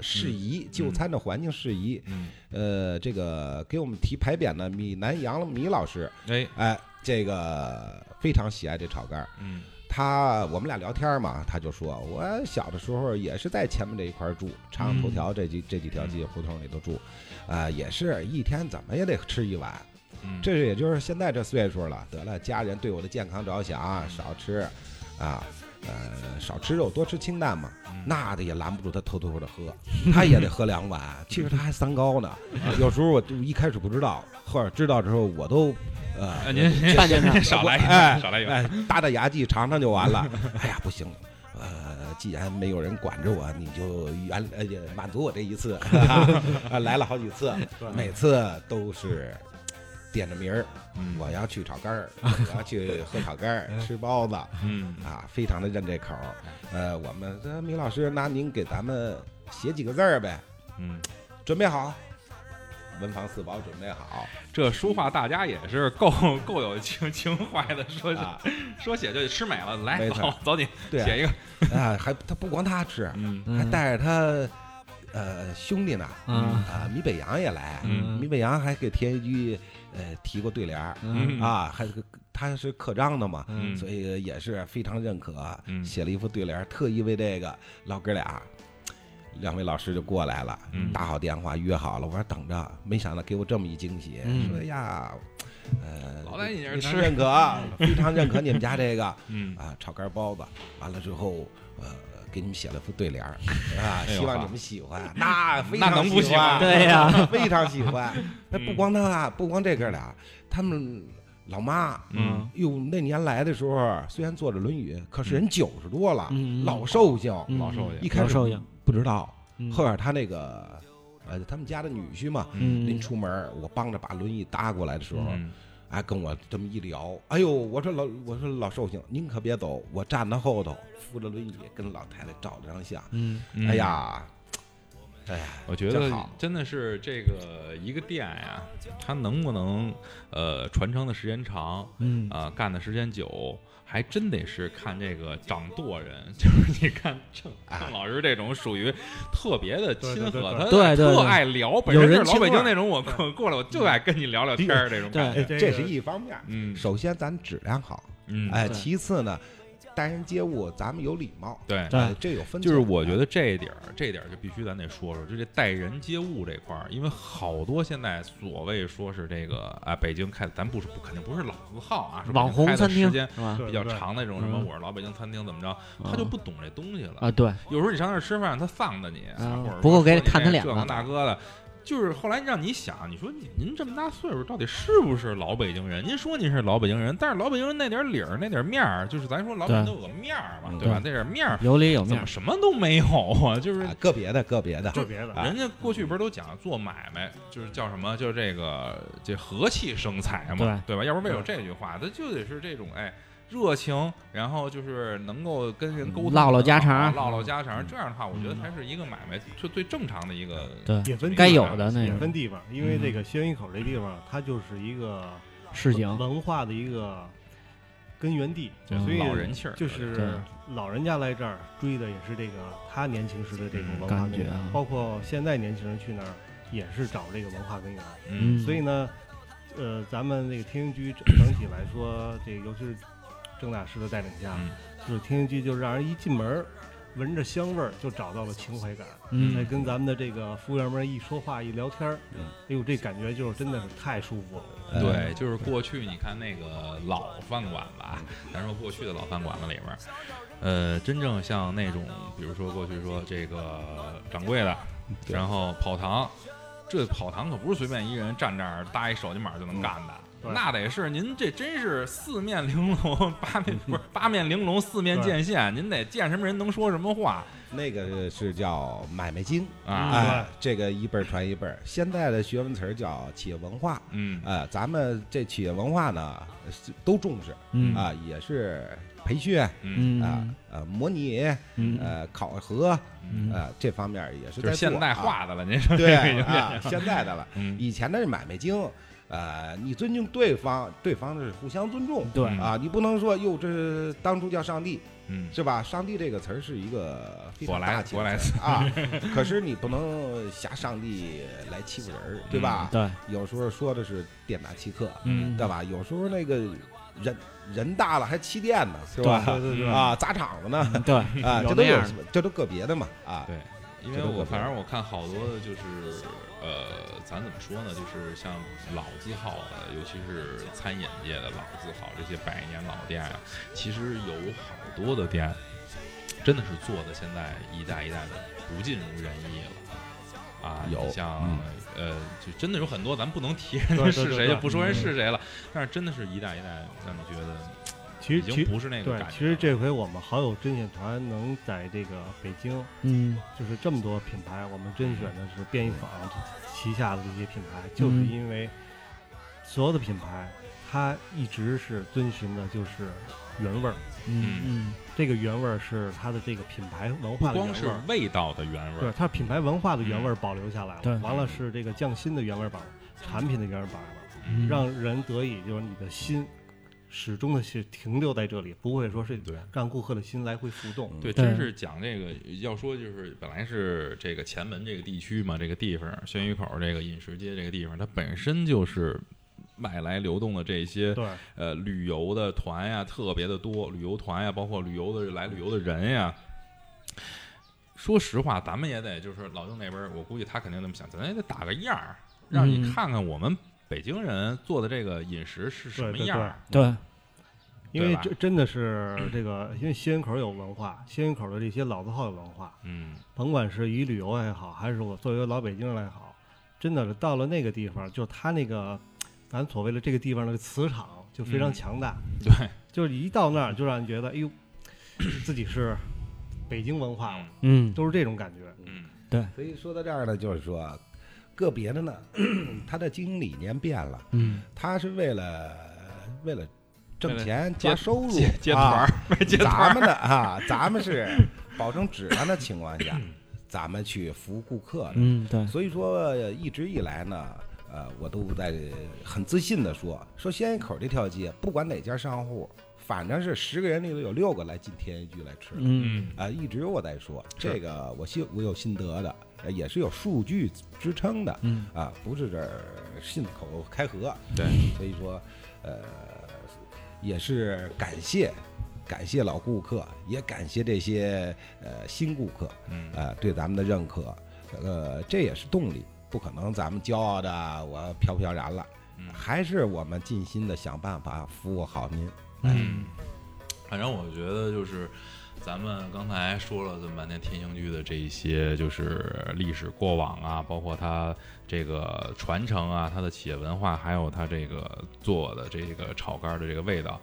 Speaker 5: 适宜，就餐的环境适宜。
Speaker 2: 嗯，
Speaker 5: 呃，这个给我们提牌匾的米南杨米老师，
Speaker 2: 哎，
Speaker 5: 哎、这个非常喜爱这炒肝儿。
Speaker 2: 嗯
Speaker 5: 他我们俩聊天嘛，他就说，我小的时候也是在前面这一块儿住，长
Speaker 2: 嗯
Speaker 5: 阳头条这几这几条街胡同里头住，啊、也是一天怎么也得吃一碗。
Speaker 2: 嗯，
Speaker 5: 这也就是现在这岁数了，得了，家人对我的健康着想，
Speaker 2: 嗯
Speaker 5: 少吃，啊，呃，少吃肉，多吃清淡嘛。
Speaker 2: 嗯
Speaker 5: 那的也拦不住他偷偷的喝，他也得喝两 碗。其实他还三高呢，
Speaker 2: 嗯
Speaker 5: 有时候我就一开始不知道，后来知道之后我都，
Speaker 2: 啊
Speaker 5: 呃，
Speaker 2: 您 您
Speaker 4: 看 见他
Speaker 2: 少来一
Speaker 5: 哎
Speaker 2: 碗，少来一碗。
Speaker 5: 哎，搭搭牙祭尝尝就完了。 哎呀，不行。呃，既然没有人管着我，你就原呃也满足我这一次， 啊，来了好几次，每次都是点着名儿，
Speaker 2: 嗯
Speaker 5: 我要去炒肝儿，我要去喝炒肝儿，吃包子
Speaker 2: 嗯，
Speaker 5: 啊，非常的认这口儿。呃，我们这米老师，那您给咱们写几个字儿呗？
Speaker 2: 嗯，
Speaker 5: 准备好，文房四宝准备好
Speaker 2: 这说话大家也是够够有情情怀的，说是
Speaker 5: 啊！
Speaker 2: 说写就吃美了，来
Speaker 5: 没错
Speaker 2: 走走你
Speaker 5: 对
Speaker 2: 写一个，
Speaker 5: 啊，还他不光他吃，
Speaker 2: 嗯
Speaker 5: 还
Speaker 4: 嗯
Speaker 5: 带着他呃兄弟呢
Speaker 4: 嗯
Speaker 5: 啊，米北洋也来，
Speaker 2: 嗯
Speaker 5: 米北洋还给田一居呃提过对联儿
Speaker 4: 嗯
Speaker 5: 啊，还是他是刻章的嘛，
Speaker 2: 嗯
Speaker 5: 所以也是非常认可，
Speaker 2: 嗯
Speaker 5: 写了一副对联，特意为这个老哥俩，两位老师就过来了，
Speaker 2: 嗯
Speaker 5: 打好电话约好了，我说等着，没想到给我这么一惊喜，
Speaker 4: 嗯
Speaker 5: 说哎呀，呃，
Speaker 2: 老在你这儿
Speaker 5: 非常
Speaker 2: 吃
Speaker 5: 认可，非常认可你们家这个
Speaker 2: 嗯，
Speaker 5: 啊炒肝包子，完了之后。呃，给你们写了副对 联儿啊，
Speaker 2: 哎呦
Speaker 5: 希望
Speaker 2: 好
Speaker 5: 你们喜欢。 那非常
Speaker 2: 那能不喜欢嗯
Speaker 4: 对呀
Speaker 5: 非常喜 欢。那不光他，啊不光这哥俩，他们老妈，
Speaker 2: 嗯，
Speaker 5: 哟，那年来的时候虽然坐着轮椅，可是人九十多了，
Speaker 4: 嗯嗯
Speaker 5: 老寿星，
Speaker 4: 嗯
Speaker 2: 老寿
Speaker 5: 一
Speaker 2: 星，
Speaker 5: 开
Speaker 4: 老
Speaker 5: 始
Speaker 4: 寿星
Speaker 5: 不知道，
Speaker 4: 嗯
Speaker 5: 后边他那个呃，他们家的女婿嘛，
Speaker 4: 嗯
Speaker 5: 临出门儿我帮着把轮椅搭过来的时候，
Speaker 2: 嗯
Speaker 5: 哎，跟我这么一聊，哎呦，我说老，我说老寿星，您可别走，我站他后头，扶着轮椅跟老太太照了张相，
Speaker 4: 嗯
Speaker 2: 嗯
Speaker 5: 哎，呀，哎呀，
Speaker 2: 我觉
Speaker 5: 真
Speaker 2: 得
Speaker 5: 好
Speaker 2: 真的是这个一个店呀，它能不能呃传承的时间长
Speaker 4: 嗯
Speaker 2: 啊、干的时间久，还真得是看这个掌舵人， 就是你看郑郑老师这种属于特别的亲
Speaker 3: 对
Speaker 2: 和，
Speaker 3: 对对
Speaker 2: 他
Speaker 4: 对对对
Speaker 2: 特爱聊，本身
Speaker 4: 有
Speaker 2: 就
Speaker 4: 人
Speaker 2: 是老北
Speaker 4: 情味
Speaker 2: 京
Speaker 4: 儿
Speaker 2: 那种，我过过来我就爱跟你聊聊天儿哎这种感
Speaker 3: 哎
Speaker 2: 觉，
Speaker 4: 对
Speaker 5: 这是一方面儿。
Speaker 2: 嗯
Speaker 5: 首先咱质量好，
Speaker 2: 嗯，
Speaker 5: 哎，
Speaker 4: 对
Speaker 5: 其次呢，待人接物咱们有礼貌，
Speaker 2: 对。
Speaker 4: 对
Speaker 5: 哎这有分寸。
Speaker 2: 就是我觉得这一点儿，这一点儿就必须咱得说说，就这待人接物这块儿，因为好多现在所谓说是这个啊，北京开的，咱不是不肯定不是老字号啊，是
Speaker 4: 嗯网红
Speaker 2: 开的
Speaker 4: 餐
Speaker 2: 时
Speaker 4: 厅
Speaker 2: 间
Speaker 4: 是吧？
Speaker 2: 比较长的这种什么，
Speaker 4: 嗯
Speaker 2: 我是老北京餐厅怎么着，他就不懂这东西了
Speaker 4: 啊，。对，
Speaker 2: 有时候你上那儿吃饭，他丧的你，
Speaker 4: 啊
Speaker 2: 或者说
Speaker 4: 不够给
Speaker 2: 说
Speaker 4: 你看他脸
Speaker 2: 这
Speaker 4: 了
Speaker 2: 个那个的。就是后来让你想，你说你您这么大岁数，到底是不是老北京人？您说您是老北京人，但是老北京人那点儿理儿、那点儿面儿，就是咱说老北京
Speaker 4: 对
Speaker 2: 都有个面儿嘛，
Speaker 5: 嗯
Speaker 2: 对吧？那点儿面儿
Speaker 4: 有里有
Speaker 2: 怎
Speaker 4: 面哎
Speaker 2: 么，什么都没有 啊？就是
Speaker 5: 啊个别的个别的，
Speaker 3: 个别的，
Speaker 2: 人家过去不是都讲做买卖，就是叫什么，就是这个这和气生财嘛，对吧？要不然没有这句话，他就得是这种哎热情，然后就是能够跟人沟通，
Speaker 4: 嗯唠唠家
Speaker 2: 啊
Speaker 4: 常嗯
Speaker 2: 唠唠家常。这样的话，我觉得才是一个买卖就最正常的一个
Speaker 4: 对，
Speaker 3: 也分地
Speaker 4: 该
Speaker 3: 方
Speaker 4: 有
Speaker 3: 啊
Speaker 4: 的那
Speaker 3: 也
Speaker 4: 种
Speaker 3: 分地方，因为
Speaker 2: 嗯
Speaker 3: 这个宣云口这地方，它就是一个
Speaker 4: 市井，
Speaker 3: 文化的一个根源地，
Speaker 2: 就
Speaker 3: 所以
Speaker 2: 嗯老人气儿，
Speaker 3: 就是老人家来这儿追的也是这个他年轻时的这
Speaker 2: 嗯
Speaker 3: 种文化
Speaker 4: 感
Speaker 3: 根
Speaker 4: 觉
Speaker 3: 源
Speaker 4: 啊，
Speaker 3: 包括现在年轻人去那儿也是找这个文化根源，
Speaker 2: 嗯
Speaker 4: 嗯
Speaker 3: 所以呢，呃，咱们那个天津居整体来说，这尤其是郑大师的带领下，
Speaker 2: 嗯
Speaker 3: 就是天津居就让人一进门儿闻着香味儿就找到了情怀感。再
Speaker 4: 嗯，
Speaker 3: 跟咱们的这个服务员们一说话一聊天儿，
Speaker 5: 嗯
Speaker 3: 哎呦，这感觉就是真的是太舒服了。
Speaker 5: 哎
Speaker 2: 对，就是过去你看那个老饭馆吧，咱说过去的老饭馆子里面儿，呃，真正像那种，比如说过去说这个掌柜的，
Speaker 5: 对
Speaker 2: 然后跑堂，这跑堂可不是随便一个人站这儿搭一手巾板儿就能干的。
Speaker 3: 对
Speaker 2: 那得是您这真是四面玲珑， 八面不是八面玲珑，四面见线，您得见什么人能说什么话
Speaker 5: 那个是叫买卖经，
Speaker 2: 啊？
Speaker 5: 哎，这个一辈儿传一辈儿。现在的学问词儿叫企业文化，
Speaker 2: 嗯
Speaker 5: 呃，咱们这企业文化呢是都重视
Speaker 4: 嗯
Speaker 5: 啊，也是培训
Speaker 2: 嗯，
Speaker 5: 啊
Speaker 4: 嗯，
Speaker 5: 呃，模拟
Speaker 4: 嗯
Speaker 5: 呃，考核
Speaker 2: 嗯
Speaker 5: 呃，这方面也是
Speaker 2: 就是
Speaker 5: 在
Speaker 2: 现
Speaker 5: 做
Speaker 2: 代
Speaker 5: 啊
Speaker 2: 化的了，您说
Speaker 5: 对
Speaker 2: 这个已经变
Speaker 5: 啊，现在的了。
Speaker 2: 嗯
Speaker 5: 以前的是买卖经，呃，你尊敬对方，对方是互相尊重。
Speaker 4: 对
Speaker 5: 啊，你不能说哟，这是当初叫上帝
Speaker 2: 嗯
Speaker 5: 是吧？上帝这个词儿是一个非
Speaker 2: 伯
Speaker 5: 常
Speaker 2: 莱
Speaker 5: 大气
Speaker 2: 伯莱
Speaker 5: 的词儿 啊，可是你不能挟上帝来欺负人儿，对吧？
Speaker 4: 对，
Speaker 5: 有时候说的是店大欺客，
Speaker 2: 嗯
Speaker 5: 对吧？有时候那个人人大了还欺店呢，是
Speaker 4: 对
Speaker 5: 吧？
Speaker 2: 对嗯对
Speaker 5: 啊，砸场子呢，
Speaker 4: 对，
Speaker 5: 啊，
Speaker 4: 有
Speaker 5: 这
Speaker 4: 那
Speaker 5: 都
Speaker 4: 样
Speaker 5: 有
Speaker 4: 的，
Speaker 5: 这都个别的嘛，啊，
Speaker 2: 对，因为
Speaker 5: 这都
Speaker 2: 我
Speaker 5: 个别
Speaker 2: 反正我看好多的就是呃，咱怎么说呢？就是像老字号的，尤其是餐饮界的老字号，这些百年老店啊，其实有好多的店真的是做的现在一代一代的不尽如人意了。啊，
Speaker 5: 有
Speaker 2: 你像、
Speaker 5: 嗯
Speaker 2: 呃，就真的有很多，咱不能提
Speaker 3: 对
Speaker 2: 人
Speaker 3: 对
Speaker 2: 是
Speaker 3: 对
Speaker 2: 谁，
Speaker 3: 对嗯
Speaker 2: 就不说人是谁了。但是真的是一代一代让你觉得
Speaker 3: 其
Speaker 2: 已
Speaker 3: 实其
Speaker 2: 经
Speaker 3: 实
Speaker 2: 不是那个
Speaker 3: 对
Speaker 2: 感觉了。，啊
Speaker 3: 其实这回我们好友甄选团能在这个北京，
Speaker 4: 嗯
Speaker 3: 就是这么多品牌，我们甄选的
Speaker 2: 嗯
Speaker 3: 是便宜坊旗下的这些品牌，就是
Speaker 4: 嗯
Speaker 3: 因为所有的品牌它一直是遵循的就是原味儿，
Speaker 4: 嗯
Speaker 3: 这个原味儿是它的这个品牌文
Speaker 2: 不
Speaker 3: 化的
Speaker 2: 光
Speaker 3: 原
Speaker 2: 是嗯
Speaker 3: 味儿，
Speaker 2: 味道的原味
Speaker 3: 对
Speaker 2: 儿，，
Speaker 3: 它品牌文化的原味儿保留下来了，
Speaker 4: 对
Speaker 3: 完了是这个匠心的原味儿保留，产品的原味儿保留了，
Speaker 4: 嗯，
Speaker 3: 让人得以就是你的心始终的去停留在这里，不会说是
Speaker 2: 对。
Speaker 3: 让顾客的心来回浮动。
Speaker 2: 对，
Speaker 4: 对
Speaker 2: 真是讲这个，要说就是本来是这个前门这个地区嘛，这个地方，宣鱼口这个饮食街这个地方，它本身就是外来流动的这些
Speaker 3: 对，
Speaker 2: 呃旅游的团呀，特别的多，旅游团呀，包括旅游的来旅游的人呀。说实话，咱们也得就是老郑那边儿，我估计他肯定那么想，咱也得打个样儿，让你
Speaker 4: 嗯
Speaker 2: 看看我们北京人做的这个饮食是什
Speaker 3: 对
Speaker 2: 么
Speaker 3: 对
Speaker 2: 样
Speaker 3: 对
Speaker 2: 儿。
Speaker 4: 对，
Speaker 3: 因
Speaker 2: 对
Speaker 3: 为
Speaker 2: 吧
Speaker 3: 这真的是这个，因为西安口有文化，西安口的这些老字号有文化，
Speaker 2: 嗯，
Speaker 3: 甭管是以旅游也好，还是我作为老北京人来好，真的是到了那个地方，就他那个咱所谓的这个地方的磁场就非常
Speaker 2: 嗯
Speaker 3: 强大，
Speaker 2: 对，
Speaker 3: 就是一到那儿就让你觉得，哎呦，自己是北京文化了，
Speaker 4: 嗯
Speaker 3: 都是这种感觉。
Speaker 2: 嗯
Speaker 5: 所以说到这儿呢，就是说，个别的呢，他的经营理念变了，
Speaker 4: 嗯，
Speaker 5: 他是为了为了
Speaker 2: 为
Speaker 5: 挣
Speaker 2: 了
Speaker 5: 钱
Speaker 2: 接
Speaker 5: 加收入
Speaker 2: 接接团儿
Speaker 5: 啊，，
Speaker 2: 接团儿
Speaker 5: 咱们的啊，咱们是保证质量的情况 下，咱们去服务顾客的。
Speaker 4: 嗯对，
Speaker 5: 所以说一直以来呢。呃，我都在很自信的说，说仙人口这条街，不管哪家商户，反正是十个人里头有六个来进天一居来吃的，
Speaker 4: 嗯
Speaker 2: 嗯，
Speaker 5: 啊、一直我在说
Speaker 2: 是
Speaker 5: 这个，我心我有心得的，呃也是有数据支撑的
Speaker 4: 嗯
Speaker 5: 啊，不是这儿信口开河。
Speaker 2: 对，
Speaker 5: 所以说，呃，也是感谢感谢老顾客，也感谢这些呃新顾客
Speaker 2: 嗯
Speaker 5: 啊、对咱们的认可，呃，这也是动力。不可能，咱们骄傲的我飘飘然了，
Speaker 2: 嗯
Speaker 5: 还是我们尽心的想办法服务好您。
Speaker 2: 嗯，反正我觉得就是，咱们刚才说了这么半天天兴居的这一些，就是历史过往啊，包括它这个传承啊，它的企业文化，还有它这个做的这个炒肝儿的这个味道，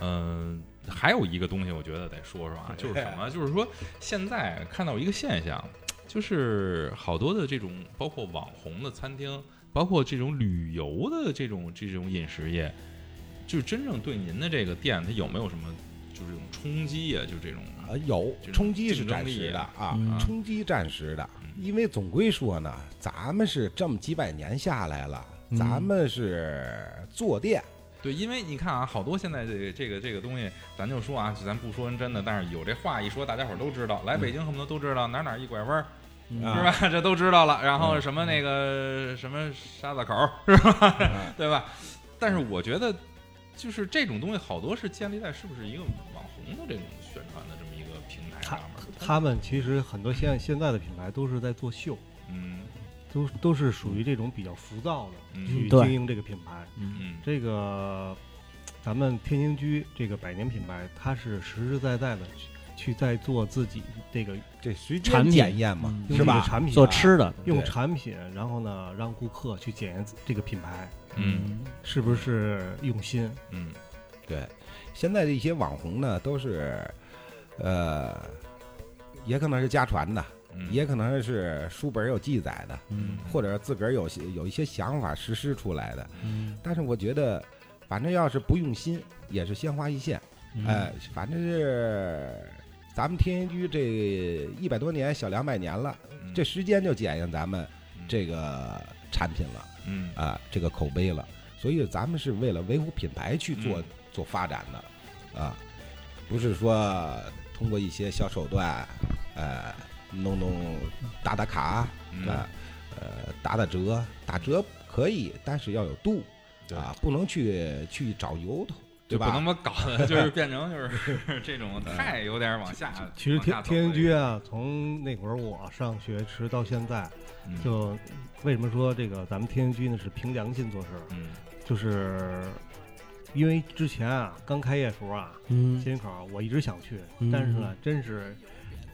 Speaker 2: 嗯、还有一个东西我觉得得说说啊，就是什么？就是说现在看到一个现象，就是好多的这种包括网红的餐厅，包括这种旅游的这种这种饮食业，就是真正对您的这个店，它有没有什么就是这种冲击啊？就这种
Speaker 5: 啊，有
Speaker 2: 这种
Speaker 5: 冲击是
Speaker 2: 竞争
Speaker 5: 暂
Speaker 2: 力
Speaker 5: 时的
Speaker 2: 啊嗯
Speaker 4: 嗯，
Speaker 5: 啊冲击暂时的，因为总归说呢，咱们是这么几百年下来了，
Speaker 4: 嗯
Speaker 5: 咱们是坐店，
Speaker 2: 对，因为你看啊，好多现在这个这个这个东西，咱就说啊，咱不说真的，但是有这话一说，大家伙儿都知道，来北京恨不得都知道哪儿哪儿一拐弯儿，是
Speaker 5: 啊，
Speaker 2: 吧？这 都知道了。然后什么那个什么沙子口儿 是吧？ 对吧？但是我觉得，就是这种东西好多是建立在是不是一个网红的这种宣传的这么一个平台上面儿。
Speaker 3: 他们其实很多现现在的品牌都是在做秀，
Speaker 2: 嗯
Speaker 3: 都都是属于这种比较浮躁的
Speaker 2: 嗯
Speaker 3: 去
Speaker 4: 对
Speaker 3: 经营这个品牌。
Speaker 2: 嗯
Speaker 3: 这个咱们天津居这个百年品牌，它是实实在在的去去在做自己这个
Speaker 5: 这随
Speaker 4: 产
Speaker 5: 便
Speaker 4: 品
Speaker 5: 检验嘛，
Speaker 4: 嗯
Speaker 3: 用
Speaker 5: 是
Speaker 3: 这个
Speaker 5: 吧？
Speaker 3: 产品
Speaker 4: 做吃的，
Speaker 3: 用
Speaker 5: 对
Speaker 3: 产品，然后呢让顾客去检验自这个品牌
Speaker 2: 嗯
Speaker 3: 是不是用心。
Speaker 2: 嗯
Speaker 5: 对，现在的一些网红呢，都是，呃，也可能是家传的，
Speaker 2: 嗯，
Speaker 5: 也可能是书本有记载的，
Speaker 4: 嗯
Speaker 5: 或者自个儿有些有一些想法实施出来的。
Speaker 4: 嗯，
Speaker 5: 但是我觉得，反正要是不用心，也是鲜花一现。
Speaker 4: 嗯
Speaker 5: 哎，反正是咱们天津居这一百多年，小两百年了，
Speaker 2: 嗯
Speaker 5: 这时间就检验咱们
Speaker 2: 嗯
Speaker 5: 这个产品了
Speaker 2: 嗯
Speaker 5: 啊，这个口碑了。所以咱们是为了维护品牌去做
Speaker 2: 嗯
Speaker 5: 做发展的啊，不是说通过一些小手段，呃，弄弄打打卡，
Speaker 2: 嗯
Speaker 5: 啊，呃，打打折，打折可以，但是要有度
Speaker 2: 对
Speaker 5: 啊，不能去去找由头，
Speaker 2: 就
Speaker 5: 对
Speaker 2: 不能
Speaker 5: 吧？
Speaker 2: 把搞的 就是变成就是 这种太有点往下。
Speaker 3: 其
Speaker 2: 啊
Speaker 3: 实
Speaker 2: 往
Speaker 3: 天
Speaker 2: 下走
Speaker 3: 天津
Speaker 2: 了
Speaker 3: 居啊，从那会儿我上学时到现在，
Speaker 2: 嗯
Speaker 3: 就为什么说这个咱们天津居呢是凭良心做事儿，
Speaker 2: 嗯
Speaker 3: 就是因为之前啊刚开业时候啊，
Speaker 4: 嗯
Speaker 3: 新口我一直想去，
Speaker 4: 嗯
Speaker 3: 但是呢，真是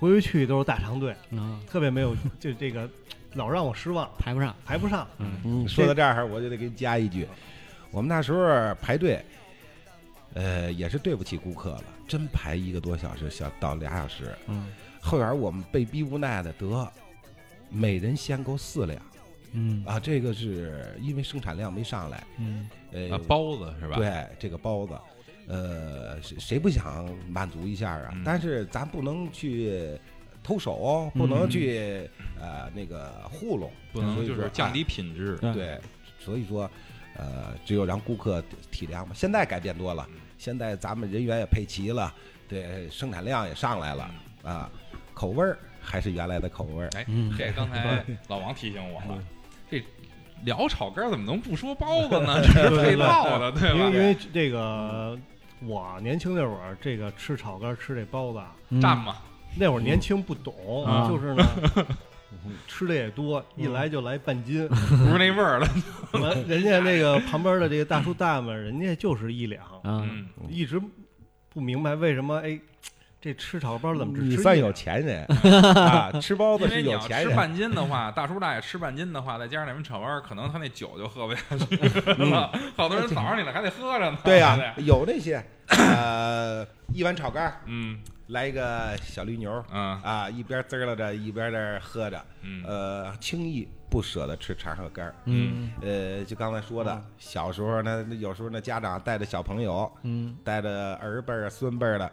Speaker 3: 回回去都是大长队，
Speaker 4: 啊，
Speaker 3: 特别没有就这个老让我失望，
Speaker 4: 排不上，
Speaker 3: 排不上。
Speaker 4: 嗯
Speaker 5: 嗯， 说到这儿，我就得给你加一句，我们那时候排队，呃，也是对不起顾客了，真排一个多小时，小到俩小时。
Speaker 4: 嗯
Speaker 5: 后边我们被逼无奈的得，每人限购四两
Speaker 4: 嗯
Speaker 5: 啊，这个是因为生产量没上来，
Speaker 4: 嗯
Speaker 5: 呃，
Speaker 2: 啊包子是吧？
Speaker 5: 对这个包子，呃，谁谁不想满足一下啊？
Speaker 2: 嗯
Speaker 5: 但是咱不能去偷手哦，不能去、呃那个糊弄，
Speaker 2: 嗯不能
Speaker 5: 所以
Speaker 2: 就
Speaker 5: 说
Speaker 2: 是降低
Speaker 5: 哎
Speaker 2: 品质。
Speaker 4: 对
Speaker 5: 对，所以说。呃，只有让顾客体谅嘛。现在改变多了
Speaker 2: 嗯，
Speaker 5: 现在咱们人员也配齐了，对，生产量也上来了
Speaker 2: 嗯
Speaker 5: 啊，口味儿还是原来的口味儿。
Speaker 2: 哎，
Speaker 4: 嗯
Speaker 2: 这刚才老王提醒我了，这聊炒肝怎么能不说包子呢？这是配套的，对
Speaker 3: 因为因
Speaker 2: 吧？
Speaker 3: 为这个我年轻那会儿，这个吃炒肝吃这包子啊，
Speaker 4: 嗯
Speaker 2: 蘸嘛，
Speaker 3: 那会儿年轻不懂，
Speaker 4: 啊
Speaker 3: 就是呢。吃的也多，一来就来半斤。
Speaker 2: 不是那味儿了。
Speaker 3: 完、人家那个旁边的这个大叔大爷们，人家就是一两，
Speaker 4: 啊，
Speaker 2: 嗯，
Speaker 3: 一直不明白为什么哎，这吃炒包怎么只吃
Speaker 5: 你
Speaker 3: 一
Speaker 5: 算
Speaker 3: 两
Speaker 5: 有 钱人啊，吃包子
Speaker 2: 因为
Speaker 5: 是
Speaker 2: 你
Speaker 5: 有
Speaker 2: 要
Speaker 5: 钱
Speaker 2: 吃
Speaker 5: 人。
Speaker 2: 半斤的话，大叔大爷吃半斤的话，再加上那份炒肝，可能他那酒就喝不下去了。好
Speaker 4: 哎
Speaker 2: 多人早上起来还得喝着呢。
Speaker 5: 对呀、
Speaker 2: 不
Speaker 5: 有那些，呃，一碗炒肝儿，
Speaker 2: 嗯
Speaker 5: 来一个小绿牛儿
Speaker 2: 嗯
Speaker 5: 啊，一边滋啦着，一边在那儿喝着，
Speaker 2: 嗯
Speaker 5: 呃，轻易不舍得吃肠和肝儿。
Speaker 4: 嗯
Speaker 5: 呃，就刚才说的，小时候呢，有时候呢，家长带着小朋友，
Speaker 4: 嗯
Speaker 5: 带着儿辈儿、啊孙辈儿的，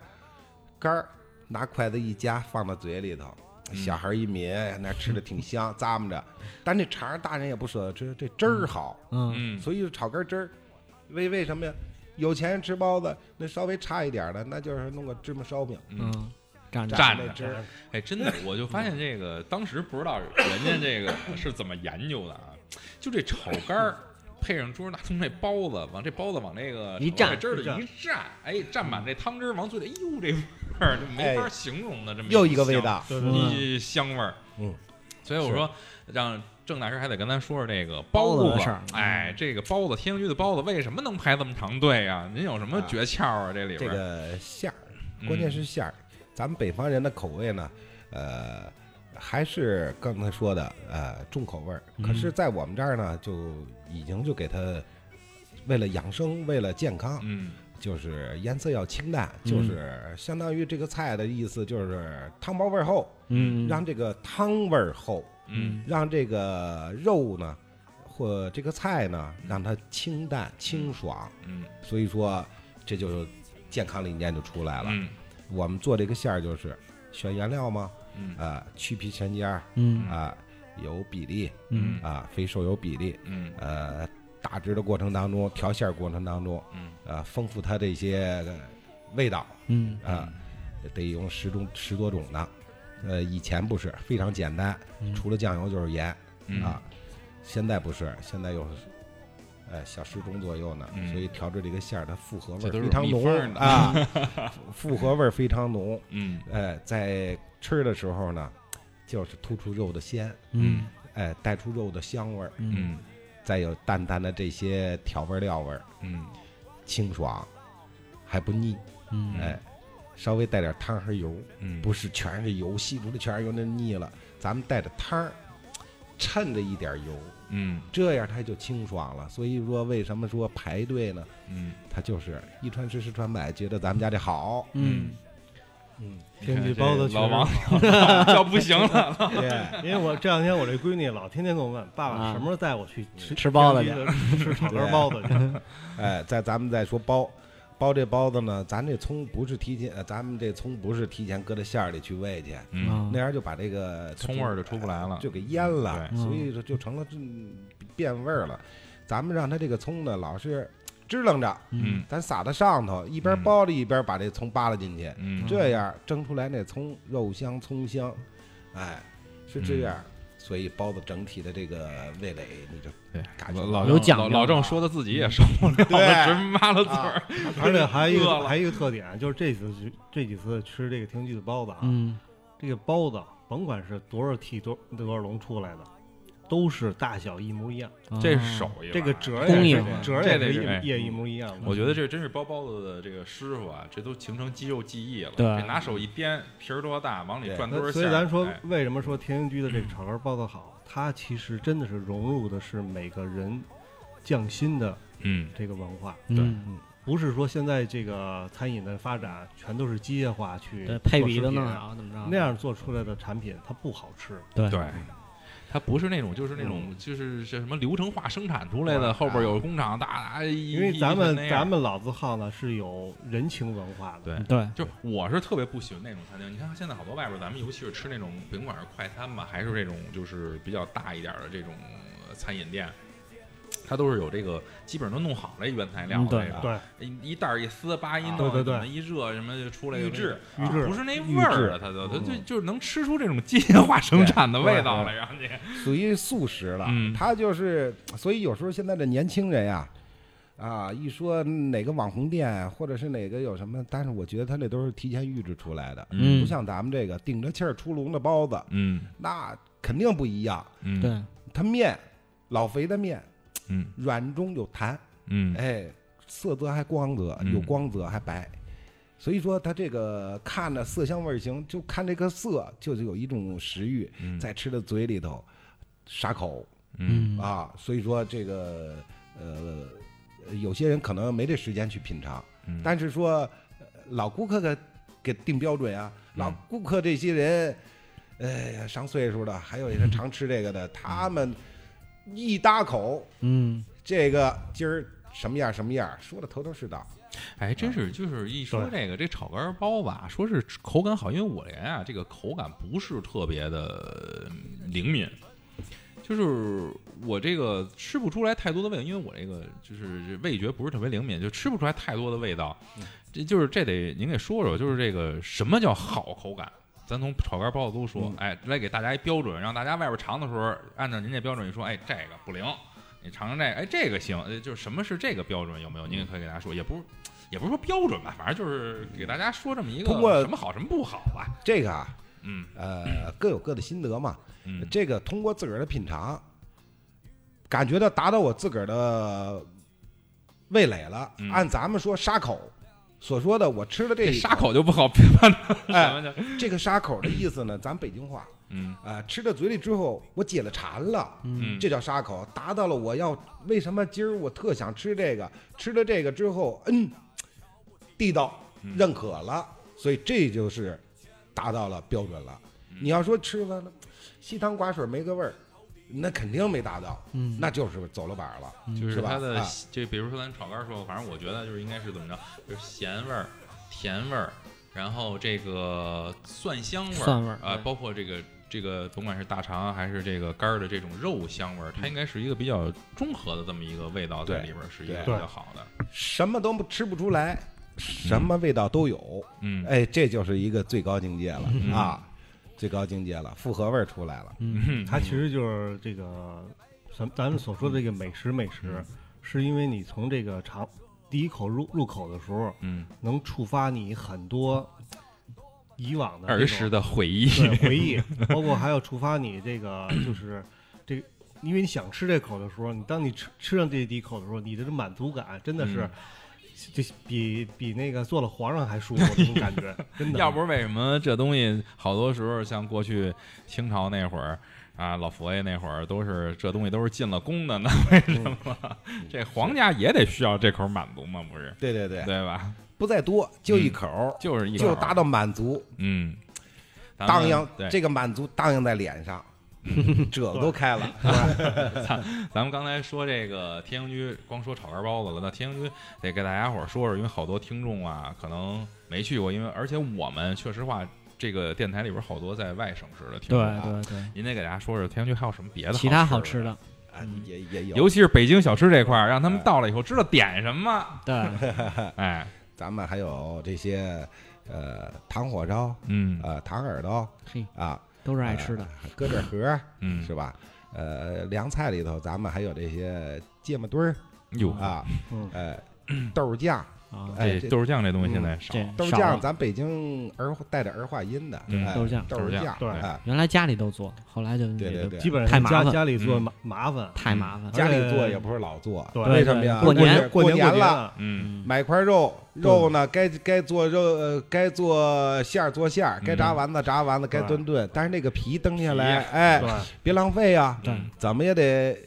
Speaker 5: 肝儿拿筷子一夹，放到嘴里头，
Speaker 4: 嗯
Speaker 5: 小孩儿一抿，那吃的 挺香，咂摸着。但这肠儿大人也不舍得吃，这汁儿好，
Speaker 4: 嗯
Speaker 2: 嗯，
Speaker 5: 所以就炒根汁儿，为为什么呀？有钱人吃包子，那稍微差一点儿的，那就是弄个芝麻烧饼，
Speaker 4: 嗯，站着
Speaker 2: 蘸
Speaker 5: 蘸那
Speaker 2: 着
Speaker 5: 汁儿。
Speaker 2: 哎，真的，我就发现这个当时不知道人家这个是怎么研究的啊，就这炒肝儿。配上桌大葱那包子，往这包子往那个
Speaker 4: 一
Speaker 2: 炒
Speaker 4: 蘸
Speaker 2: 菜汁儿里
Speaker 3: 一蘸
Speaker 2: 一蘸，哎，蘸满这汤汁儿往嘴里，哎呦，这味儿就没法
Speaker 5: 哎
Speaker 2: 形容的，这么
Speaker 5: 又
Speaker 2: 一
Speaker 5: 一个味
Speaker 2: 香
Speaker 5: 道，
Speaker 3: 对对对，
Speaker 2: 一香味儿。
Speaker 5: 嗯，
Speaker 2: 所以我
Speaker 5: 是
Speaker 2: 说，让郑大师还得跟咱说说这个
Speaker 4: 包子
Speaker 2: 子
Speaker 4: 的事儿
Speaker 2: 哎，这个包子，天津居的包子为什么能排这么长队啊？您有什么
Speaker 5: 啊
Speaker 2: 诀窍啊？这里
Speaker 5: 这
Speaker 2: 边儿，
Speaker 5: 个馅
Speaker 4: 嗯
Speaker 5: 儿，关键是馅儿。咱们北方人的口味呢，呃，还是刚才说的，呃，重口味儿。可
Speaker 4: 嗯
Speaker 5: 是，在我们这儿呢，就已经就给它，为了养生，为了健康，
Speaker 2: 嗯
Speaker 5: 就是颜色要清淡，
Speaker 4: 嗯
Speaker 5: 就是相当于这个菜的意思，就是汤包味儿厚，
Speaker 4: 嗯，
Speaker 5: 让这个汤味儿厚，
Speaker 2: 嗯
Speaker 5: 让这个肉呢，或这个菜呢，让它清淡清爽。
Speaker 2: 嗯
Speaker 5: 所以说，这就是健康理念就出来了。
Speaker 2: 嗯
Speaker 5: 我们做这个馅儿就是选原料嘛，
Speaker 2: 嗯
Speaker 5: 啊、去皮全尖儿
Speaker 4: 嗯
Speaker 5: 啊、有比例
Speaker 4: 嗯
Speaker 5: 啊、肥瘦有比例，
Speaker 2: 嗯
Speaker 5: 呃，打汁的过程当中，调馅儿过程当中，
Speaker 2: 嗯
Speaker 5: 呃，丰富它这些味道
Speaker 4: 嗯
Speaker 5: 啊、得用十种十多种的，呃，以前不是非常简单，
Speaker 4: 嗯
Speaker 5: 除了酱油就是盐、
Speaker 2: 嗯
Speaker 5: 啊，。现在不是，现在有，呃，小时钟左右呢，
Speaker 2: 嗯
Speaker 5: 所以调制这个馅儿它复合味
Speaker 2: 这
Speaker 5: 儿
Speaker 2: 都是
Speaker 5: 非常
Speaker 2: 秘方儿
Speaker 5: 浓
Speaker 2: 呢
Speaker 5: 啊，复合味儿非常浓。
Speaker 2: 嗯
Speaker 5: 呃，在吃的时候呢，就是突出肉的鲜，
Speaker 4: 嗯
Speaker 5: 哎，带出肉的香味儿，
Speaker 4: 嗯
Speaker 2: 嗯
Speaker 5: 再有淡淡的这些调味料味儿，
Speaker 2: 嗯
Speaker 5: 清爽，还不腻，
Speaker 4: 嗯
Speaker 5: 哎，稍微带点汤和油，
Speaker 2: 嗯，
Speaker 5: 不是全是油，吸出的全是油，那腻了。咱们带着汤儿，衬着一点油，
Speaker 2: 嗯
Speaker 5: 这样它就清爽了。所以说，为什么说排队呢？
Speaker 2: 嗯
Speaker 5: 它就是一传十，十传百，觉得咱们家这好，
Speaker 4: 嗯
Speaker 5: 嗯，
Speaker 3: 天气包子
Speaker 2: 老
Speaker 3: 确实
Speaker 2: 王 要不行了，
Speaker 5: 对，
Speaker 3: 因为我这两天我这闺女老天天跟我问爸爸
Speaker 4: 啊
Speaker 3: 什么时候带我去吃
Speaker 4: 吃包子去
Speaker 3: 去，吃炒根包子去。
Speaker 5: 哎，再咱们再说包，包这包子呢，咱这葱不是提前，呃咱们这葱不是提前搁到馅儿里去煨去，
Speaker 2: 嗯，
Speaker 4: 啊
Speaker 5: 那样就把这个
Speaker 2: 葱味儿就出不来了，
Speaker 5: 就给腌了，
Speaker 2: 对嗯
Speaker 5: 所以说就成了这变味儿了。咱们让它这个葱呢，老是支棱着，
Speaker 2: 嗯
Speaker 5: 咱撒到上头，一边
Speaker 2: 嗯
Speaker 5: 包着一边把这葱扒拉进去，
Speaker 2: 嗯
Speaker 5: 这样蒸出来那葱肉香葱香，哎，是
Speaker 2: 嗯
Speaker 5: 这样。所以包子整体的这个味蕾，你就
Speaker 2: 对
Speaker 5: 感觉
Speaker 2: 老老
Speaker 4: 嗯有
Speaker 2: 郑
Speaker 4: 讲
Speaker 2: 老
Speaker 4: 究啊
Speaker 2: 老郑说的自己也受不了了，
Speaker 5: 对
Speaker 2: 直抹了嘴儿，
Speaker 3: 而且还有一
Speaker 2: 饿
Speaker 3: 个
Speaker 2: 了
Speaker 3: 还有一个特点，就是这次去这几次吃这个听记的包子啊，
Speaker 4: 嗯
Speaker 3: 这个包子甭管是多少屉多多少笼出来的，都是大小一模一样，
Speaker 4: 啊
Speaker 2: 这是手艺吧，
Speaker 3: 这个折儿
Speaker 4: 工艺啊
Speaker 3: 也
Speaker 4: 活
Speaker 3: 是折儿
Speaker 2: 这
Speaker 3: 也
Speaker 2: 得是哎
Speaker 3: 是一也一模一样的。
Speaker 2: 我觉得这真是包包子的这个师傅啊，这都形成肌肉记忆了。
Speaker 4: 对
Speaker 2: 这拿手一掂，皮儿多大，往里
Speaker 5: 对
Speaker 2: 转多少
Speaker 3: 那
Speaker 2: 馅
Speaker 3: 所
Speaker 2: 儿
Speaker 3: 以咱说
Speaker 2: 哎，
Speaker 3: 为什么说天津居的这个炒肝包子好？它其实真的是融入的是每个人匠心的
Speaker 2: 嗯，
Speaker 3: 这个文化，
Speaker 4: 嗯
Speaker 3: 不是说现在这个餐饮的发展全都是机械化去
Speaker 4: 对配比
Speaker 3: 做
Speaker 4: 的
Speaker 3: 食品啊
Speaker 4: 弄好啊怎么着
Speaker 3: 那样做出来的产品它不好吃。
Speaker 4: 对
Speaker 2: 对。它不是那种，就是那
Speaker 3: 嗯
Speaker 2: 种，就是是什么流程化生产出来的，后边有工厂大大一，
Speaker 3: 啊因为咱
Speaker 2: 一
Speaker 3: 们
Speaker 2: 那样
Speaker 3: 咱们老字号呢是有人情文化的，
Speaker 2: 对
Speaker 4: 对
Speaker 2: 就我是特别不喜欢那种餐厅。你看现在好多外边儿，咱们尤其是吃那种，甭管是快餐吧，还是这种就是比较大一点儿的这种呃餐饮店，它都是有这个基本上都弄好了原材料
Speaker 4: 嗯
Speaker 2: 的
Speaker 4: 对
Speaker 2: 这个，
Speaker 3: 对啊
Speaker 2: 一一袋儿一撕，叭一弄，
Speaker 3: 对对对
Speaker 2: 怎么一热什么就出来
Speaker 3: 预
Speaker 2: 有那
Speaker 3: 制
Speaker 2: 个
Speaker 3: 预制
Speaker 2: 啊不是那
Speaker 5: 预
Speaker 2: 味儿
Speaker 5: 制
Speaker 2: 了，它都它
Speaker 5: 嗯
Speaker 2: 就就是能吃出这种机械化生产的味
Speaker 5: 对
Speaker 2: 道来，
Speaker 5: 对
Speaker 2: 让你
Speaker 5: 属于素食了。
Speaker 2: 嗯
Speaker 5: 他就是，所以有时候现在的年轻人呀、啊，一说哪个网红店或者是哪个有什么，但是我觉得他那都是提前预制出来的，
Speaker 4: 嗯
Speaker 5: 不像咱们这个顶着气儿出笼的包子，
Speaker 2: 嗯
Speaker 5: 那肯定不一样。
Speaker 2: 嗯
Speaker 4: 对
Speaker 5: 它面老肥的面，
Speaker 2: 嗯
Speaker 5: 软中有弹，
Speaker 2: 嗯
Speaker 5: 哎，色泽还光泽，
Speaker 2: 嗯
Speaker 5: 有光泽还白。所以说，它这个看着色香味儿形，就看这个色，就是有一种食欲，
Speaker 2: 嗯
Speaker 5: 在吃的嘴里头沙口，
Speaker 4: 嗯
Speaker 5: 啊，所以说这个呃，有些人可能没这时间去品尝，
Speaker 2: 嗯
Speaker 5: 但是说呃老顾客给给定标准啊，
Speaker 2: 嗯
Speaker 5: 老顾客这些人，哎呀，上岁数的，还有一些常吃这个
Speaker 2: 嗯
Speaker 5: 的，他们一搭口，
Speaker 4: 嗯
Speaker 5: 这个今儿什么样什么样，说的头头是道。
Speaker 2: 哎，真是就是一说这个这炒肝儿包吧，说是口感好，因为我人啊这个口感不是特别的嗯灵敏，就是我这个吃不出来太多的味道，因为我这个就是这味觉不是特别灵敏，就吃不出来太多的味道。
Speaker 5: 嗯
Speaker 2: 这就是这得您给说说，就是这个什么叫好口感？咱从炒肝包子都说，
Speaker 5: 嗯
Speaker 2: 哎，来给大家一标准，让大家外边尝的时候按照您这标准一说，哎，这个不灵，你尝尝这个，哎，这个行，呃就是什么是这个标准有没有？您也可以给大家说，也不是也不是说标准吧，反正就是给大家说这么一个
Speaker 5: 通过
Speaker 2: 什么好什么不好吧。
Speaker 5: 这个啊，
Speaker 2: 嗯
Speaker 5: 呃，各有各的心得嘛。
Speaker 2: 嗯
Speaker 5: 这个通过自个儿的品尝，感觉到达到我自个儿的味蕾了。
Speaker 2: 嗯
Speaker 5: 按咱们说沙口所说的，我吃了这
Speaker 2: 这
Speaker 5: 一
Speaker 2: 沙，口就不好评判什么
Speaker 5: 哎，
Speaker 2: 的，
Speaker 5: 这个沙口的意思呢，咱北京话
Speaker 2: 嗯
Speaker 5: 啊、呃吃到嘴里之后，我解了馋了。
Speaker 2: 嗯，
Speaker 5: 这叫沙口，达到了我要为什么今儿我特想吃这个，吃了这个之后，嗯，地道
Speaker 2: 嗯
Speaker 5: 认可了，所以这就是达到了标准了。
Speaker 2: 嗯
Speaker 5: 你要说吃完了稀汤寡水没个味儿，那肯定没达到，
Speaker 4: 嗯
Speaker 5: 那就是走了板儿了。
Speaker 2: 嗯就是
Speaker 5: 是吧
Speaker 2: 它的
Speaker 5: 啊
Speaker 2: 这，比如说咱炒肝说，反正我觉得就是应该是怎么着，就是咸味儿、甜味儿，然后这个蒜香味儿，
Speaker 4: 蒜味儿
Speaker 2: 啊，
Speaker 4: 对
Speaker 2: 包括这个这个，甭管是大肠啊还是这个肝儿的这种肉香味儿，它应该是一个比较中和的这么一个味道在
Speaker 5: 嗯对
Speaker 2: 里边儿，是一个比
Speaker 5: 对
Speaker 2: 较好的。
Speaker 5: 什么都吃不出来，什么味道都有，
Speaker 2: 嗯，
Speaker 5: 哎哎，这就是一个最高境界了
Speaker 2: 嗯
Speaker 5: 啊！最高境界了，复合味儿出来了。
Speaker 4: 嗯
Speaker 3: 它其实就是这个咱咱们所说的这个美食，美食
Speaker 4: 嗯
Speaker 3: 是因为你从这个尝第一口入入口的时候，
Speaker 2: 嗯，
Speaker 3: 能触发你很多以往的这
Speaker 2: 儿
Speaker 3: 种
Speaker 2: 时的回忆，
Speaker 3: 对回忆，包括还有触发你这 个就是这个，因为你想吃这口的时候，你当你吃吃上这第一口的时候，你的这满足感真的是
Speaker 2: 嗯。
Speaker 3: 就比比那个做了皇上还舒服，这种感 觉真 的。
Speaker 2: 要不是为什么这东西好多时候像过去清朝那会儿啊，老佛爷那会儿都是这东西都是进了宫的，那为什么 这皇家也得需要这口满足嘛？不是，
Speaker 5: 对对对，
Speaker 2: 对吧？
Speaker 5: 不在多，就一口，
Speaker 2: 就是嗯一口
Speaker 5: 就达到满足，
Speaker 2: 嗯，咱们
Speaker 5: 荡漾
Speaker 2: 对，嗯
Speaker 5: 这个满足荡漾在脸上， 褶子都开 了，是吧？
Speaker 2: 咱们刚才说这个天津居，光说炒肝包子了，那天津居得给大家伙儿说说，因为好多听众啊可能没去过，因为而且我们确实话，这个电台里边儿好多在外省市的听
Speaker 4: 对
Speaker 2: 众、啊，
Speaker 4: 对对，
Speaker 2: 您得给大家说说天津居还有什么别的
Speaker 4: 其他
Speaker 2: 好
Speaker 4: 好
Speaker 2: 吃
Speaker 4: 吃
Speaker 2: 的。
Speaker 4: 的，
Speaker 5: 啊也也有
Speaker 2: 尤其是北京小吃这块儿，让他
Speaker 5: 哎
Speaker 2: 们到了以后知道点什么。
Speaker 4: 对，
Speaker 2: 哎，
Speaker 5: 咱们还有这些呃糖火烧，
Speaker 2: 嗯
Speaker 5: 呃糖耳朵
Speaker 4: 嘿，
Speaker 5: 啊，
Speaker 4: 都是爱吃的，
Speaker 5: 搁点盒
Speaker 2: 嗯，
Speaker 5: 是吧？呃，凉菜里头咱们还有这些芥末墩儿
Speaker 2: 哟，
Speaker 5: 啊
Speaker 3: 嗯，
Speaker 5: 呃豆酱，
Speaker 4: 啊，
Speaker 5: 哎
Speaker 2: 这
Speaker 5: 这
Speaker 2: 豆儿酱这东西现在少，
Speaker 4: 这
Speaker 5: 豆
Speaker 4: 少
Speaker 5: 酱
Speaker 4: 了
Speaker 5: 咱北京儿带点儿儿化音的，
Speaker 2: 嗯
Speaker 5: 哎
Speaker 4: 豆酱
Speaker 5: 豆
Speaker 2: 豆酱
Speaker 5: 酱，
Speaker 3: 对
Speaker 5: 哎
Speaker 4: 原来家里都做，后来就
Speaker 5: 对
Speaker 4: 也
Speaker 5: 对
Speaker 4: 就
Speaker 5: 对，
Speaker 3: 基本
Speaker 4: 太
Speaker 3: 上
Speaker 4: 麻
Speaker 3: 家
Speaker 4: 烦
Speaker 3: 家里做
Speaker 2: 嗯
Speaker 3: 麻麻烦，
Speaker 4: 太麻烦了。
Speaker 5: 家里做也不是老做，
Speaker 3: 对
Speaker 5: 为什么呀？
Speaker 4: 过年
Speaker 5: 过
Speaker 3: 年
Speaker 5: 年了，
Speaker 3: 了，
Speaker 2: 嗯
Speaker 4: 嗯，
Speaker 5: 买块肉，肉呢该该做肉，呃该做馅儿做馅
Speaker 4: 嗯
Speaker 5: 儿，该炸丸子炸丸子，该炖炖。但是那个皮蹬下来，哎，
Speaker 3: 对，
Speaker 5: 别浪费啊，
Speaker 4: 对
Speaker 2: 嗯
Speaker 5: 怎么也得，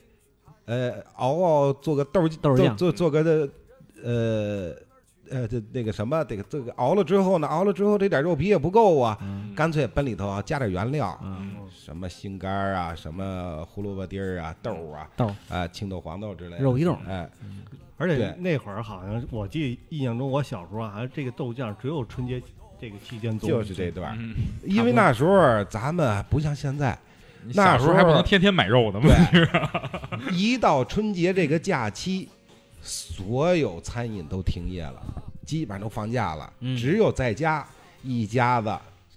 Speaker 5: 呃，熬熬做个豆
Speaker 4: 豆酱嗯
Speaker 5: 做做个这，呃呃这那个什么，这个这个熬了之后呢，熬了之后这点肉皮也不够啊，
Speaker 4: 嗯
Speaker 5: 干脆奔里头啊加点原料，
Speaker 4: 嗯，
Speaker 5: 什么心肝儿啊，什么胡萝卜丁儿啊，豆啊，
Speaker 4: 豆
Speaker 5: 啊青豆黄豆之类的，
Speaker 4: 肉一豆，
Speaker 5: 哎，
Speaker 3: 而且
Speaker 5: 对
Speaker 3: 那会儿好像我记印象中，我小时候啊好像这个豆酱只有春节这个期间做，
Speaker 5: 就是这段儿。
Speaker 2: 嗯，
Speaker 5: 因为那时候咱们不像现在，
Speaker 2: 你
Speaker 5: 那
Speaker 2: 小时候还不啊
Speaker 5: 时候
Speaker 2: 能天天买肉呢嘛。
Speaker 5: 对，一到春节这个假期，所有餐饮都停业了，基本上都放假了，
Speaker 4: 嗯
Speaker 5: 只有在家一家子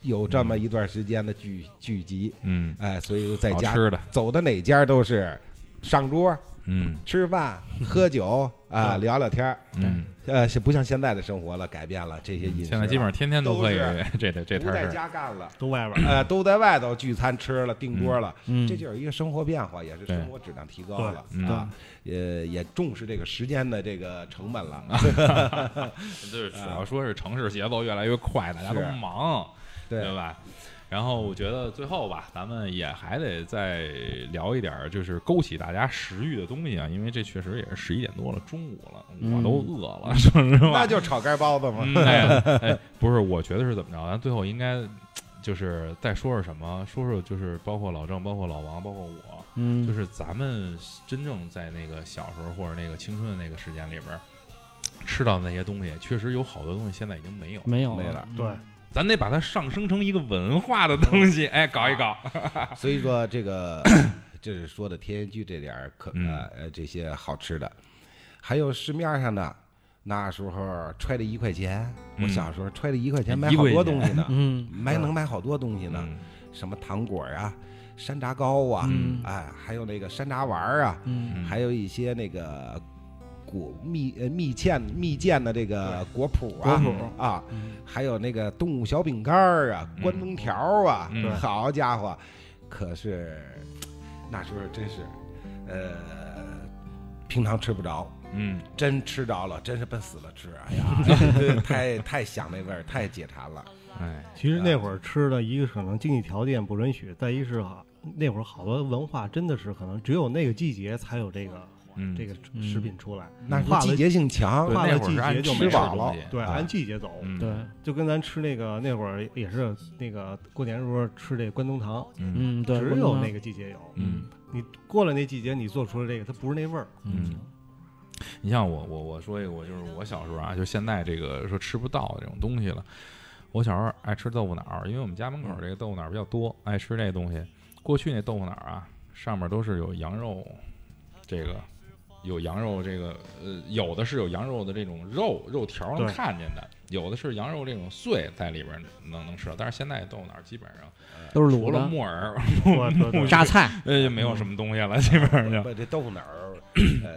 Speaker 5: 有这么一段时间的聚聚集，
Speaker 2: 嗯，
Speaker 5: 哎，所以就在
Speaker 2: 好
Speaker 5: 家
Speaker 2: 吃的，
Speaker 5: 走到哪家都是上桌
Speaker 2: 嗯
Speaker 5: 吃饭、喝酒啊，
Speaker 3: 嗯
Speaker 5: 聊聊天儿
Speaker 2: 嗯，
Speaker 5: 呃，是不像现在的生活了，改变了这些饮食
Speaker 2: 现
Speaker 5: 了，
Speaker 2: 在基本上天天都可以
Speaker 5: 啊都是
Speaker 2: 这这这
Speaker 5: 不
Speaker 2: 摊
Speaker 5: 在
Speaker 2: 儿事儿。
Speaker 5: 家干了。
Speaker 3: 都外 边儿。
Speaker 5: 呃，都在外头聚餐吃了，订桌了，
Speaker 4: 嗯，
Speaker 5: 这就是一个生活变化，也是
Speaker 2: 对
Speaker 5: 生活质量提高了
Speaker 2: 对嗯
Speaker 5: 啊，也也重视这个时间的这个成本了。
Speaker 2: 就是主要说是城市节奏越来越快，大家都
Speaker 5: 啊是
Speaker 2: 忙，对
Speaker 5: 对，
Speaker 2: 吧？然后我觉得最后吧，咱们也还得再聊一点儿，就是勾起大家食欲的东西啊，因为这确实也是十一点多了，中午了，我都饿了，说实话
Speaker 5: 那。就炒肝包子嘛。
Speaker 2: 嗯，哎哎，不是，我觉得是怎么着？咱最后应该就是再说说什么，说说就是包括老郑，包括老王，包括我，
Speaker 4: 嗯，
Speaker 2: 就是咱们真正在那个小时候或者那个青春的那个时间里边儿吃到的那些东西，确实有好多东西现在已经没有，
Speaker 4: 没有
Speaker 5: 没
Speaker 4: 了
Speaker 5: 了，
Speaker 4: 嗯
Speaker 3: 对，
Speaker 2: 咱得把它上升成一个文化的东西，哎，搞一搞。
Speaker 5: 所以说这 个就是说的天津居这点儿可呃呃这些好吃的，还有市面上的，那时候揣着一块钱，
Speaker 2: 嗯
Speaker 5: 我小时候揣着一块钱买
Speaker 2: 一
Speaker 5: 好
Speaker 2: 块
Speaker 5: 多
Speaker 2: 钱
Speaker 5: 东西呢，
Speaker 4: 嗯，
Speaker 5: 买能买好多东西呢，
Speaker 2: 嗯
Speaker 5: 什么糖果啊，山楂糕啊，
Speaker 4: 嗯
Speaker 5: 哎，还有那个山楂丸儿啊，
Speaker 4: 嗯，
Speaker 5: 还有一些那个果蜜呃蜜饯蜜饯的这个果脯啊
Speaker 4: 果
Speaker 5: 啊，
Speaker 4: 嗯
Speaker 5: 还有那个动物小饼干儿啊，
Speaker 2: 嗯
Speaker 5: 关东条儿啊，
Speaker 2: 嗯
Speaker 5: 好家伙，可是那时候真是，呃，平常吃不着。
Speaker 2: 嗯，
Speaker 5: 真吃着了，真是奔死了吃！哎呀，太太想那味儿，太解馋了。
Speaker 2: 哎，
Speaker 3: 其实那会儿吃的，一个是可能经济条件不允许，再一是哈，那会儿好多文化真的是可能只有那个季节才有这个
Speaker 2: 嗯，
Speaker 3: 这个
Speaker 4: 嗯
Speaker 3: 食品出来，
Speaker 5: 那时
Speaker 3: 化
Speaker 5: 候
Speaker 3: 了
Speaker 5: 季节性强
Speaker 2: 对，
Speaker 3: 换
Speaker 2: 那
Speaker 3: 了
Speaker 2: 会儿是按
Speaker 3: 季节就
Speaker 2: 吃
Speaker 3: 没
Speaker 2: 饱
Speaker 5: 吃
Speaker 2: 了
Speaker 5: 东，
Speaker 3: 对，
Speaker 5: 啊
Speaker 3: 按季节走。
Speaker 2: 嗯，
Speaker 4: 对，
Speaker 3: 就跟咱吃那个那会儿也是那个过年时候吃这关东糖，
Speaker 2: 嗯
Speaker 4: 嗯，对，
Speaker 3: 只
Speaker 4: 我
Speaker 3: 有
Speaker 4: 们
Speaker 3: 那个季节有。
Speaker 2: 嗯
Speaker 3: 你过了那季节，你做出了这个，它不是那 味儿。
Speaker 2: 嗯。你像我，我我说一个，我就是我小时候啊，就现在这个说吃不到的这种东西了。我小时候爱吃豆腐脑儿，因为我们家门口这个豆腐脑儿比较多，爱吃这东西。过去那豆腐脑儿啊，上面都是有羊肉，这个有羊肉这个呃，有的是有羊肉的这种肉肉条能
Speaker 3: 对
Speaker 2: 看见的，有的是羊肉这种碎在里边儿能能吃到，但是现在豆腐脑儿基本上
Speaker 4: 都是
Speaker 2: 除
Speaker 4: 卤
Speaker 2: 了
Speaker 4: 的，
Speaker 2: 木耳，
Speaker 3: 我我我
Speaker 4: 榨菜，
Speaker 2: 呃，就没有什么东西了，基本上就
Speaker 5: 不，这豆腐脑儿，呃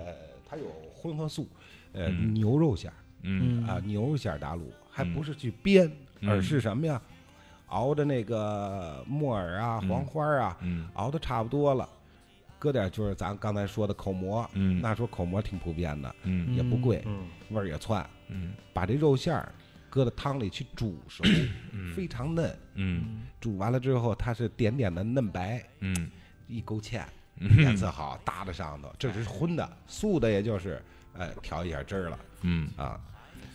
Speaker 5: 呃，它有荤和素，呃，
Speaker 2: 嗯
Speaker 5: 牛肉馅儿
Speaker 2: 嗯
Speaker 4: 嗯
Speaker 5: 啊，牛肉馅儿打卤，还
Speaker 2: 嗯
Speaker 5: 不是去煸，
Speaker 2: 嗯
Speaker 5: 而是什么呀？熬的那个木耳啊、
Speaker 2: 嗯
Speaker 5: 黄花儿啊，
Speaker 2: 嗯
Speaker 5: 熬的差不多了，搁点就是咱刚才说的口蘑，
Speaker 2: 嗯
Speaker 5: 那时候口蘑挺普遍的，
Speaker 2: 嗯
Speaker 5: 也不贵，
Speaker 3: 嗯，
Speaker 5: 味儿也窜，
Speaker 2: 嗯
Speaker 5: 把这肉馅儿搁到汤里去煮熟， 非常嫩，
Speaker 2: 嗯
Speaker 5: 煮完了之后它是点点的嫩白，
Speaker 2: 嗯
Speaker 5: 一勾芡。
Speaker 2: 嗯
Speaker 5: 颜色好搭在上头，这是荤的，素的也就是呃调一下汁儿了
Speaker 2: 嗯
Speaker 5: 啊。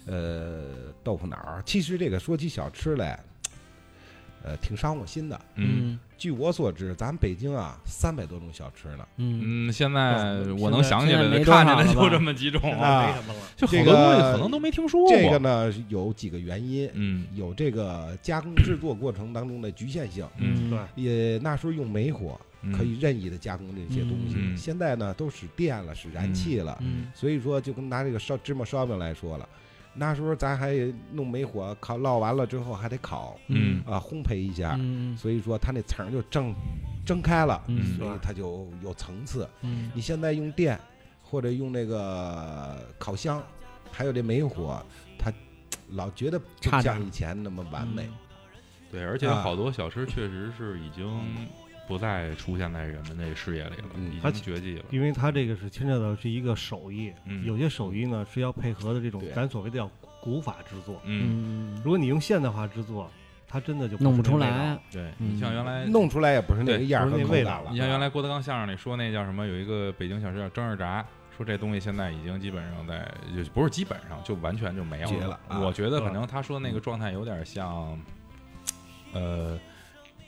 Speaker 5: 呃，豆腐脑儿，其实这个说起小吃来，呃，挺伤我心的。
Speaker 2: 嗯
Speaker 5: 据我所知，咱北京啊，三百多种小吃呢。
Speaker 4: 嗯
Speaker 2: 嗯，现在我能
Speaker 4: 现在
Speaker 2: 想起来
Speaker 4: 现在
Speaker 2: 的、
Speaker 4: 没多
Speaker 2: 看见
Speaker 4: 少
Speaker 2: 的
Speaker 4: 了
Speaker 2: 就
Speaker 4: 吧
Speaker 2: 这么几种
Speaker 3: 现在
Speaker 5: 啊
Speaker 3: 没什么了。
Speaker 2: 就好
Speaker 5: 这
Speaker 2: 多东西
Speaker 5: 个
Speaker 2: 可能都没听说过。
Speaker 5: 这个呢，有几个原因，
Speaker 2: 嗯
Speaker 5: 有这个加工制作过程当中的局限性，
Speaker 2: 嗯
Speaker 3: 对，
Speaker 5: 也那时候用煤火
Speaker 2: 嗯
Speaker 5: 可以任意的加工这些东西，
Speaker 2: 嗯
Speaker 5: 现在呢都使电了，使燃气了，
Speaker 4: 嗯
Speaker 5: 所以说就跟拿这个烧芝麻烧饼来说了，那时候咱还弄煤火烤，烙完了之后还得烤
Speaker 2: 嗯
Speaker 5: 啊，烘焙一下，
Speaker 4: 嗯
Speaker 5: 所以说它那层儿就蒸蒸开了，
Speaker 4: 嗯
Speaker 5: 所以它就有层次。
Speaker 4: 嗯
Speaker 5: 你现在用电或者用那个烤箱，还有这煤火，它老觉得不
Speaker 4: 差点儿
Speaker 5: 像以前那么完美。，
Speaker 2: 对，而且
Speaker 5: 啊
Speaker 2: 好多小吃确实是已经不再出现在人们的视野里了，
Speaker 5: 嗯
Speaker 2: 已
Speaker 3: 它
Speaker 2: 经绝迹了。
Speaker 3: 因为它这个是牵扯到是一个手艺，
Speaker 2: 嗯
Speaker 3: 有些手艺呢是要配合的这种
Speaker 5: 对
Speaker 3: 咱所谓的叫古法制作。
Speaker 2: 嗯，
Speaker 4: 嗯
Speaker 3: 如果你用现代化制作，它真的就
Speaker 4: 弄不
Speaker 3: 是那
Speaker 4: 出
Speaker 3: 味道
Speaker 4: 来，啊
Speaker 2: 对你像原来，
Speaker 5: 弄出来也不是那个样儿
Speaker 3: 对不
Speaker 5: 和
Speaker 3: 是那
Speaker 5: 口
Speaker 3: 味
Speaker 5: 感
Speaker 3: 道
Speaker 5: 了。
Speaker 2: 你像原来郭德纲相声里说那叫什么，有一个北京小吃叫蒸二炸。说这东西现在已经基本上在，就不是基本上，就完全就没有
Speaker 5: 绝了啊
Speaker 2: 我觉得
Speaker 3: 嗯
Speaker 2: 可能他说那个状态有点像，呃，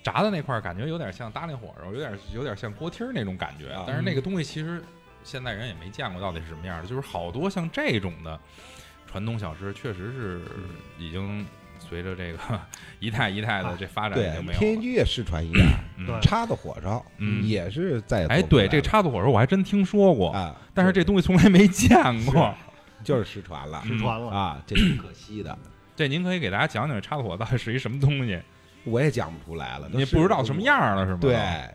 Speaker 2: 炸的那块儿感觉有点像搭那火烧，有点有点像锅贴儿那种感觉
Speaker 5: 啊。
Speaker 2: 但是那个东西其实现代人也没见过到底是什么样的，就是好多像这种的传统小吃，确实是
Speaker 5: 嗯
Speaker 2: 已经随着这个 一代一代的这发展已
Speaker 5: 啊对
Speaker 2: 经，没
Speaker 5: 天
Speaker 2: 有
Speaker 5: 津
Speaker 2: 了。
Speaker 5: 居也是传一代，
Speaker 2: 嗯
Speaker 5: 叉子火烧
Speaker 2: 嗯
Speaker 5: 也是在
Speaker 2: 哎，对，这叉子火烧我还真听说过，
Speaker 5: 啊，
Speaker 2: 但是这东西从来没见过。
Speaker 5: 就是失传了
Speaker 3: 失传了。
Speaker 5: 啊，这挺可惜的，
Speaker 2: 这您可以给大家讲讲这叉子火到底是一什么东西，
Speaker 5: 我也讲不出来了，
Speaker 2: 你也不知道什么样。儿了是吗？
Speaker 5: 啊对，
Speaker 2: 嗯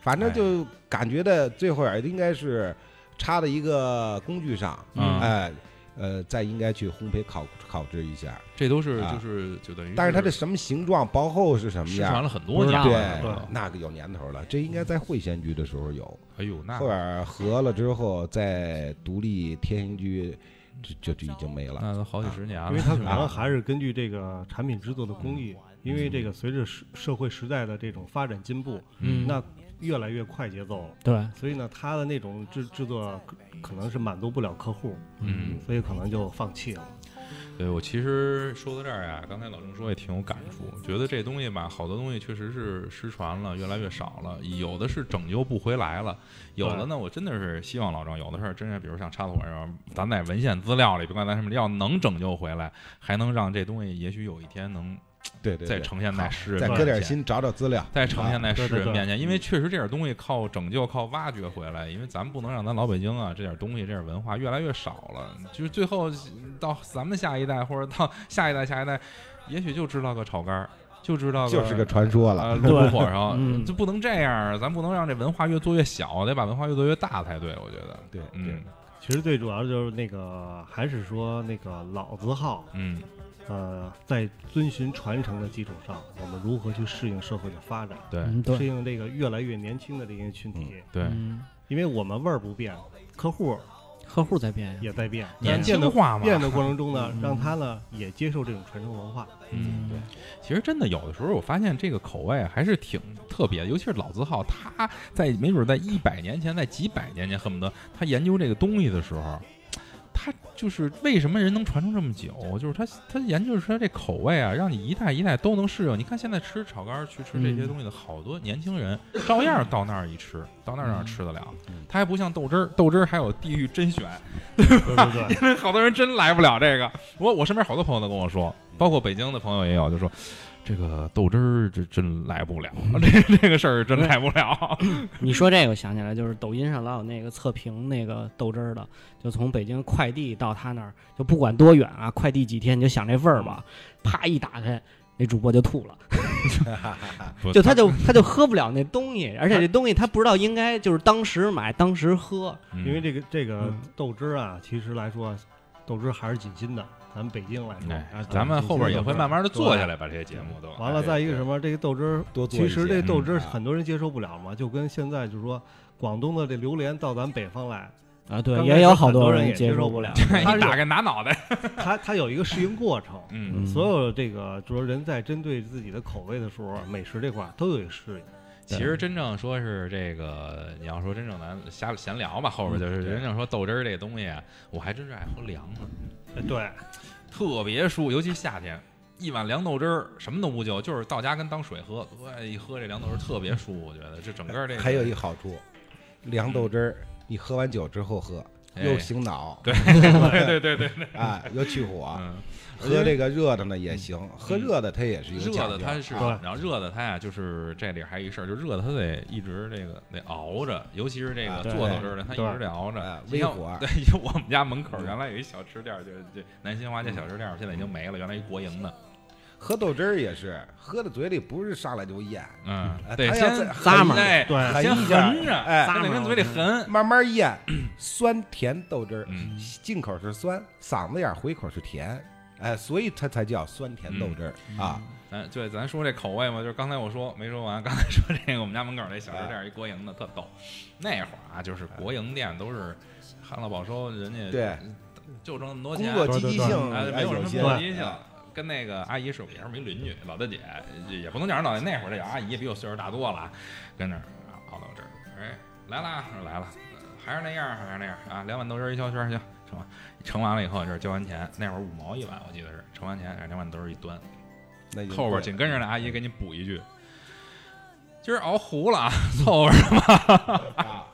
Speaker 5: 反
Speaker 2: 哎
Speaker 5: 正就感觉的最后啊也应该是插到一个工具上，
Speaker 2: 嗯
Speaker 5: 哎。呃，再应该去烘焙烤烤制一下，
Speaker 2: 这都是
Speaker 5: 啊
Speaker 2: 就是就等于，
Speaker 5: 但是它这什么形状、薄厚是什么
Speaker 2: 失传
Speaker 5: 样？
Speaker 2: 了很多
Speaker 4: 不知
Speaker 2: 年
Speaker 4: 道
Speaker 2: 了。嗯
Speaker 5: 对
Speaker 2: 是
Speaker 3: 对
Speaker 2: 吧
Speaker 5: 那个有年头了，这应该在会仙居的时候有，
Speaker 2: 哎呦，那
Speaker 5: 后边合了之后，在独立天行居就就就已经没了。
Speaker 2: 那都好几十
Speaker 5: 啊
Speaker 2: 年了，
Speaker 3: 因为它可
Speaker 2: 是吧
Speaker 3: 能还是根据这个产品制作的工艺，因为这个随着社社会时代的这种发展进步，
Speaker 4: 嗯，
Speaker 3: 那越来越快节奏了，
Speaker 4: 对，
Speaker 3: 所以呢，它的那种制制作可可能是满足不了客户，
Speaker 2: 嗯，
Speaker 3: 所以可能就放弃了。
Speaker 2: 对我其实说到这儿呀、刚才老郑说也挺有感触，觉得这东西吧，好多东西确实是失传了，越来越少了，有的是拯救不回来了，有的呢，我真的是希望老郑，有的事儿真是，比如像插头上，咱在文献资料里，甭管咱什么，要能拯救回来，还能让这东西，也许有一天能
Speaker 5: 对对，
Speaker 2: 再
Speaker 5: 对
Speaker 2: 呈现在
Speaker 5: 好
Speaker 2: 世人
Speaker 5: 再
Speaker 2: 面前，
Speaker 5: 搁点心找找资料，
Speaker 2: 再呈现在世
Speaker 3: 啊对对
Speaker 2: 人
Speaker 3: 对
Speaker 2: 面前，因为确实这点东西靠拯救、靠挖掘回来，因为咱们不能让咱老北京啊这点东西、这点文化越来越少了，就是最后到咱们下一代或者到下一代、下一代，也许就知道个炒肝儿，就知道
Speaker 5: 就是个传说了。
Speaker 2: 啊 卤煮火烧，
Speaker 4: 嗯
Speaker 2: 就不能这样，咱不能让这文化越做越小，得把文化越做越大才对，我觉得，
Speaker 5: 对对
Speaker 2: 嗯，
Speaker 3: 其实最主要就是那个，还是说那个老字号，
Speaker 2: 嗯
Speaker 3: 呃，在遵循传承的基础上，我们如何去适应社会的发展，
Speaker 2: 对
Speaker 4: 嗯
Speaker 3: 适
Speaker 4: 对，
Speaker 3: 应这个越来越年轻的这些群体，
Speaker 2: 对，
Speaker 4: 嗯，
Speaker 3: 因为我们味儿不变，客户
Speaker 4: 客户在变呀，
Speaker 3: 也在变，
Speaker 2: 年
Speaker 3: 变
Speaker 2: 轻
Speaker 3: 的
Speaker 2: 化嘛，
Speaker 3: 变的过程中呢
Speaker 4: 嗯，
Speaker 3: 让他呢也接受这种传承文 化。
Speaker 2: 嗯，对。其实真的有的时候，我发现这个口味还是挺特别的，尤其是老字号，他在没准在一百年前，在几百年前，恨不得他研究这个东西的时候，他就是为什么人能传承这么久，就是他他研究出来这口味啊，让你一代一代都能适应。你看现在吃炒肝儿去吃这些东西的好多年轻人，照样到那儿一吃，到那儿哪吃得了？他还不像豆汁儿，豆汁儿还有地域甄选，
Speaker 3: 对对对， 嗯
Speaker 2: 因为好多人真来不了这个。我我身边好多朋友都跟我说，包括北京的朋友也有，就说这个豆汁儿这真来不了，
Speaker 3: 嗯
Speaker 2: 这这个事儿真来不了。
Speaker 4: 你说这个，我想起来就是抖音上老有那个测评那个豆汁儿的，就从北京快递到他那儿，就不管多远啊，快递几天，你就想这味儿吧，啪一打开，那主播就吐了，
Speaker 2: 不
Speaker 4: 就他就他就喝不了那东西，而且这东西他不知道应该就是当时买当时喝，
Speaker 2: 嗯
Speaker 3: 因为这个这个
Speaker 4: 嗯
Speaker 3: 豆汁儿啊，其实来说，豆汁儿还是紧心的。咱们北京来说，
Speaker 2: 哎
Speaker 3: 啊，
Speaker 2: 咱们后边也会慢慢的做下。来吧，这些
Speaker 3: 对
Speaker 2: 节目都
Speaker 3: 完了，再一个什么，这个豆汁儿，
Speaker 5: 多做一
Speaker 3: 其
Speaker 5: 些
Speaker 3: 实这豆汁儿
Speaker 5: 嗯
Speaker 3: 很多人接受不了嘛，就跟现在就是说，广东的这榴莲到咱北方来，
Speaker 4: 啊，对
Speaker 3: 刚，开
Speaker 4: 也
Speaker 3: 始
Speaker 4: 有
Speaker 3: 很
Speaker 4: 好
Speaker 3: 多人
Speaker 4: 人
Speaker 3: 也
Speaker 4: 接
Speaker 3: 接
Speaker 4: 受
Speaker 3: 受
Speaker 4: 不
Speaker 3: 不
Speaker 4: 了
Speaker 3: 了，
Speaker 2: 一哎打开拿脑袋，
Speaker 3: 它它有一个适应过程。
Speaker 2: 嗯，
Speaker 3: 所有这个就是人在针对自己的口味的时候，美食这块儿都有一个适应。
Speaker 2: 其实真正说是这个，你要说真正咱瞎闲聊吧，后
Speaker 3: 嗯
Speaker 2: 边就是真正说豆汁儿这东西，啊我还真是爱喝凉的，
Speaker 3: 哎对，
Speaker 2: 特别舒服，尤其夏天。一碗凉豆汁儿，什么都不就，就是到家跟当水喝，哇，一喝这凉豆汁儿特别舒服，我觉得这整个这个
Speaker 5: 还有一好处，凉豆汁儿，你喝完酒之后喝，
Speaker 2: 哎
Speaker 5: 又醒脑，
Speaker 2: 对对对对对对，
Speaker 5: 啊，又去火。
Speaker 2: 嗯，
Speaker 5: 喝这个热的呢也行，喝热的它也是一个
Speaker 2: 热的
Speaker 5: 讲究
Speaker 2: 它是，
Speaker 5: 啊
Speaker 2: 然后热的它呀，就是这里还有一事儿，就热的它得一直这个得熬着，尤其是这
Speaker 5: 啊
Speaker 2: 个
Speaker 5: 对
Speaker 2: 做豆汁儿的，它一直
Speaker 3: 对
Speaker 2: 得熬着
Speaker 5: 哎。
Speaker 2: 你
Speaker 5: 微
Speaker 2: 像
Speaker 5: 火
Speaker 2: 对，因为我们家门口儿原来有一小吃店儿，就是这南新华街小吃店儿，现在已经没了，原来一国营的。
Speaker 5: 喝豆汁儿也是，喝到嘴里不是上来就咽，
Speaker 2: 嗯
Speaker 5: 哎，
Speaker 2: 得
Speaker 5: 它要
Speaker 2: 先
Speaker 5: 再
Speaker 4: 咂摸
Speaker 2: 哎
Speaker 3: 对
Speaker 2: 先
Speaker 5: 含一下
Speaker 2: 横着，
Speaker 5: 哎
Speaker 2: 先得跟嘴里横。
Speaker 5: 慢慢咽， 酸甜豆汁儿，
Speaker 2: 嗯
Speaker 5: 进口是酸，嗓子眼儿回口是甜，哎，所以它才叫酸甜豆汁儿、
Speaker 2: 嗯
Speaker 5: 啊。
Speaker 2: 咱对，咱说这口味嘛，就是刚才我说没说完，刚才说这个我们家门口那小吃店
Speaker 5: 哎
Speaker 2: 儿一国营的特逗。那会儿啊，就是国营店都是旱涝保收，人家
Speaker 5: 对，
Speaker 2: 就挣那么多
Speaker 5: 工
Speaker 2: 钱，
Speaker 5: 作积极性
Speaker 2: 哎，没
Speaker 5: 哎
Speaker 2: 有什
Speaker 5: 有
Speaker 2: 么
Speaker 5: 些
Speaker 2: 目的性
Speaker 5: 哎。
Speaker 2: 跟那个阿姨是也是我们一邻居，老大姐也也不能叫人老大姐，那会儿这叫阿姨，比我岁数大多了，啊跟那儿啊熬到这儿，哎，来啦，说来了，呃还是那样，还是那样啊，两碗豆汁儿一小圈儿，行，盛完盛完了以后，这是交完钱，那会儿五毛一碗，我记得是盛完钱，两碗豆汁儿一端，
Speaker 5: 那就
Speaker 2: 后边
Speaker 5: 对
Speaker 2: 儿紧跟着那阿
Speaker 5: 嗯
Speaker 2: 姨给你补一句，今儿熬糊了啊，凑合着
Speaker 5: 啊
Speaker 2: 吧。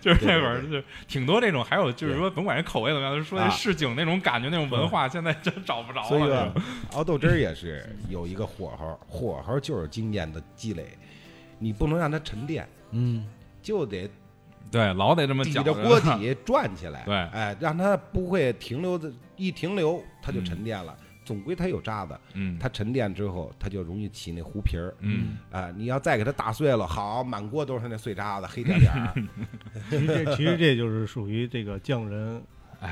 Speaker 2: 就是那会儿，就是挺多这种，还有就是说，甭管是口味怎么样，就是说
Speaker 5: 啊嗯
Speaker 2: 那市井那种感觉、那种文化，现在真找不着
Speaker 5: 所以啊
Speaker 2: 了。
Speaker 5: 说，熬豆汁儿也是有一个火候，火候就是经验的积累，你不能让它沉淀，
Speaker 4: 嗯，
Speaker 5: 就得
Speaker 2: 对，老得这么
Speaker 5: 抵
Speaker 2: 搅
Speaker 5: 着锅底转起来，
Speaker 2: 对
Speaker 5: 哎，让它不会停留的，一停留它就沉淀了，总归它有渣子，
Speaker 2: 嗯，
Speaker 5: 它沉淀之后它就容易起那糊皮儿，
Speaker 2: 嗯，
Speaker 5: 啊，你要再给它打碎了，好，满锅都是那碎渣子，黑点 点儿，
Speaker 3: 其实这其实这就是属于这个匠人，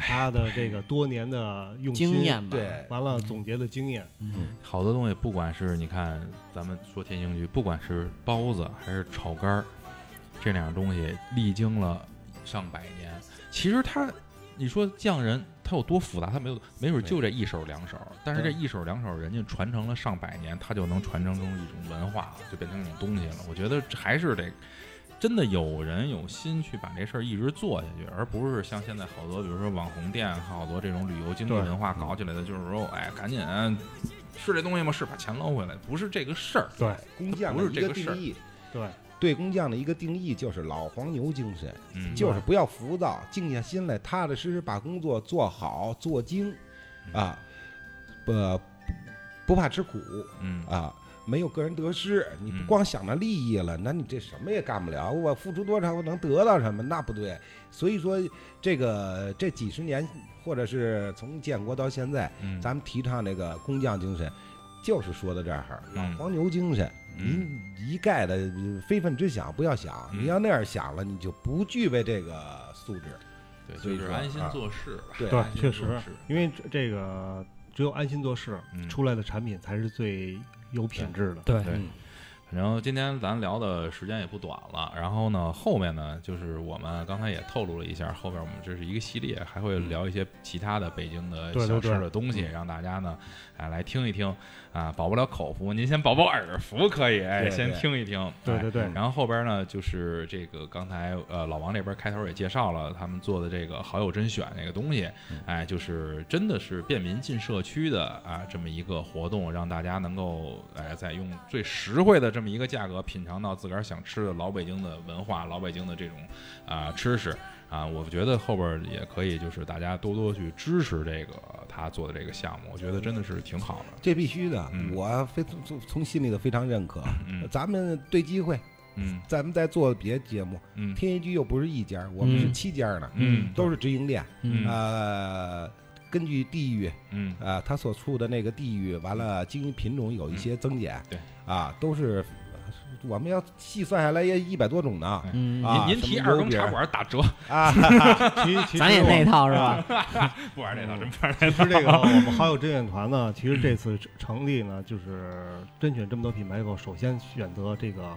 Speaker 3: 他的这个多年的用心
Speaker 4: 经，验吧，
Speaker 5: 对，
Speaker 3: 完了总结的经验，
Speaker 2: 嗯
Speaker 5: 嗯
Speaker 2: 好多东西，不管是你看咱们说天兴居，不管是包子还是炒肝儿，这两样东西历经了上百年，其实它，你说匠人他有多复杂，他没有，没准就这一手两手，但是这一手两手人家传承了上百年，他就能传承成一种文化了，就变成一种东西了。我觉得这还是得。真的有人有心去把这事儿一直做下去，而不是像现在好多，比如说网红店，啊好多这种旅游经济
Speaker 3: 对
Speaker 2: 文化搞起来的，就是说，哎，赶紧是这东西吗？是把钱捞回来，不是这个事儿。
Speaker 3: 对
Speaker 5: 工匠
Speaker 2: 不
Speaker 5: 的
Speaker 2: 是
Speaker 5: 一
Speaker 2: 这
Speaker 5: 个
Speaker 2: 个事儿
Speaker 5: 定义，
Speaker 3: 对，
Speaker 5: 对工匠的一个定义就是老黄牛精神，
Speaker 2: 嗯，
Speaker 5: 就是不要浮躁，静下心来，踏踏实实把工作做好做精，啊，不不怕吃苦
Speaker 2: 嗯
Speaker 5: 啊，没有个人得失，你不
Speaker 2: 嗯
Speaker 5: 光想着利益了，那你这什么也干不了。我付出多少，我能得到什么？那不对。所以说，这个这几十年，或者是从建国到现在，
Speaker 2: 嗯，
Speaker 5: 咱们提倡这个工匠精神，就是说到这儿，老
Speaker 2: 嗯
Speaker 5: 黄牛精神。您
Speaker 2: 嗯
Speaker 5: 一概的非分之想不要想，
Speaker 2: 嗯
Speaker 5: 你要那样想了，你就不具备这个素质。
Speaker 2: 对，
Speaker 5: 所以
Speaker 2: 就是
Speaker 5: 说
Speaker 2: 安心
Speaker 5: 啊
Speaker 2: 做事吧。
Speaker 5: 对
Speaker 3: 对
Speaker 2: 安，心
Speaker 3: 确
Speaker 2: 做
Speaker 3: 实
Speaker 2: 事，
Speaker 3: 因为这这个只有安心做事
Speaker 2: 嗯，
Speaker 3: 出来的产品才是最有品质的。
Speaker 4: 对
Speaker 2: 对
Speaker 4: 嗯
Speaker 2: 然后今天咱聊的时间也不短了，然后呢，后面呢，就是我们刚才也透露了一下，后边我们这是一个系列，还会聊一些其他的北京的
Speaker 3: 对对
Speaker 2: 小吃
Speaker 3: 对嗯
Speaker 2: 的东西，让大家呢，哎，来听一听啊，饱不了口福，您先饱饱耳福可以，哎，
Speaker 5: 对
Speaker 2: 先
Speaker 5: 对
Speaker 2: 听一听，
Speaker 3: 对
Speaker 2: 哎
Speaker 3: 对对，
Speaker 2: 然后后边呢，就是这个刚才呃老王这边开头也介绍了他们做的这个好友甄选这个东西，哎，就是真的是便民进社区的啊这么一个活动，让大家能够哎在用最实惠的这这么一个价格品尝到自个儿想吃的老北京的文化、老北京的这种啊、吃食啊，我觉得后边儿也可以就是大家多多去支持这个他做的这个项目，我觉得真的是挺好的。
Speaker 5: 这必须的，
Speaker 2: 嗯
Speaker 5: 我非从从心里头非常认可。
Speaker 2: 嗯
Speaker 5: 咱们对机会，
Speaker 2: 嗯
Speaker 5: 咱们再做别的节目。
Speaker 2: 嗯
Speaker 5: 天一居又不是一家，我们是
Speaker 4: 嗯
Speaker 5: 七家呢，
Speaker 2: 嗯
Speaker 5: 都是直营店。
Speaker 2: 嗯
Speaker 3: 啊
Speaker 5: 呃，根据地域，
Speaker 2: 嗯
Speaker 5: 呃，它所处的那个地域，完了经营品种有一些增减。
Speaker 2: 嗯对，
Speaker 5: 啊，都是我们要细算下来也一百多种呢。
Speaker 4: 嗯，
Speaker 5: 啊
Speaker 2: 您您提
Speaker 5: 什么
Speaker 2: 二
Speaker 5: 油
Speaker 2: 更
Speaker 5: 饼
Speaker 2: 茶馆打折，
Speaker 5: 啊，
Speaker 2: 嗯
Speaker 3: 其其实
Speaker 4: 咱也
Speaker 3: 我啊
Speaker 4: 那套是吧？
Speaker 2: 不玩这套，真不玩这
Speaker 3: 其实这个我们好友志愿团呢，其实这次成立呢，就是甄选这么多品牌以后，首先选择这个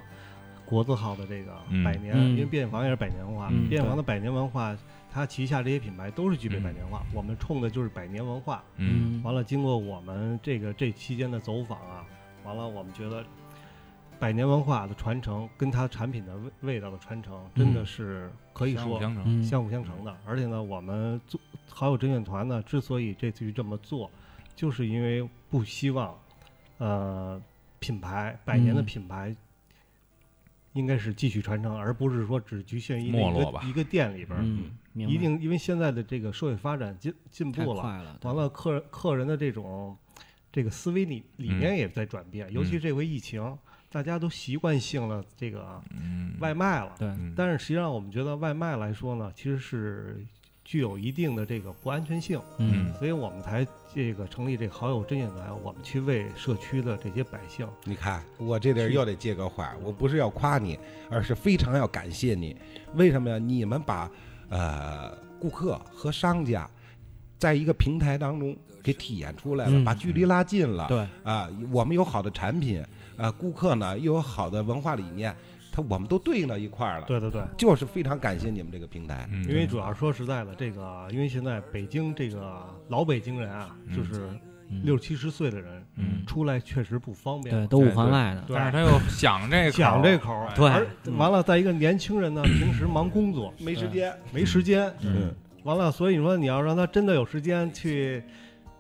Speaker 3: 国字号的这个
Speaker 2: 嗯
Speaker 3: 百年，
Speaker 4: 嗯
Speaker 3: 因为变房也是百年文化，
Speaker 4: 嗯
Speaker 3: 变房的百年文化，它旗下这些品牌都是具备百年文化，我们冲的就是百年文化。
Speaker 2: 嗯
Speaker 3: 完了，经过我们这个这期间的走访啊，完了我们觉得。百年文化的传承跟它产品的味味道的传承，真的是可以
Speaker 2: 相辅
Speaker 3: 说
Speaker 2: 相成，
Speaker 4: 嗯，
Speaker 3: 相辅相成的。而且呢，我们做好友甄选团呢，之所以这次这么做，就是因为不希望，呃，品牌百年的
Speaker 4: 嗯
Speaker 3: 品牌应该是继续传承，而不是说只局限于那
Speaker 2: 没
Speaker 3: 一
Speaker 2: 落
Speaker 3: 个
Speaker 2: 吧
Speaker 3: 一个店里边儿。
Speaker 4: 嗯，明白
Speaker 3: 一定，因为现在的这个社会发展进进
Speaker 4: 太
Speaker 3: 步了，
Speaker 4: 快了，对
Speaker 3: 完了客人客人的这种这个思维理理
Speaker 2: 嗯
Speaker 3: 念也在转变，尤其这回疫情，大家都习惯性了这个
Speaker 2: 嗯，
Speaker 3: 外卖了。
Speaker 4: 对，
Speaker 2: 嗯，
Speaker 3: 但是实际上，我们觉得外卖来说呢，其实是具有一定的这个不安全性，
Speaker 2: 嗯
Speaker 3: 所以我们才这个成立这个好友甄选团，我们去为社区的这些百姓，
Speaker 5: 你看，我这里儿又得接个话，我不是要夸你，而是非常要感谢你。为什么呀？你们把呃顾客和商家在一个平台当中给体验出来了，
Speaker 4: 嗯
Speaker 5: 把距离拉近了。
Speaker 4: 对，
Speaker 5: 啊、我们有好的产品，啊、顾客呢又有好的文化理念，他我们都对应到一块儿了。
Speaker 3: 对对对。
Speaker 5: 就是非常感谢你们这个平台。
Speaker 2: 嗯，
Speaker 3: 因为主要说实在的，这个因为现在北京这个老北京人啊，
Speaker 2: 嗯
Speaker 3: 就是
Speaker 4: 嗯
Speaker 3: 六七十岁的人
Speaker 2: 嗯，
Speaker 3: 出来确实不方便
Speaker 4: 对
Speaker 3: 了，
Speaker 4: 都五环外的，
Speaker 3: 对
Speaker 2: 但是他又想这口
Speaker 3: 讲这口儿，
Speaker 4: 对
Speaker 3: 而
Speaker 4: 嗯
Speaker 3: 完了，再一个年轻人呢，平时忙工作
Speaker 5: 没时间，
Speaker 3: 没时间，
Speaker 5: 嗯，
Speaker 3: 完了，所以说你要让他真的有时间去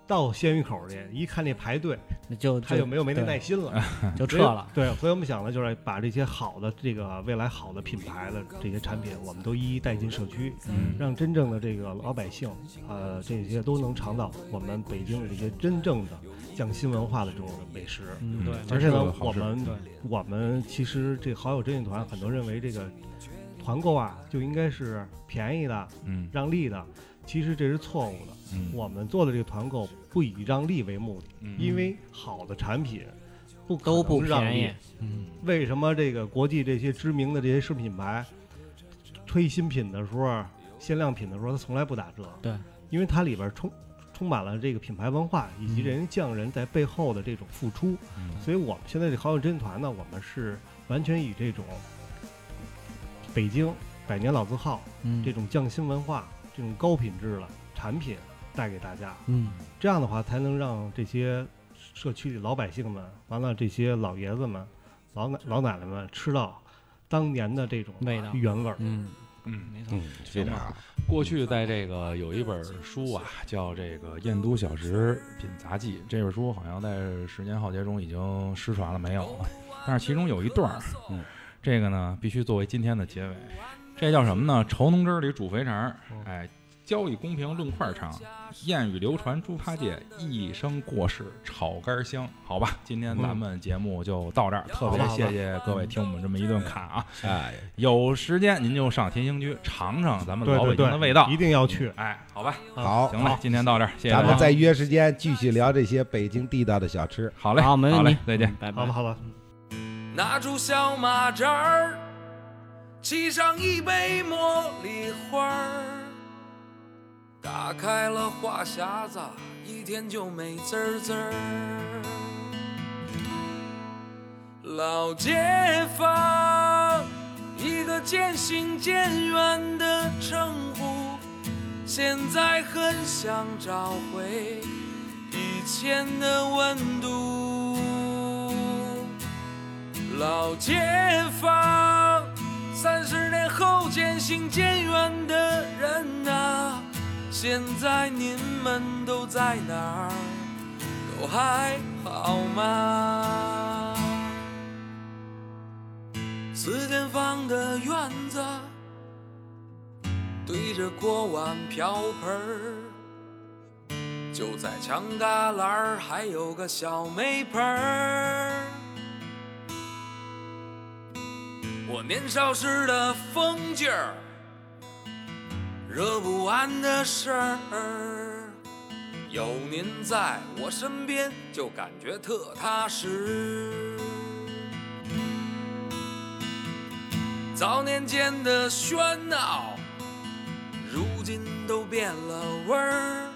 Speaker 3: 到鲜鱼口去，一看那排队，
Speaker 4: 那就
Speaker 3: 他就没有没那耐心了，
Speaker 4: 对就
Speaker 3: 所
Speaker 4: 撤
Speaker 3: 以
Speaker 4: 了。。
Speaker 3: 对，所以我们想的就是把这些好的这个未来好的品牌的这些产品，我们都一一带进社区，
Speaker 2: 嗯
Speaker 3: 让真正的这个老百姓，呃，这些都能尝到我们北京的这些真正的匠心文化的这种美食。
Speaker 4: 嗯，对，
Speaker 3: 而且呢，我们
Speaker 4: 对
Speaker 3: 我们其实这好友甄选团很多认为这个团购啊就应该是便宜的、
Speaker 2: 嗯
Speaker 3: 让利的，其实这是错误的。
Speaker 2: 嗯
Speaker 3: 我们做的这个团购不以让利为目的，
Speaker 2: 嗯
Speaker 3: 因为好的产品不可
Speaker 4: 都不
Speaker 3: 能让
Speaker 4: 便宜
Speaker 3: 利。，
Speaker 2: 嗯
Speaker 3: 为什么这个国际这些知名的这些食品牌推新品的时候、限量品的时候，它从来不打折？
Speaker 4: 对，
Speaker 3: 因为它里边充充满了这个品牌文化以及
Speaker 4: 嗯
Speaker 3: 人匠人在背后的这种付出。
Speaker 2: 嗯
Speaker 3: 所以我们现在这好友甄选团呢，我们是完全以这种北京百年老字号
Speaker 4: 嗯，
Speaker 3: 这种匠心文化、这种高品质的产品带给大家。
Speaker 4: 嗯
Speaker 3: 这样的话，才能让这些社区里老百姓们，完了这些老爷子们、老奶老奶奶们吃到当年的这种
Speaker 4: 味道
Speaker 3: 原味儿。
Speaker 4: 嗯，
Speaker 2: 嗯。
Speaker 4: 没错
Speaker 5: 嗯，，非常好。
Speaker 2: 过去在这个有一本书啊，叫这个《燕都小食品杂记》，这本书好像在十年浩劫中已经失传了，没有了。但是其中有一段儿，
Speaker 5: 嗯，
Speaker 2: 这个呢必须作为今天的结尾，这叫什么呢？稠浓汁儿里煮肥肠儿，
Speaker 3: 嗯
Speaker 2: 哎，交以公平论块儿长。谚语流传猪八戒，一生过世炒肝香。好吧，今天咱们节目就到这儿，特别谢谢各位听我们这么一顿侃啊！
Speaker 5: 哎，
Speaker 2: 有时间您就上天兴居尝尝咱们
Speaker 3: 对
Speaker 2: 老
Speaker 3: 对
Speaker 2: 北京
Speaker 3: 对，
Speaker 2: 的味道
Speaker 3: 一。定要去。
Speaker 2: 哎，好吧，
Speaker 5: 好，
Speaker 2: 行了，今天到这儿，谢谢大
Speaker 5: 咱们
Speaker 2: 家。
Speaker 5: 再约时间继续聊这些北京地道的小吃。
Speaker 2: 好嘞，
Speaker 4: 好，没问
Speaker 2: 嘞
Speaker 4: 题，，
Speaker 2: 再见。
Speaker 4: 嗯，拜拜
Speaker 3: 好吧，。好吧。
Speaker 7: 拿出小马扎儿，沏上一杯茉莉花儿，打开了话匣子，一天就美滋儿滋儿。老街坊，一个渐行渐远的称呼，现在很想找回以前的温度。老街坊，三十年后渐行渐远的人啊，现在你们都在哪儿？都还好吗？四间房的院子，对着锅碗瓢盆儿，就在墙旮旯儿还有个小煤盆儿。我年少时的疯劲儿，惹不完的事儿，有您在我身边，就感觉特踏实。早年间的喧闹，如今都变了味儿。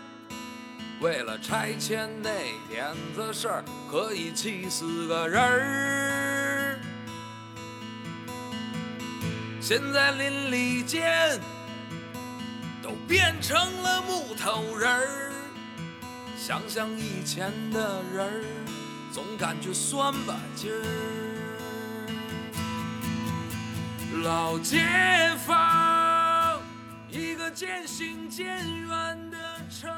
Speaker 7: 为了拆迁那点子事儿，可以气死个人儿。现在邻里间都变成了木头人儿，想想以前的人儿，总感觉酸吧唧儿。老街坊，一个渐行渐远的城